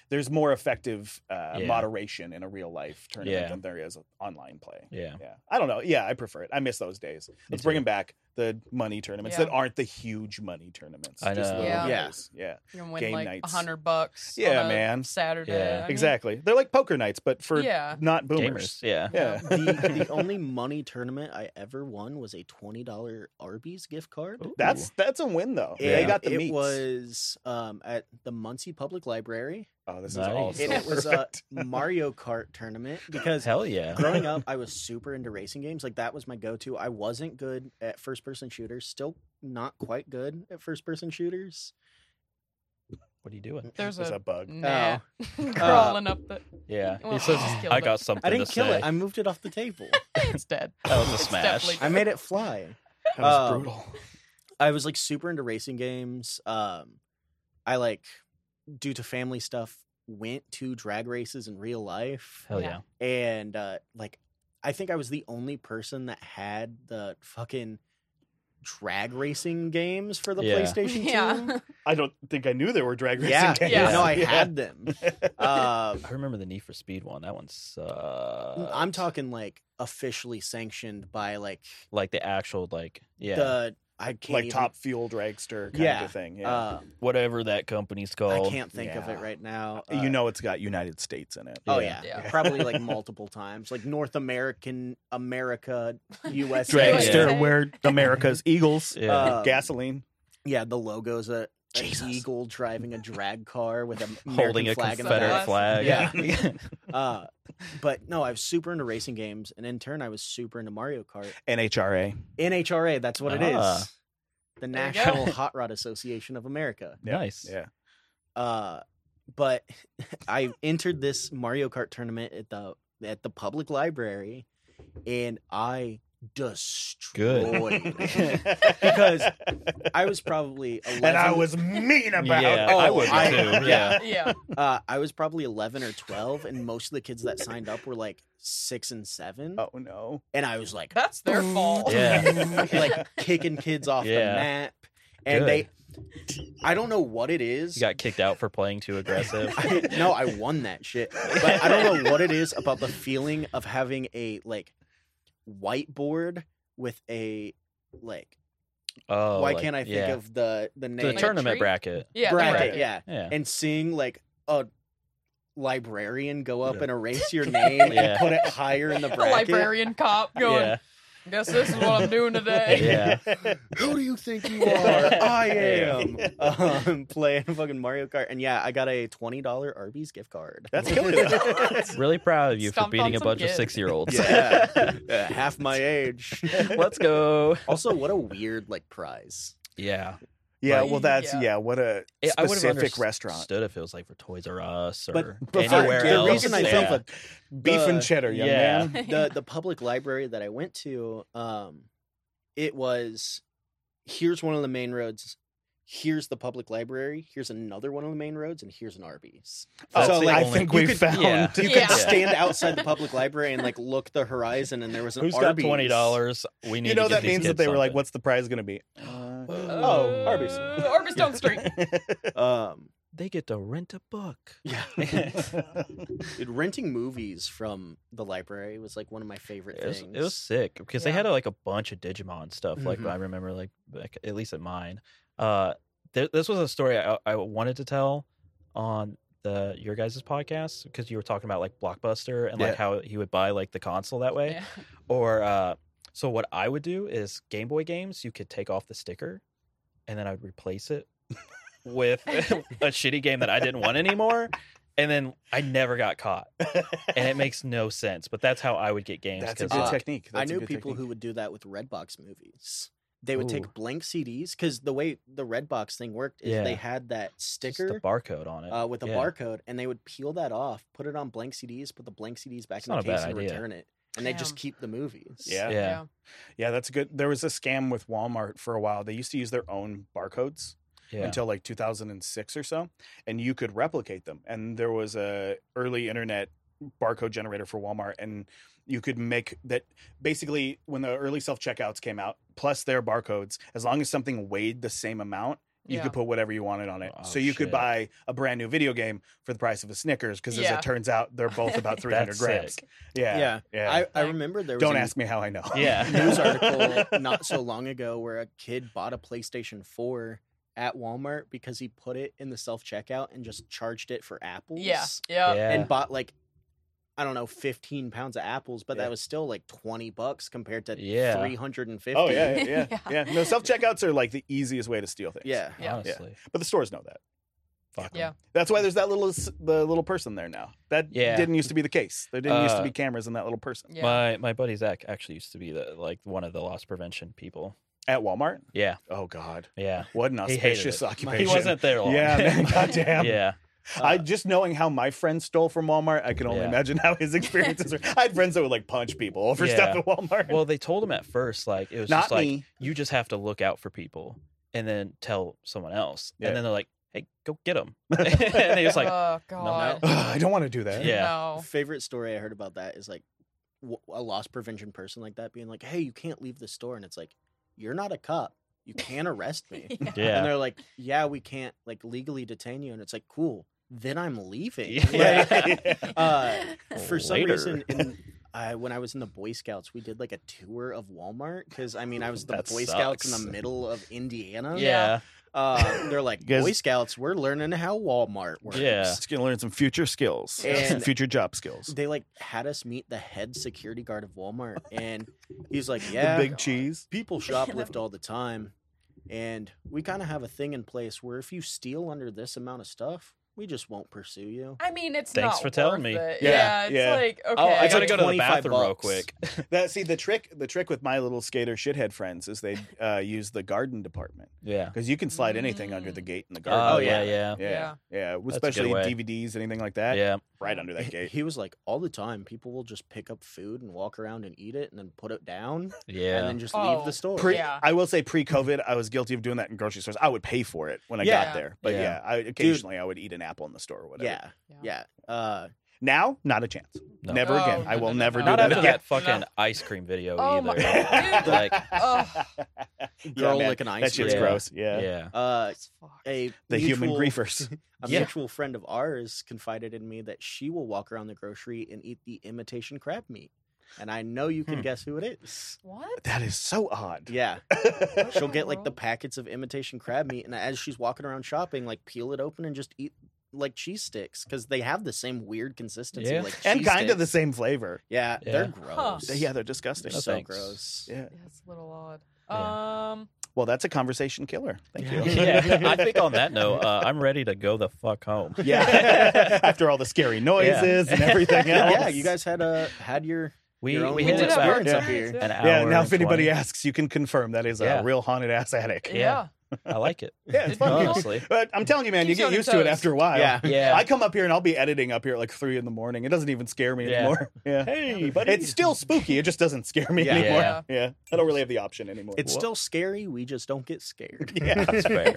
C: there's more effective uh,
A: Yeah.
C: moderation in a real life tournament
A: Yeah.
C: than there is online play.
A: Yeah.
C: Yeah, I don't know. Yeah, I prefer it. I miss those days. Let's
A: too.
C: bring them back. The money tournaments
B: Yeah.
C: that aren't the huge money tournaments.
A: I
C: Just
A: know.
C: little
B: Yeah.
D: Yeah.
C: things. yeah,
B: You can win
C: Game
B: like a
C: nights.
B: hundred bucks.
C: Yeah,
B: on a
C: man.
B: Saturday.
A: Yeah.
B: I mean,
C: exactly. They're like poker nights, but for
B: yeah.
C: not
A: Gamers.
C: boomers.
A: Yeah.
C: Yeah,
D: the, the only money tournament I ever won was a twenty dollar Arby's gift card.
C: that's that's a win though.
D: And
C: They
A: Yeah.
C: got the
D: it
C: meats.
D: was um, at the Muncie Public Library,
C: oh, this
A: Nice.
C: is all.
D: and
C: So
D: it was uh, a
C: perfect.
D: Mario Kart tournament because
A: hell yeah.
D: growing up I was super into racing games. Like that was my go-to. I wasn't good at first-person shooters. Still not quite good at first-person shooters.
A: What are you doing?
B: There's
C: There's
B: a,
C: a bug.
B: gnat crawling up the.
A: Yeah.
B: Well,
A: he says
B: I just killed
A: I
B: it."
A: got something
D: I didn't
A: to
D: kill
A: say.
D: it. I moved it off the table.
B: It's dead.
A: That was a
B: It's
A: smash.
B: definitely
D: I
B: dead.
D: made it fly.
C: That was
D: um,
C: brutal.
D: I was like super into racing games. Um, I like, due to family stuff, went to drag races in real life,
A: Hell
B: Yeah.
A: yeah.
D: and uh, like, I think I was the only person that had the fucking drag racing games for the
A: Yeah.
D: PlayStation
B: Yeah.
C: I don't think I knew there were drag
D: 2.
C: racing
D: Yeah,
C: games.
D: yeah, no, I
C: Yeah.
D: had them. Um,
A: I remember the Need for Speed one. That uh, one sucked.
D: I'm talking like officially sanctioned by like
A: like the actual like yeah
D: the I can't
C: like
D: even-
C: top fuel dragster kind
D: Yeah.
C: of thing. Yeah.
D: um,
A: whatever that company's
D: I
A: called.
D: can't think of it
C: Yeah.
D: right now.
C: you
D: Uh,
C: know it's got United States in it.
D: Oh yeah.
A: Yeah.
B: Yeah.
D: Probably like multiple times. Like North American, America, US.
C: Dragster
B: Yeah.
C: where America's Eagles.
A: Yeah.
D: Uh,
C: Gasoline.
D: Yeah, the logo's a an
C: Jesus.
D: eagle driving a drag car with a American
A: holding a
D: flag in the
A: Confederate
D: back.
A: flag.
D: Yeah.
A: Yeah.
D: Uh, but no, I was super into racing games and in turn I was super into Mario Kart.
C: NHRA.
D: NHRA, that's what it is.
A: Ah.
B: There
D: The
B: you go.
D: National Hot Rod Association of America.
A: nice.
C: Yeah.
D: Uh, but I entered this Mario Kart tournament at the at the public library, and I destroyed. Because I was probably eleven.
C: and I was mean about
A: Yeah,
C: it.
A: I
D: Oh,
A: would
D: I-
A: too.
D: yeah.
A: Yeah.
B: yeah.
D: uh, I was probably eleven or twelve, and most of the kids that signed up were like six and seven,
C: Oh no.
D: and I was like,
B: That's their fault.
A: Yeah.
D: like kicking kids off the
A: Yeah.
D: map, and
A: Good.
D: they, I don't know what it is.
A: You got kicked out for playing too aggressive.
D: I, no, I won that shit. But I don't know what it is about the feeling of having a like whiteboard with a like.
A: Oh,
D: why
A: like,
D: can't I think
A: yeah.
D: of the the name
A: the
B: Like a
A: tournament
B: tree?
A: bracket?
B: yeah. the
D: bracket?
B: bracket.
D: Yeah,
A: Yeah.
D: and seeing like a librarian go up
A: Yeah.
D: and erase your name and
A: Yeah.
D: put it higher in the
B: The
D: bracket.
B: librarian cop going,
A: Yeah.
B: guess this is what I'm doing today.
A: Yeah.
D: Who do you think you are? I am. Um, playing fucking Mario Kart, and yeah, I got a twenty dollar Arby's gift card.
C: That's killing it.
A: Really proud of you
B: Stomped
A: for
B: on
A: beating a
B: some
A: bunch
B: kid.
A: of six year olds.
D: yeah, yeah, half my age.
A: Let's go.
D: Also, what a weird like prize.
A: Yeah.
C: yeah,
B: Like,
C: well that's
B: yeah.
C: yeah, what a
A: It- I would have
C: specific restaurant.
A: Understood if it was like for Toys R Us or
D: But-
C: but fuck,
A: anywhere
C: the
A: else.
D: reason I
A: yeah.
D: think
C: of- Beef
D: The-
C: and cheddar, young
A: yeah.
C: man.
D: The the public library that I went to, um, it was here's one of the main roads, here's the public library, here's another one on the main roads, and here's an Arby's.
A: That's
D: so
A: the
D: like
C: I
A: only-
C: think
D: you
C: we
D: could-
C: found
A: yeah.
D: you
B: Yeah.
D: could stand outside the public library and like look the horizon, and there was an
A: Who's got
D: Arby's.
A: twenty dollars? We need.
C: You know
A: to give
C: that
A: these
C: means
A: kids
C: that they were like,
A: something.
C: what's the prize gonna be?
B: Uh,
C: Oh, Arby's.
B: Arby's Stone Street.
D: Um,
A: They get to rent a book.
D: yeah, Dude, renting movies from the library was like one of my favorite
A: It was,
D: things.
A: it was sick because they
B: Yeah.
A: had like a bunch of Digimon stuff. Like
C: Mm-hmm.
D: Mhm.
A: I remember, like back, at least at mine, uh, th- this was a story I, I wanted to tell on the your guys' podcast because you were talking about like Blockbuster and
C: Yeah.
A: like how he would buy like the console that way.
B: Yeah.
A: Or uh, so what I would do is Game Boy games, you could take off the sticker, and then I would replace it with a shitty game that I didn't want anymore. And then I never got caught, and it makes no sense. But that's how I would get games.
C: That's a
A: 'cause
C: good
D: uh,
C: technique.
D: I
C: That's a
D: knew
C: good
D: people
C: technique.
D: who would do that with Redbox movies. They would
A: Ooh.
D: take blank CDs because the way the Redbox thing worked is they
A: Yeah.
D: had that
A: it's just
D: sticker
A: the barcode on it.
D: uh, with a
A: yeah.
D: barcode, and they would peel that off, put it on blank CDs, put the blank CDs back
A: It's
D: in the
A: not a bad
D: case, and
A: idea.
D: return it. and they just
B: Damn.
D: keep the movies.
C: Yeah.
A: Yeah.
C: Yeah, that's good. There was a scam with Walmart for a while. They used to use their own barcodes
A: Yeah.
C: until like 2006 or so, and you could replicate them. And there was a early internet barcode generator for Walmart, and you could make that basically when the early self checkouts came out, plus their barcodes. As long as something weighed the same amount, you
B: Yeah.
C: could put whatever you wanted on it.
A: Oh,
C: so you could
A: shit.
C: buy a brand new video game for the price of a Snickers because, as
B: Yeah.
C: it turns out, they're both about 300
A: That's
C: grams.
A: sick.
C: Yeah,
D: Yeah.
C: yeah.
D: I, I
B: Like-
D: remember there was
C: Don't
D: a
C: ask me how I know.
A: Yeah.
D: news article not so long ago where a kid bought a PlayStation 4 at Walmart because he put it in the self checkout and just charged it for apples.
B: Yeah. Yeah.
A: Yeah.
D: And bought like I don't know, 15 pounds of apples, but
C: Yeah.
D: that was still like 20 bucks compared to
A: Yeah.
D: 350.
C: Oh yeah, yeah,
B: Yeah.
C: yeah. yeah. No, self checkouts are like the easiest way to steal things.
D: Yeah.
B: Yeah.
A: Honestly.
C: but the stores know that.
A: Fuck 'em.
B: Yeah.
C: That's why there's that little s- the little person there now. That
A: Yeah.
C: didn't used to be the case. There didn't used to
A: Uh,
C: be cameras in that little person
B: Yeah.
A: My my buddy Zach actually used to be the like one of the loss prevention people.
C: at Walmart.
A: Yeah.
C: Oh God,
A: Yeah.
C: what an
A: He hated
C: auspicious
A: it. He
C: occupation.
A: wasn't there long.
C: Yeah, man, goddamn.
A: yeah.
D: Uh,
C: I just knowing how my friends stole from Walmart, I can only
A: Yeah.
C: imagine how his experiences were. I had friends that would like punch people over
A: Yeah.
C: stuff at Walmart.
A: Well, they told him at first like it was
C: not
A: just like
C: me.
A: you just have to look out for people and then tell someone else.
C: Yeah.
A: And then they're like, "Hey, go get them." and he was like,
B: oh God.
C: I don't want to do that.
A: Yeah.
B: No.
D: Favorite story I heard about that is like w- a loss prevention person like that being like, "Hey, you can't leave the store," and it's like, "You're not a cop. You can't arrest me." And
A: "Yeah,
D: they're like, "Yeah, we can't like legally detain you." And it's like, "Cool, then I'm leaving."
A: Yeah.
D: Like, uh, for some
A: Later.
D: reason, in, uh, when I was in the Boy Scouts, we did like a tour of Walmart because I mean, I was the
A: That
D: Boy Scouts in
A: sucks.
D: the middle of
B: Oh,
D: Indiana.
A: yeah,
D: uh, they're like,
C: guys-
D: "Boy Scouts, we're learning how Walmart works."
A: Yeah.
C: It's gonna learn some future skills, some
D: And-
C: future job skills.
D: They like had us meet the head security guard of Walmart, and he's like,
C: the
D: "Yeah,
C: big cheese.
D: people shoplift all the time and we kind of have a thing in place where if you steal under this amount of stuff we just won't pursue you
B: I mean, it's
A: Thanks
B: not
A: for telling me.
B: worth it.
C: Yeah,
B: Yeah, it's
C: yeah.
B: like okay.
D: Oh, I
A: I
D: It's
A: gotta
D: like
A: go to the
D: 25
A: bathroom real
D: bucks.
A: quick."
C: That see the trick. The trick with my little skater shithead friends is they uh, use the garden department
A: Yeah.
C: because you can slide anything under the
B: Mm.
C: gate in the garden.
A: Oh yeah, yeah,
D: yeah.
C: yeah, yeah.
A: a good
C: Especially
A: way.
C: DVDs, anything like that.
A: yeah.
C: right under that gate.
D: he was like all the time people will just pick up food and walk around and eat it and then put it down and
A: Yeah.
D: then just
B: Oh.
D: leave the store
C: Pre,
B: Yeah.
C: I will say, pre-COVID, I was guilty of doing that in grocery stores. I would pay for it when I
D: Yeah.
C: got there, but yeah,
A: Yeah.
C: I, occasionally I would eat an apple in the store or whatever.
D: yeah yeah uh
C: Now, not a chance.
A: No.
C: Never
B: No,
C: again.
B: no,
C: I
B: Oh, no,
C: will
B: no,
C: never
B: no.
C: do
A: Not
C: that
A: after
C: again.
A: that fucking ice cream video
B: Oh my
A: either.
B: God, dude.
A: like,
B: ugh.
D: girl
C: man,
D: licking ice
C: that shit's
A: Yeah.
D: cream.
C: gross. Yeah.
A: yeah.
D: uh
B: It's fucked.
D: a
C: The human
D: mutual-
C: griefers.
D: a
A: Yeah.
D: mutual friend of ours confided in me that she will walk around the grocery and eat the imitation crab meat and i know you can
C: Hmm.
D: guess who it is
B: What?
C: That is so odd.
D: yeah
B: What
D: She'll
B: in
D: get like the
B: world?
D: packets of imitation crab meat, and as she's walking around shopping, like peel it open and just eat like cheese sticks because they have the same weird consistency.
A: Yeah.
D: Like
C: and
D: cheese
C: kind of the
D: sticks.
C: same flavor.
D: Yeah, they're
A: Yeah.
B: Huh.
D: gross.
C: Yeah, they're
D: they're
C: disgusting.
A: No
D: so
A: thanks.
D: gross.
C: Yeah.
B: Yeah, it's a little odd. Um,
C: Well, that's a conversation killer. Thank you.
A: yeah. I think on that note, uh, I'm ready to go the fuck home.
C: Yeah. After all the scary noises and everything
D: Yeah,
C: else.
D: you guys had uh had your
A: We
D: Your own
A: we
B: we
A: hit
B: did
A: it
D: limits
B: have
D: are
A: back
B: words
C: Yeah.
B: on it,
A: an
B: yeah.
A: hour.
C: Yeah, now
A: and
C: if anybody
A: 20.
C: asks, you can confirm that is
A: Yeah.
C: a real haunted ass attic.
A: Yeah.
B: Yeah.
A: I like it.
C: Yeah, it's
B: Did you
C: fun.
B: all-
A: Honestly.
C: But I'm telling you, man, you
B: Keeps you
C: get
B: on your
C: used to it
B: toes.
C: after a while.
D: yeah.
A: Yeah.
C: I come up here and I'll be editing up here at like three in the morning. It doesn't even scare me
A: Yeah.
C: anymore. Yeah.
A: hey,
C: It's still spooky. It just doesn't scare me
D: Yeah.
C: anymore.
B: Yeah.
C: Yeah. I don't really have the option anymore.
D: It's still scary. We just don't get scared.
C: yeah.
A: That's fair.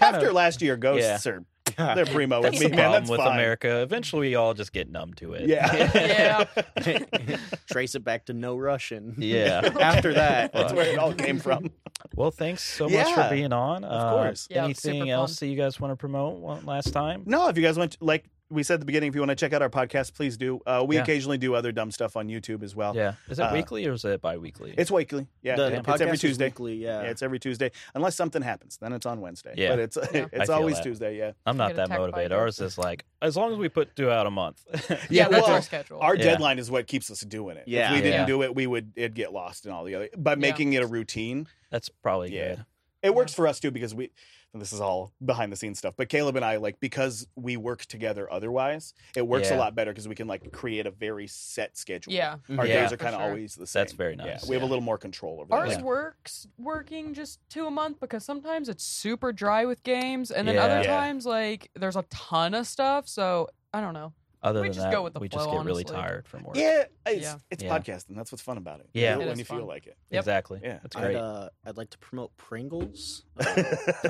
C: After last year, ghosts are they're primo
A: That's
C: with
A: the
C: me, man.
A: problem
C: That's
A: with
C: fine.
A: America. Eventually, we all just get numb to it.
C: Yeah.
B: yeah.
D: Trace it back to no Russian.
A: yeah.
D: After that,
C: That's where it all came from.
A: Well, thanks so much for
C: Yeah.
A: being on. Of
D: Uh,
C: course.
B: Yeah, it's super
A: anything
B: fun.
A: else that you guys want to promote one last time?
C: No, if you guys want, to, like we said at the beginning, if you want to check out our podcast, please do. Uh, we
A: Yeah.
C: occasionally do other dumb stuff on YouTube as well.
A: Yeah. Is it
C: Uh,
A: weekly or is it bi-weekly?
C: It's weekly. Yeah,
D: the, the
C: it's
D: podcast
C: every
D: is
C: Tuesday.
D: weekly,
C: Yeah.
D: yeah.
C: it's every Tuesday unless something happens. Then it's on Wednesday.
A: Yeah.
C: but it's it's
A: feel
C: always
A: that.
C: Tuesday. Yeah,
A: I'm
B: Get
A: not that
B: attacked by a
A: motivated. Ours is like as long as we put two out a month.
C: Yeah,
B: that's
C: well,
B: our schedule.
C: our
A: Yeah.
C: deadline is what keeps us doing it.
D: Yeah.
C: if we didn't
A: Yeah.
C: do it, we would it'd get lost in all the other. By making it a routine,
A: That's probably
C: Yeah.
A: good.
C: it works for us too because we. and This is all behind the scenes stuff, but Caleb and I like because we work together. Otherwise, it works a
A: Yeah.
C: lot better because we can like create a very set schedule.
B: yeah.
D: Mhm.
C: our
A: Yeah.
C: days are
B: For
C: kind of
B: sure.
C: always the same.
A: That's very
C: Yeah,
A: nice.
C: we have a
A: Yeah.
C: little more control over
B: Ours
C: that.
B: works working just two a month because sometimes it's super dry with games, and then
A: Yeah.
B: other
C: Yeah.
B: times like there's a ton of stuff. So I don't know.
A: Other
B: We
A: than
B: just
A: that,
B: go with the
A: we just
B: flow,
A: get really
B: honestly.
A: tired from work.
C: Yeah, it's,
B: Yeah.
C: it's
A: Yeah.
C: podcasting. That's what's fun about it.
A: Yeah.
C: you do
B: It
C: it
B: is
C: when you
B: fun.
C: feel like it.
B: Yep.
A: Exactly.
C: Yeah.
A: That's
D: I'd,
A: great.
D: uh, I'd like to promote Pringles. Uh,
A: All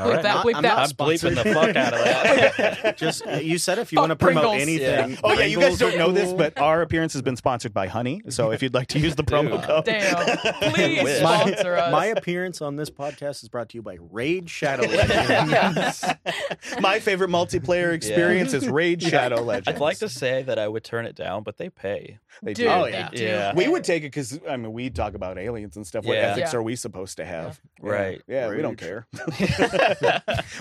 A: right.
B: that-
D: not-
B: bleep
D: I'm
B: that.
D: not
A: I'm bleeping the
D: sponsored.
A: fuck out of that.
D: Just uh, you said if you
B: Fuck
D: want to promote
B: Pringles.
D: anything.
A: Yeah.
C: Oh yeah, you guys
D: Pringles are
C: don't know this,
D: cool.
C: but our appearance has been sponsored by Honey. So if you'd like to use the promo
A: Dude.
C: code,
B: Damn. Please
A: Wish.
B: sponsor us.
D: my appearance on this podcast is brought to you by Raid Shadow Legends.
C: my favorite multiplayer experience is Raid Shadow Legends.
A: I'd like to say that I would turn it down, but they pay.
C: They
B: Dude,
C: do.
D: Oh,
B: they
D: yeah.
B: do.
A: Yeah.
C: We would take it because I mean we talk about aliens and stuff. What
A: Yeah.
C: ethics
B: Yeah.
C: are we supposed to have?
A: Yeah. Right.
C: Yeah, we don't
D: Rude.
C: care.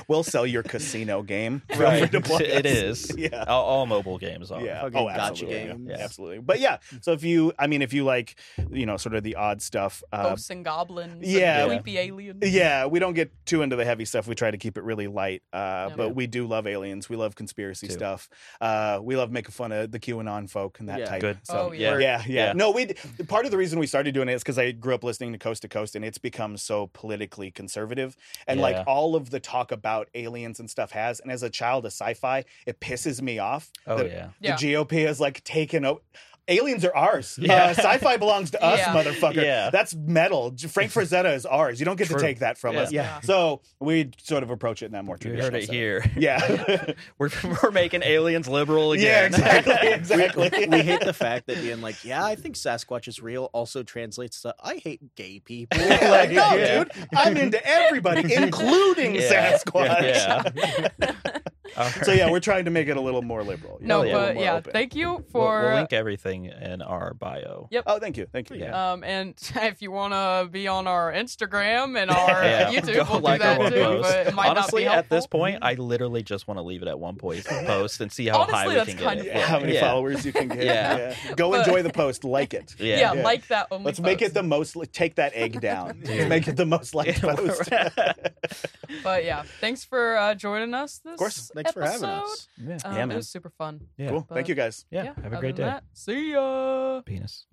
C: we'll sell your casino game. Feel free
A: Right.
C: to play
A: it
C: us.
A: is.
C: Yeah.
A: All, all mobile games are.
C: Yeah.
D: Fucking gotcha
C: Oh, absolutely.
D: games.
C: Yeah.
A: Yeah.
C: Absolutely. But yeah, so if you, I mean, if you like, you know, sort of the odd stuff.
A: Oh,
C: Uh,
B: Ghosts and goblins.
C: yeah.
B: And creepy aliens.
C: yeah, we don't get too into the heavy stuff. We try to keep it really light. Uh,
B: Yeah.
C: But we do love aliens. We love conspiracy
A: Too.
C: stuff. Uh, we love making fun of the QAnon folk and that
D: Yeah.
C: type.
A: Good.
C: So,
B: Oh, yeah.
C: yeah, yeah.
A: Yeah.
C: No, we. Part of the reason we started doing it is because I grew up listening to Coast to Coast, and it's become so politically conservative, and
A: Yeah.
C: like all of the talk about aliens and stuff has. And as a child of sci-fi, it pisses me off.
A: Oh
C: that
A: yeah.
B: Yeah.
C: The GOP has like taken over. Aliens are ours. Uh,
A: Yeah.
C: sci-fi belongs to us,
B: Yeah.
C: motherfucker.
A: Yeah.
C: That's metal. J- Frank Frazetta is ours. You don't get
A: True.
C: to take that from
A: Yeah.
C: us.
D: Yeah.
C: So we sort of approach it in that more
A: You
C: traditional.
A: heard it
C: setting.
A: here.
C: Yeah.
A: We're, we're making aliens liberal
C: yeah.
A: again.
C: Exactly.
D: We,
C: Exactly.
D: we hate the fact that being like, yeah, I think Sasquatch is real also translates to I hate gay people.
C: Yeah, like, no,
A: Yeah.
C: dude, I'm into everybody, including
A: Yeah.
C: Sasquatch.
A: Yeah. All
C: So yeah,
A: right.
C: we're trying to make it a little more liberal. you
B: No,
A: Oh,
C: know, a
A: yeah.
C: little
B: but
C: more
B: yeah,
C: open.
B: thank you
A: We'll-
B: for
A: we'll, link everything in our bio.
B: Yep.
C: Oh, thank you, thank you.
A: Yeah.
B: Um, and if you want to be on our Instagram and our
A: Yeah.
B: YouTube,
A: Go
B: we'll
A: like
B: do that
A: our
B: too.
A: post.
B: But it might
A: Honestly,
B: not be
A: at this
B: helpful.
A: point, I literally just want to leave it at one point post and see how
B: Honestly,
A: high we
B: that's
A: can
B: kind
A: get
B: of
A: it.
B: fun.
C: How many
A: yeah.
C: followers you can get?
A: Yeah.
C: yeah. Go
B: Uh, But-
C: enjoy the post, like it.
A: Yeah.
B: yeah,
C: Yeah.
B: like that only.
C: Let's make it
B: post.
C: the most. Take that egg down.
A: Dude.
C: make it the most liked post.
B: But yeah, thanks for uh, joining us. This of
C: course.
D: Thanks for having us.
A: yeah.
B: Um,
C: Yeah, man.
B: It was super fun.
A: Yeah.
C: Cool. Thank you guys.
A: Yeah.
B: Yeah,
A: Have a
B: other
A: great day.
B: than that, see ya.
A: Penis.